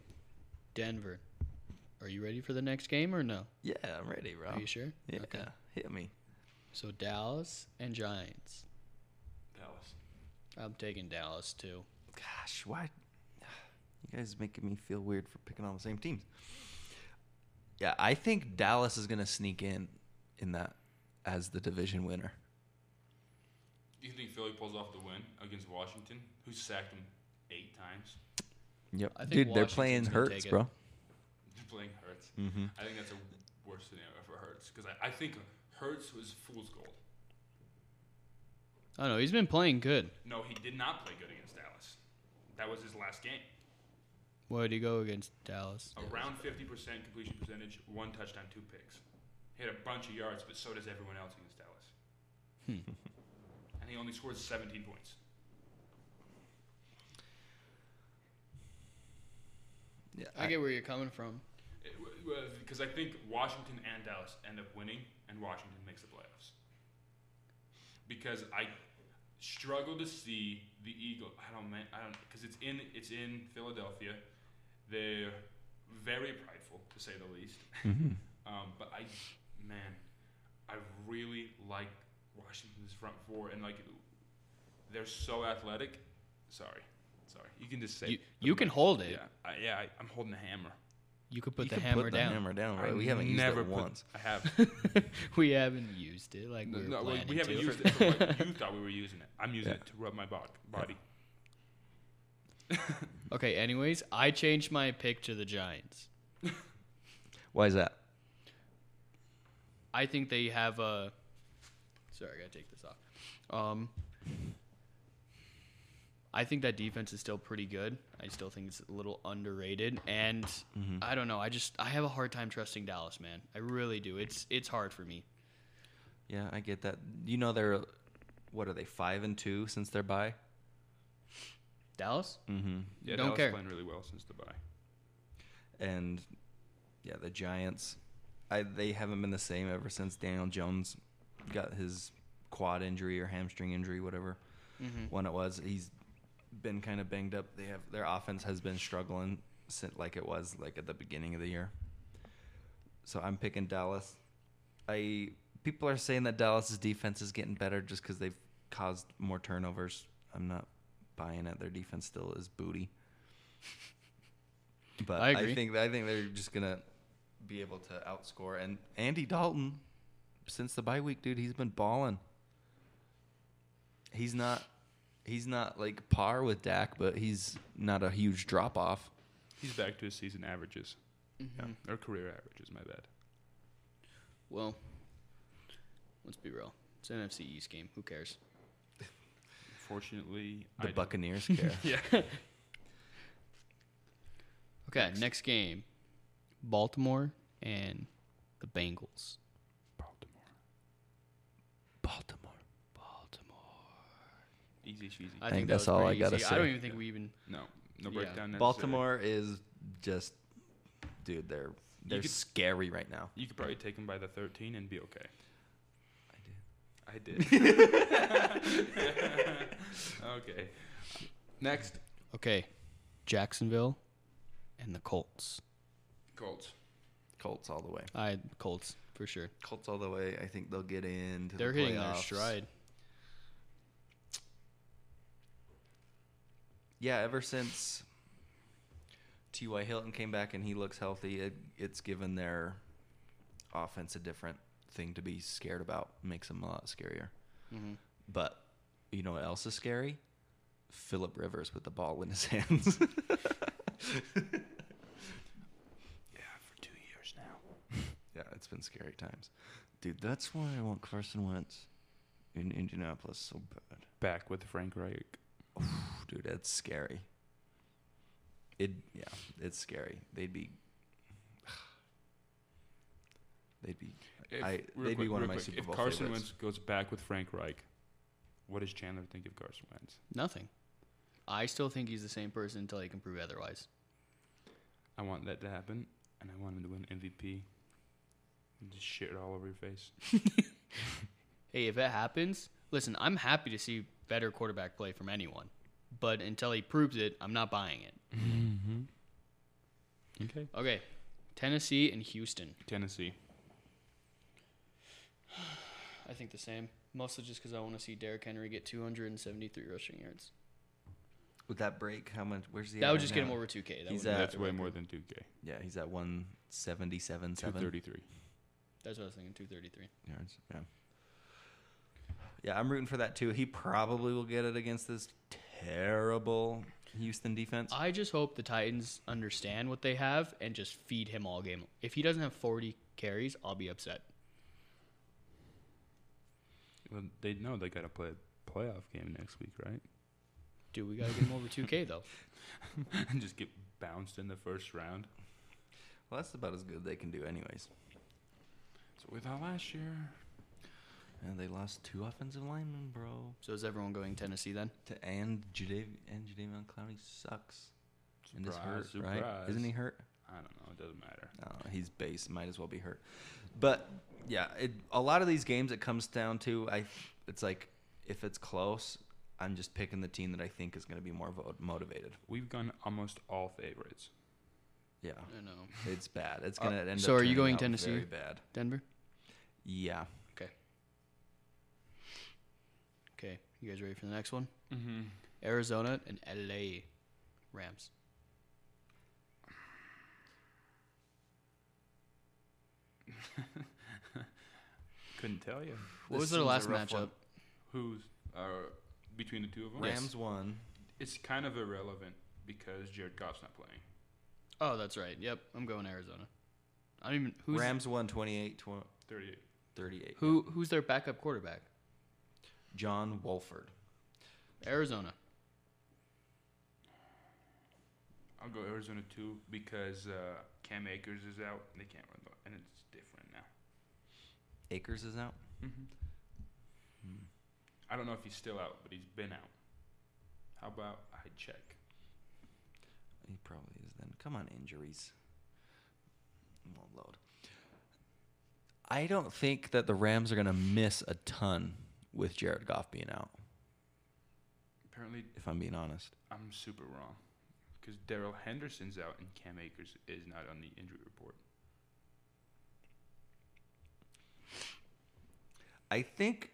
Denver. Are you ready for the next game or no?
Yeah, I'm ready, Rob.
Are you sure?
Yeah,
Okay.
hit me.
So Dallas and Giants.
Dallas.
I'm taking Dallas too.
Gosh, why? You guys making me feel weird for picking on the same teams. Yeah, I think Dallas is going to sneak in in that as the division winner.
Do you think Philly pulls off the win against Washington, who sacked them eight times?
Yep.
I think
Dude, they're
Washington's
playing
gonna
Hurts,
take it.
bro.
They're playing Hurts.
Mm-hmm.
I think that's a worse scenario for Hurts because I, I think Hurts was fool's gold.
I don't know. He's been playing good.
No, he did not play good against Dallas. That was his last game.
Where did he go against Dallas?
Around 50% completion percentage, one touchdown, two picks. He had a bunch of yards, but so does everyone else against Dallas. and he only scored 17 points.
Yeah.
I get where you're coming from.
Because I think Washington and Dallas end up winning, and Washington makes the playoffs. Because I struggle to see the Eagles. I don't. Man, I don't. Because it's in. It's in Philadelphia. They're very prideful, to say the least.
Mm-hmm.
(laughs) um, but I, man, I really like Washington's front four, and like they're so athletic. Sorry, sorry. You can just say
You,
it.
you can hold it.
Yeah, I, yeah. I, I'm holding the hammer.
You could put
You
the
can
hammer
put
down.
the hammer down,
I
right? We haven't
never
used it
put-
once.
I have.
(laughs) we haven't used it like
No,
we were
no, we,
planning
we haven't
to.
used it for what you thought we were using it. I'm using
Yeah.
it to rub my bod- body.
Okay, anyways, I changed my pick to the Giants.
Why is that?
I think they have a. Sorry, I gotta take this off. Um, I think that defense is still pretty good. I still think it's a little underrated, and
Mm-hmm.
I don't know. I just I have a hard time trusting Dallas, man. I really do. It's it's hard for me.
Yeah, I get that. You know they're what are they five and two since their bye?
Dallas,
Mm-hmm.
Yeah,
Don't
Dallas
care.
playing really well since the bye.
and yeah, the Giants. I they haven't been the same ever since Daniel Jones got his quad injury or hamstring injury, whatever
Mm-hmm.
one it was. He's been kind of banged up. They have their offense has been struggling since like it was like at the beginning of the year. So I'm picking Dallas. I people are saying that Dallas's defense is getting better just because they've caused more turnovers. I'm not buying it. Their defense still is booty. But
I
I,
agree.
think I think they're just gonna be able to outscore and Andy Dalton since the bye week, dude, he's been balling. He's not he's not like par with Dak, but he's not a huge drop off.
He's back to his season averages.
Mm-hmm.
Yeah, or career averages, my bad.
well, let's be real. It's an NFC East game. Who cares?
Unfortunately, I
The
don't.
Buccaneers care.
Yeah.
Okay, next. game Baltimore and the Bengals.
Baltimore.
Baltimore.
Baltimore.
Easy, cheesy.
I,
think
that
that's
was
all
pretty
I gotta
easy.
say.
I don't even think we even.
no, no
Yeah.
breakdown. necessary.
Baltimore is just, dude, they're they're
could-
scary right now.
You could probably take them by the 13 and be okay.
I did.
I did. (laughs) okay. Next,
Okay, Jacksonville and the Colts.
Colts.
Colts all the way.
I Colts for sure.
Colts all the way. I think they'll get into.
They're
the
hitting their
playoffs.
stride.
Yeah, ever since T.Y. Hilton came back and he looks healthy, it, it's given their offense a different thing to be scared about. Makes them a lot scarier. But you know what else is scary? Philip Rivers with the ball in his (laughs) hands.
Yeah, for two years now.
(laughs) yeah, it's been scary times. Dude, that's why I want Carson Wentz in Indianapolis so bad.
Back with Frank Reich.
Dude, that's scary. It yeah, it's scary. They'd be (sighs) they'd be I- they'd be one of my Super
if
Bowl
Carson
favorites.
Wentz goes back with Frank Reich, what does Chandler think of Carson Wentz?
Nothing. I still think he's the same person until he can prove otherwise.
I want that to happen, and I want him to win MVP. And just shit it all over your face.
Hey, if it happens, listen, I'm happy to see better quarterback play from anyone. But until he proves it, I'm not buying it.
Okay.
Okay. Tennessee and Houston.
Tennessee.
I think the same. Mostly just because I want to see Derrick Henry get 273 rushing yards.
Would that break how much where's the
that
at
would
right
just get him
now?
over 2K. That
He's
would
at-
That's way more than 2K.
Yeah, he's at one seventy seven seven
233.
That's what I was thinking, 233.
yards. Yeah. Yeah, I'm rooting for that too. He probably will get it against this terrible Houston defense.
I just hope the Titans understand what they have and just feed him all game. If he doesn't have 40 carries, I'll be upset.
Well, they know they got to play a playoff game next week, (laughs) right?
Dude, we got to get him over
(laughs)
2K, though.
and just get bounced in the first round.
Well, that's about as good they can do, anyways.
So we thought last year.
And they lost two offensive linemen, bro.
So is everyone going Tennessee then?
To and Jadav- and Jadavion Clowney sucks. and is hurt,
Surprise,
right? Isn't he
surprise.
hurt?
I don't know. It doesn't matter.
No, Uh, he's base. Might as well be hurt. But yeah, it, a lot of these games it comes down to I. It's like if it's close, I'm just picking the team that I think is going to be more vo- motivated.
We've gone almost all favorites.
Yeah,
I know.
it's bad. It's
Uh,
going to end.
so
up
are you
turning
going
out
Tennessee?
Very bad.
Denver?
Yeah.
Okay. Okay. You guys ready for the next one?
Mm-hmm.
Arizona and LA Rams.
Couldn't tell you
What
This
was their
seems a
last
rough
matchup?
one.
who's uh, between the two of them.
Rams won.
It's kind of irrelevant because Jared Goff's not playing.
Oh, that's right. Yep, I'm going Arizona. I don't even who's
Rams won 28 tw-
38.
38.
who who's their backup quarterback?
John Wolford.
Arizona.
I'll go Arizona two because uh, Cam Akers is out. They can't run, the, and it's different now.
Akers is out.
Hmm.
I don't know if he's still out, but he's been out. How about I check?
He probably is then. Come on, injuries. Well, load. I don't think that the Rams are going to miss a ton with Jared Goff being out,
Apparently,
if I'm being honest.
I'm super wrong because Daryl Henderson's out and Cam Akers is not on the injury report.
I think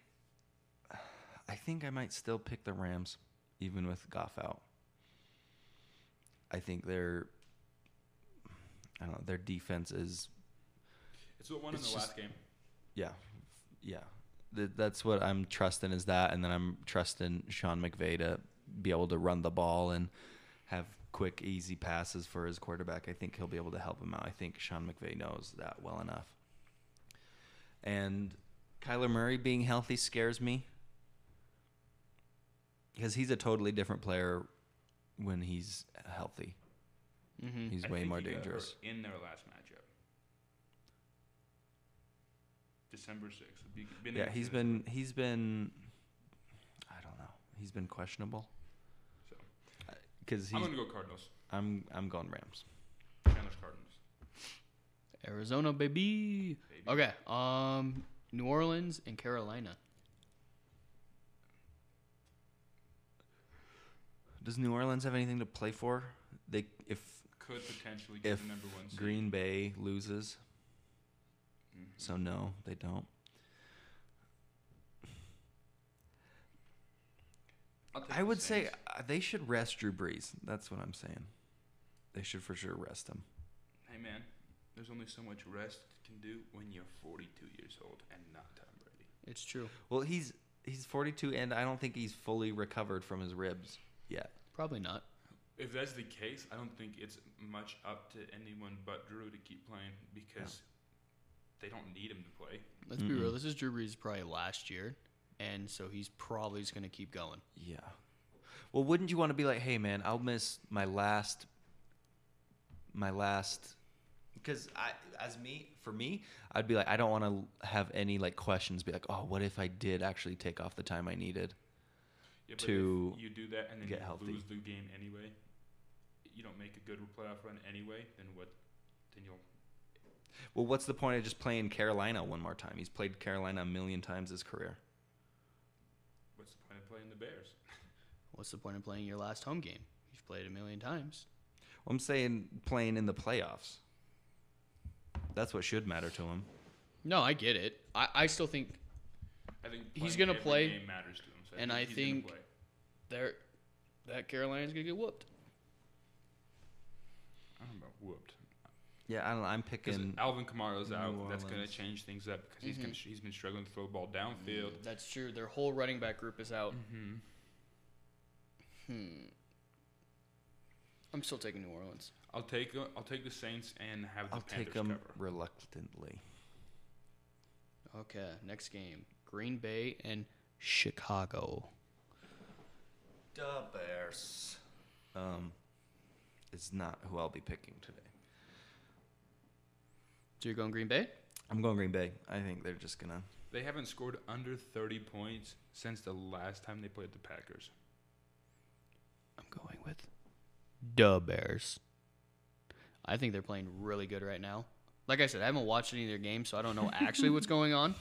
I think I might still pick the Rams even with Goff out. I think their I don't know, their defense is
It's what won
It's
in the
just-
last game.
yeah. Yeah. Th- That's what I'm trusting is that and then I'm trusting Sean McVay to be able to run the ball and have quick easy passes for his quarterback. I think he'll be able to help him out. I think Sean McVay knows that well enough. And Kyler Murray being healthy scares me. because he's a totally different player when he's healthy.
Mm.
Mm-hmm.
He's way more dangerous.
in their last matchup, December sixth.
Yeah, he's been he's been I don't know. He's been questionable.
So.
Because
I'm
he's
gonna go Cardinals.
I'm I'm going Rams.
Chandler's Cardinals.
Arizona, baby. Okay. Um, New Orleans and Carolina.
Does New Orleans have anything to play for? They if
Could potentially get
If
the number one seed.
Green Bay loses,
Mhm.
so no, they don't.
I'll take
I
the
would say
Saints.
uh, they should rest Drew Brees. That's what I'm saying. They should for sure rest him.
Hey man, there's only so much rest can do when you're 42 years old and not Tom Brady.
It's true.
Well, he's he's 42 and I don't think he's fully recovered from his ribs yet.
Probably not.
If that's the case, I don't think it's much up to anyone but Drew to keep playing because they don't need him to play.
Let's be real. This is Drew Brees probably last year, and so he's probably just gonna keep going.
Yeah. Well, wouldn't you want to be like, "Hey man, I'll miss my last my last because I as me for me, I'd be like I don't want to have any like questions be like, "Oh, what if I did actually take off the time I needed?"
Yeah, but
To
if you do that and then
get
you
healthy.
lose the game anyway, you don't make a good playoff run anyway. Then what? Then you'll
Well, what's the point of just playing Carolina one more time? He's played Carolina a million times his career.
what's the point of playing the Bears?
What's the point of playing your last home game? You've played a million times.
I'm saying playing in the playoffs. That's what should matter to him.
No, I get it. I, I still think
I think
He's
playing
gonna
every
play,
Game matters to him. So
and
I
I
think, he's gonna
think-
play.
they're, that Carolina's gonna get whooped.
I don't know about whooped.
Yeah, I don't know. I'm
Because
picking.
Alvin Kamara's
New
out, that's going to
Orleans.
change things up because he's going to
Mhm.
he's been struggling to throw the ball downfield.
That's true. Their whole running back group is out.
Mm-hmm.
Hmm. I'm still taking New Orleans.
I'll take uh, I'll take the Saints and have the
I'll
Panthers
take him
cover.
reluctantly.
Okay, next game: Green Bay and Chicago.
The Bears. Um, it's not who I'll be picking today.
So you're going Green Bay?
I'm going Green Bay. I think they're just (laughs) gonna.
They haven't scored under 30 points since the last time they played the Packers.
I'm going with the Bears. I think they're playing really good right now. Like I said, I haven't watched any of their games, so I don't know actually what's going (laughs) on.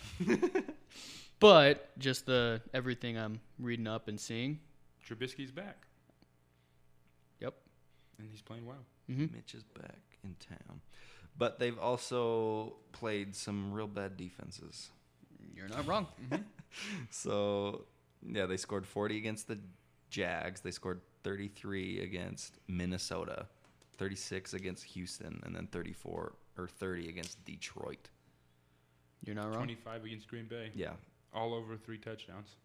but just the everything I'm reading up and seeing.
Trubisky's back
Yep.
and he's playing well.
hmm
Mitch is back in town, but they've also played some real bad (clears throat) defenses.
You're not wrong.
So yeah, they scored 40 against the Jags. They scored 33 against Minnesota, 36 against Houston, and then 34 or 30 against Detroit.
You're not wrong.
25 against Green Bay,
Yeah,
all over three touchdowns.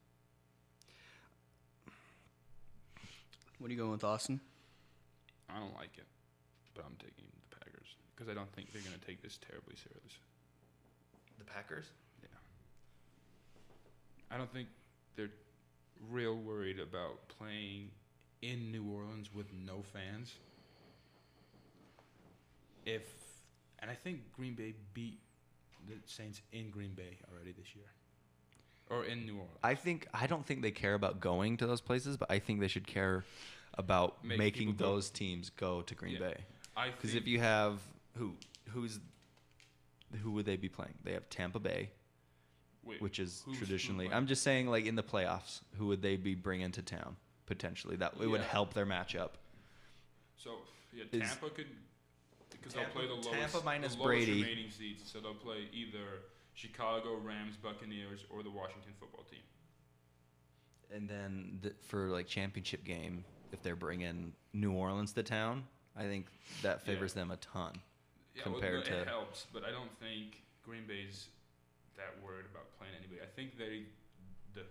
What are you going with, Austin?
I don't like it, but I'm taking the Packers because I don't think they're going to take this terribly serious.
the Packers.
I don't think they're real worried about playing in New Orleans with no fans. If and I think Green Bay beat the Saints in Green Bay already this year, or in New Orleans.
I think I don't think they care about going to those places, but I think they should care about
Make
making
people go.
those teams go to Green
Yeah.
Bay.
I
Because
think
if you have who who's who would they be playing? They have Tampa Bay,
wait,
which is
who's- who
traditionally.
played?
I'm just saying, like in the playoffs, who would they be bringing to town potentially? That it would
Yeah.
help their matchup.
so yeah.
is-
Tampa could because they'll
Tampa-
play the lowest,
Tampa minus
the lowest
Brady.
remaining seeds, so they'll play either Chicago Rams, Buccaneers, or the Washington Football Team.
And then the, for like championship game, if they're bringing New Orleans to town, I think that
Yeah.
favors them a ton.
yeah,
compared
well, no,
to-
it helps, but I don't think Green Bay's that worried about playing anybody. I think they the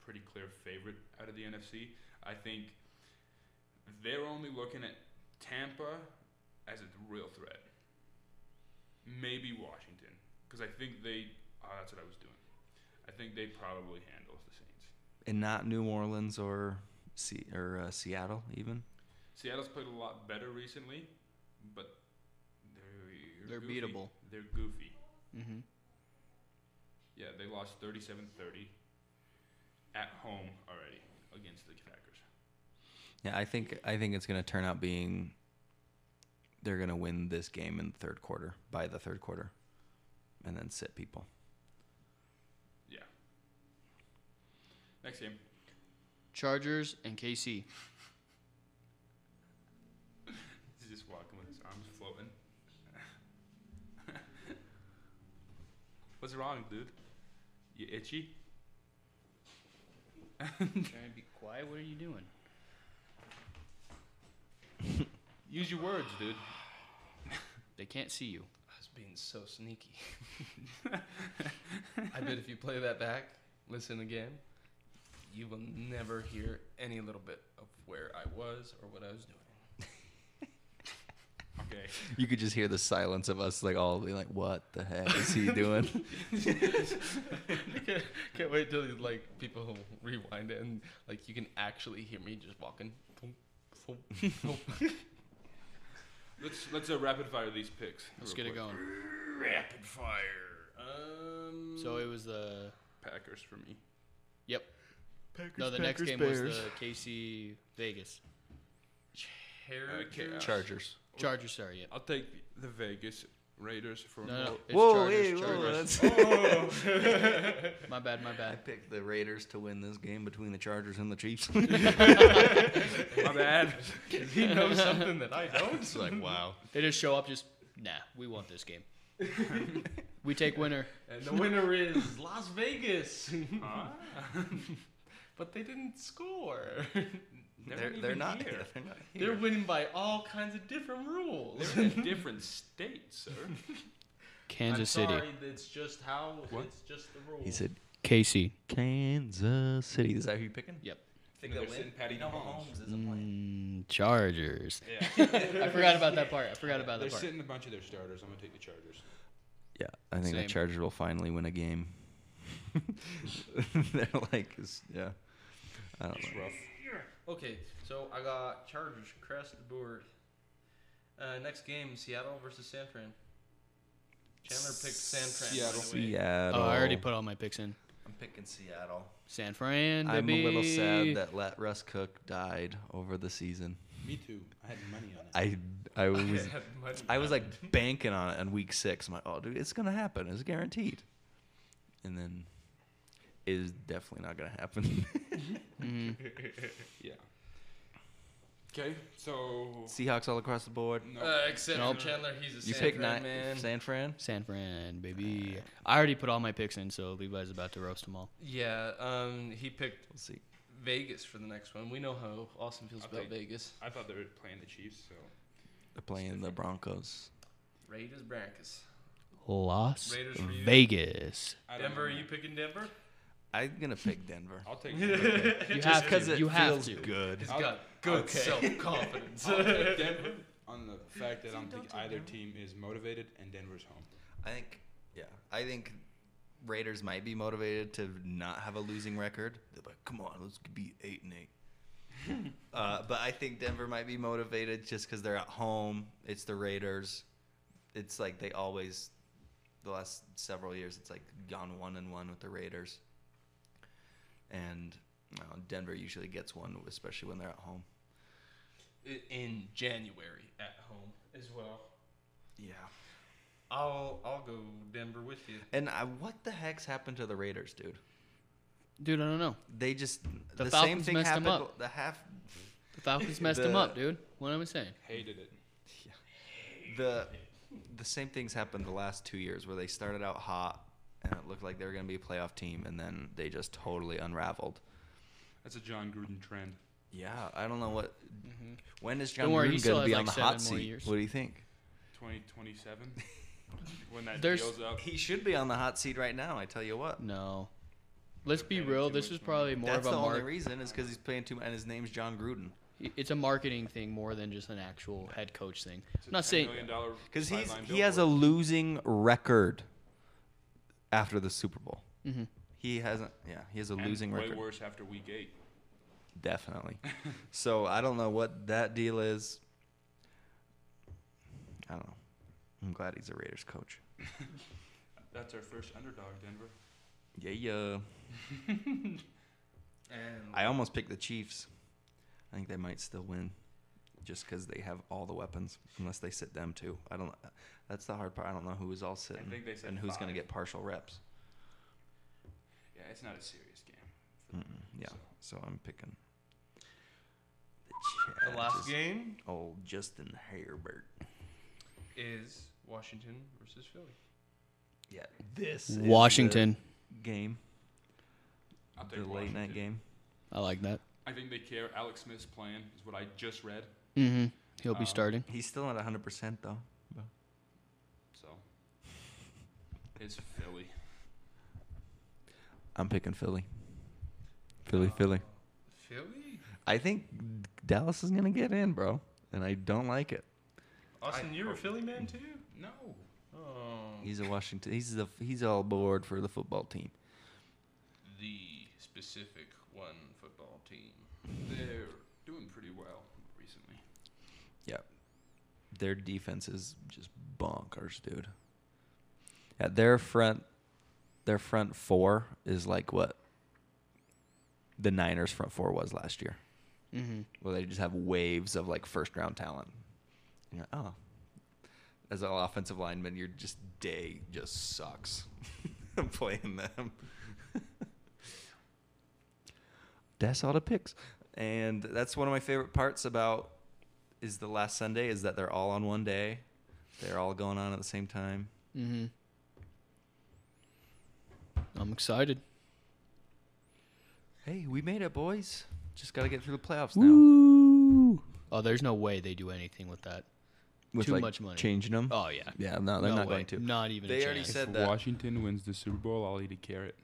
pretty clear favorite out of the NFC. I think they're only looking at Tampa as a real threat. Maybe Washington, because I think they. Oh, that's what I was doing. I think they probably handle the Saints.
and not New Orleans or Se- or uh, Seattle even.
Seattle's played a lot better recently, but they're
They're
goofy.
beatable.
They're goofy.
Mm-hmm.
Yeah, they lost 37-30 at home already against the Packers.
Yeah, I think I think it's going to turn out being they're going to win this game in the third quarter by the third quarter, and then sit people.
Yeah. Next game.
Chargers and (laughs) KC.
He's just walking with his arms floating. (laughs) What's wrong, dude? You itchy?
Trying to be quiet. What are you doing?
Use your words, dude.
They can't see you.
I was being so sneaky. I bet if you play that back, listen again, you will never hear any little bit of where I was or what I was doing.
Okay.
You could just hear the silence of us, like all being like, "What the heck is he doing?"
I can't, can't wait till like people (laughs) rewind it and like you can actually hear me just walking. Thump, thump, thump.
Let's let's uh, rapid fire these picks.
Let's
real
get it
quick.
going.
Rapid fire. Um.
So it was uh, the
Packers for me.
yep. no, the next game was the KC Vegas
Chargers.
(laughs) Chargers.
Chargers. Sorry, yep.
I'll take the Vegas Raiders for
No, no, no,
both.
it's Chargers. Chargers. (laughs) My bad, my
I
bad.
picked the Raiders to win this game between the Chargers and the Chiefs. (laughs)
My
(laughs)
bad.
(laughs) he knows something that I don't.
it's like wow.
They just show up, just nah. We want this game. we take winner.
And the winner is Las Vegas. (laughs)
Huh?
but they didn't score. (laughs)
They
They're,
weren't
they're
even
not
here.
here. They're not here.
They're winning by all kinds of different rules.
They're in different states, sir.
Kansas
I'm
City.
Sorry, it's just how it's just the rules.
He said
KC.
Kansas City. Is that who you're picking?
Yep.
Think
They're sitting Patty Mahomes.
isn't playing.
Mm, Chargers. (laughs)
Yeah.
I forgot about that part. I forgot about
They're
that part.
sitting a bunch of their starters. I'm gonna take the Chargers.
Yeah, I think
Same.
the Chargers will finally win a game. (laughs) They're like, it's- yeah, I don't know.
Okay, so I got Chargers crest the board. Uh, next game, Seattle versus San Fran. Chandler picked San Fran.
Seattle.
By the way.
Seattle.
Oh, I already put all my picks in.
I'm picking Seattle.
San Fran.
I'm a little
baby.
sad that let Russ Cook died over the season.
Me too. I had money on it.
I
(laughs)
I
(laughs)
was
Had money.
I was like banking on it on week six. I'm like, oh dude, it's gonna happen. It's guaranteed. And then it is definitely not gonna
(laughs)
happen.
Mm-hmm.
(laughs)
Yeah. Okay, so
Seahawks all across the board.
no.
Uh, except
Nope.
for Chandler, he's a
You
San
pick
Fran
nine
man.
San Fran.
San Fran, baby. I already put all my picks in, so Levi's about to roast them all.
yeah, um, he picked
We'll see.
Vegas for the next one. We know how Austin feels
I'll
about
take-
Vegas.
I thought they were playing the Chiefs, so
They're playing the Broncos.
Raiders, Brancas.
Las
Raiders for you.
Vegas.
I don't
Denver, are
know,
you
man.
picking Denver?
I'm gonna pick Denver.
I'll take Denver.
You have
because
to.
it
You have
feels
to.
good.
He's got good self (laughs) confidence.
I'll take Denver on the fact that I don't think either team is motivated and Denver's home.
I think. Yeah, I think Raiders might be motivated to not have a losing record. They're like, come on, let's be eight and
(laughs)
eight. uh, but I think Denver might be motivated just because they're at home. It's the Raiders. It's like they always, the last several years, it's like gone one and one with the Raiders. And uh, Denver usually gets one, especially when they're at home.
in January at home as well.
Yeah.
I'll I'll go Denver with you.
And I, what the heck's happened to the Raiders, dude?
Dude, I don't know.
They just the, same
Falcons
thing
messed 'em
happened.
up.
The half
The Falcons messed them
The-
up, dude. What am I saying?
Hated it.
the the same things happened the last two years where they started out hot and it looked like they were going to be a playoff team and then they just totally unraveled.
That's a John Gruden trend.
Yeah, I don't know what. when is John
Mm-hmm. Don't worry, he
Gruden
still
going
has
to be
like
on the
seven
hot
more
seat?
years.
What do you think?
2027 when that
There's-
deal's up.
He should be on the hot seat right now. I tell you what.
No. Let's be
Depending
real.
too
This
much
is
on-
probably more
That's
of
the
a
only
mark.
reason is because he's playing too, and his name's John Gruden.
It's a marketing thing more than just an actual head coach thing.
It's a
I'm not saying
$10 million
Because he's
sideline
he has a
billboard.
losing record after the Super Bowl.
Mhm.
He hasn't. Yeah, he has a
And
losing
way
record.
worse after week eight.
Definitely. so I don't know what that deal is. I don't know. I'm glad he's a Raiders coach.
That's our first underdog, Denver.
Yeah, yeah.
And
I almost picked the Chiefs. I think they might still win, just because they have all the weapons, unless they sit them too. I don't. That's the hard part. I don't know who is all sitting
think they said
and who's going
five.
to get partial reps.
Yeah, it's not a serious game. for
Mm-mm,
them,
yeah.
so.
So I'm picking the,
the last
Chargers.
game
Old Justin Herbert.
is Washington versus Philly.
Yeah. This is the
Washington.
game,
I'll
the
take
late night
Washington.
game.
I like that.
I think they care. Alex Smith's plan is what I just read.
Mm-hmm. He'll
Um,
be starting.
He's still not 100 percent though.
So
(laughs)
it's Philly.
I'm picking Philly. Philly, Philly.
Philly?
Oh. I think Dallas is gonna get in, bro, and I don't like it.
Austin, you're a
hope-
Philly man too?
No.
Oh.
He's a Washington. He's the he's all aboard for the football team.
the specific one football team.
They're doing pretty well recently.
Their defense is just bonkers, dude. Yeah, their front, their front four is like what the Niners' front four was last year.
Mm-hmm.
Well, they just have waves of like first round talent. You know, oh, as an offensive lineman, your just day just sucks (laughs) playing them. (laughs) that's all the picks, and that's one of my favorite parts about is the last Sunday is that they're all on one day, they're all going on at the same time.
Mm-hmm. I'm excited.
Hey, we made it, boys. Just got to get through the playoffs now.
Woo! Oh, there's no way they do anything with that.
With
Too
like
much money.
changing them.
Oh yeah.
Yeah, no, they're
No
not
way.
going to.
Not even.
They
a
already
chance.
said-
If
that-
Washington wins the Super Bowl, I'll eat a carrot.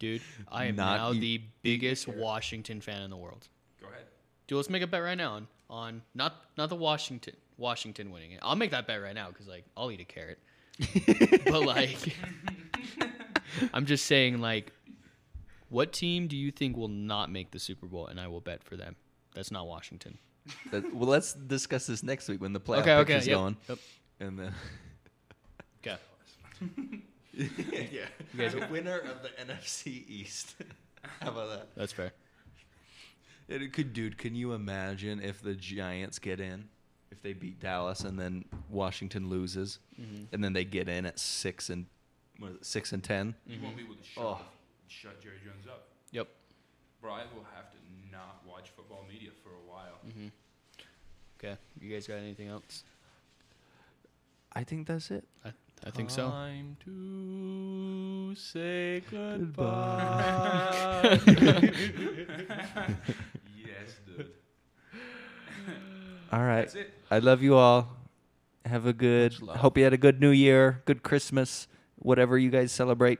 dude. I am
Not
now
e-
the biggest Washington fan in the world.
Go ahead.
Dude, let's make a bet right now on, on not not the Washington Washington winning it. I'll make that bet right now because like I'll eat a carrot.
(laughs)
but like, (laughs) I'm just saying like, what team do you think will not make the Super Bowl? And I will bet for them. That's not Washington.
That- well, let's discuss this next week when the playoff
okay, okay,
picture's
yep,
going.
yep,
And then
(laughs) okay.
(laughs) yeah,
guys-
the winner of the NFC East. (laughs) How about that?
That's fair.
It could, dude. Can you imagine if the Giants get in, if they beat Dallas and then Washington loses,
Mm-hmm.
and then they get in at six and what is it, six and 10
You won't be able to shut,
Oh.
shut Jerry Jones up.
Yep.
Bro, I will have to not watch football media for a while.
(laughs)
(laughs)
Mm-hmm. Okay. You guys got anything else?
I think that's it.
I, I think so.
Time to say goodbye.
Yes, dude.
All right.
That's it.
I love you all. Have a good.
Much love.
Hope you had a good New Year, good Christmas, whatever you guys celebrate.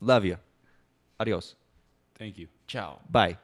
Love you. Adios.
Thank you.
Ciao.
Bye.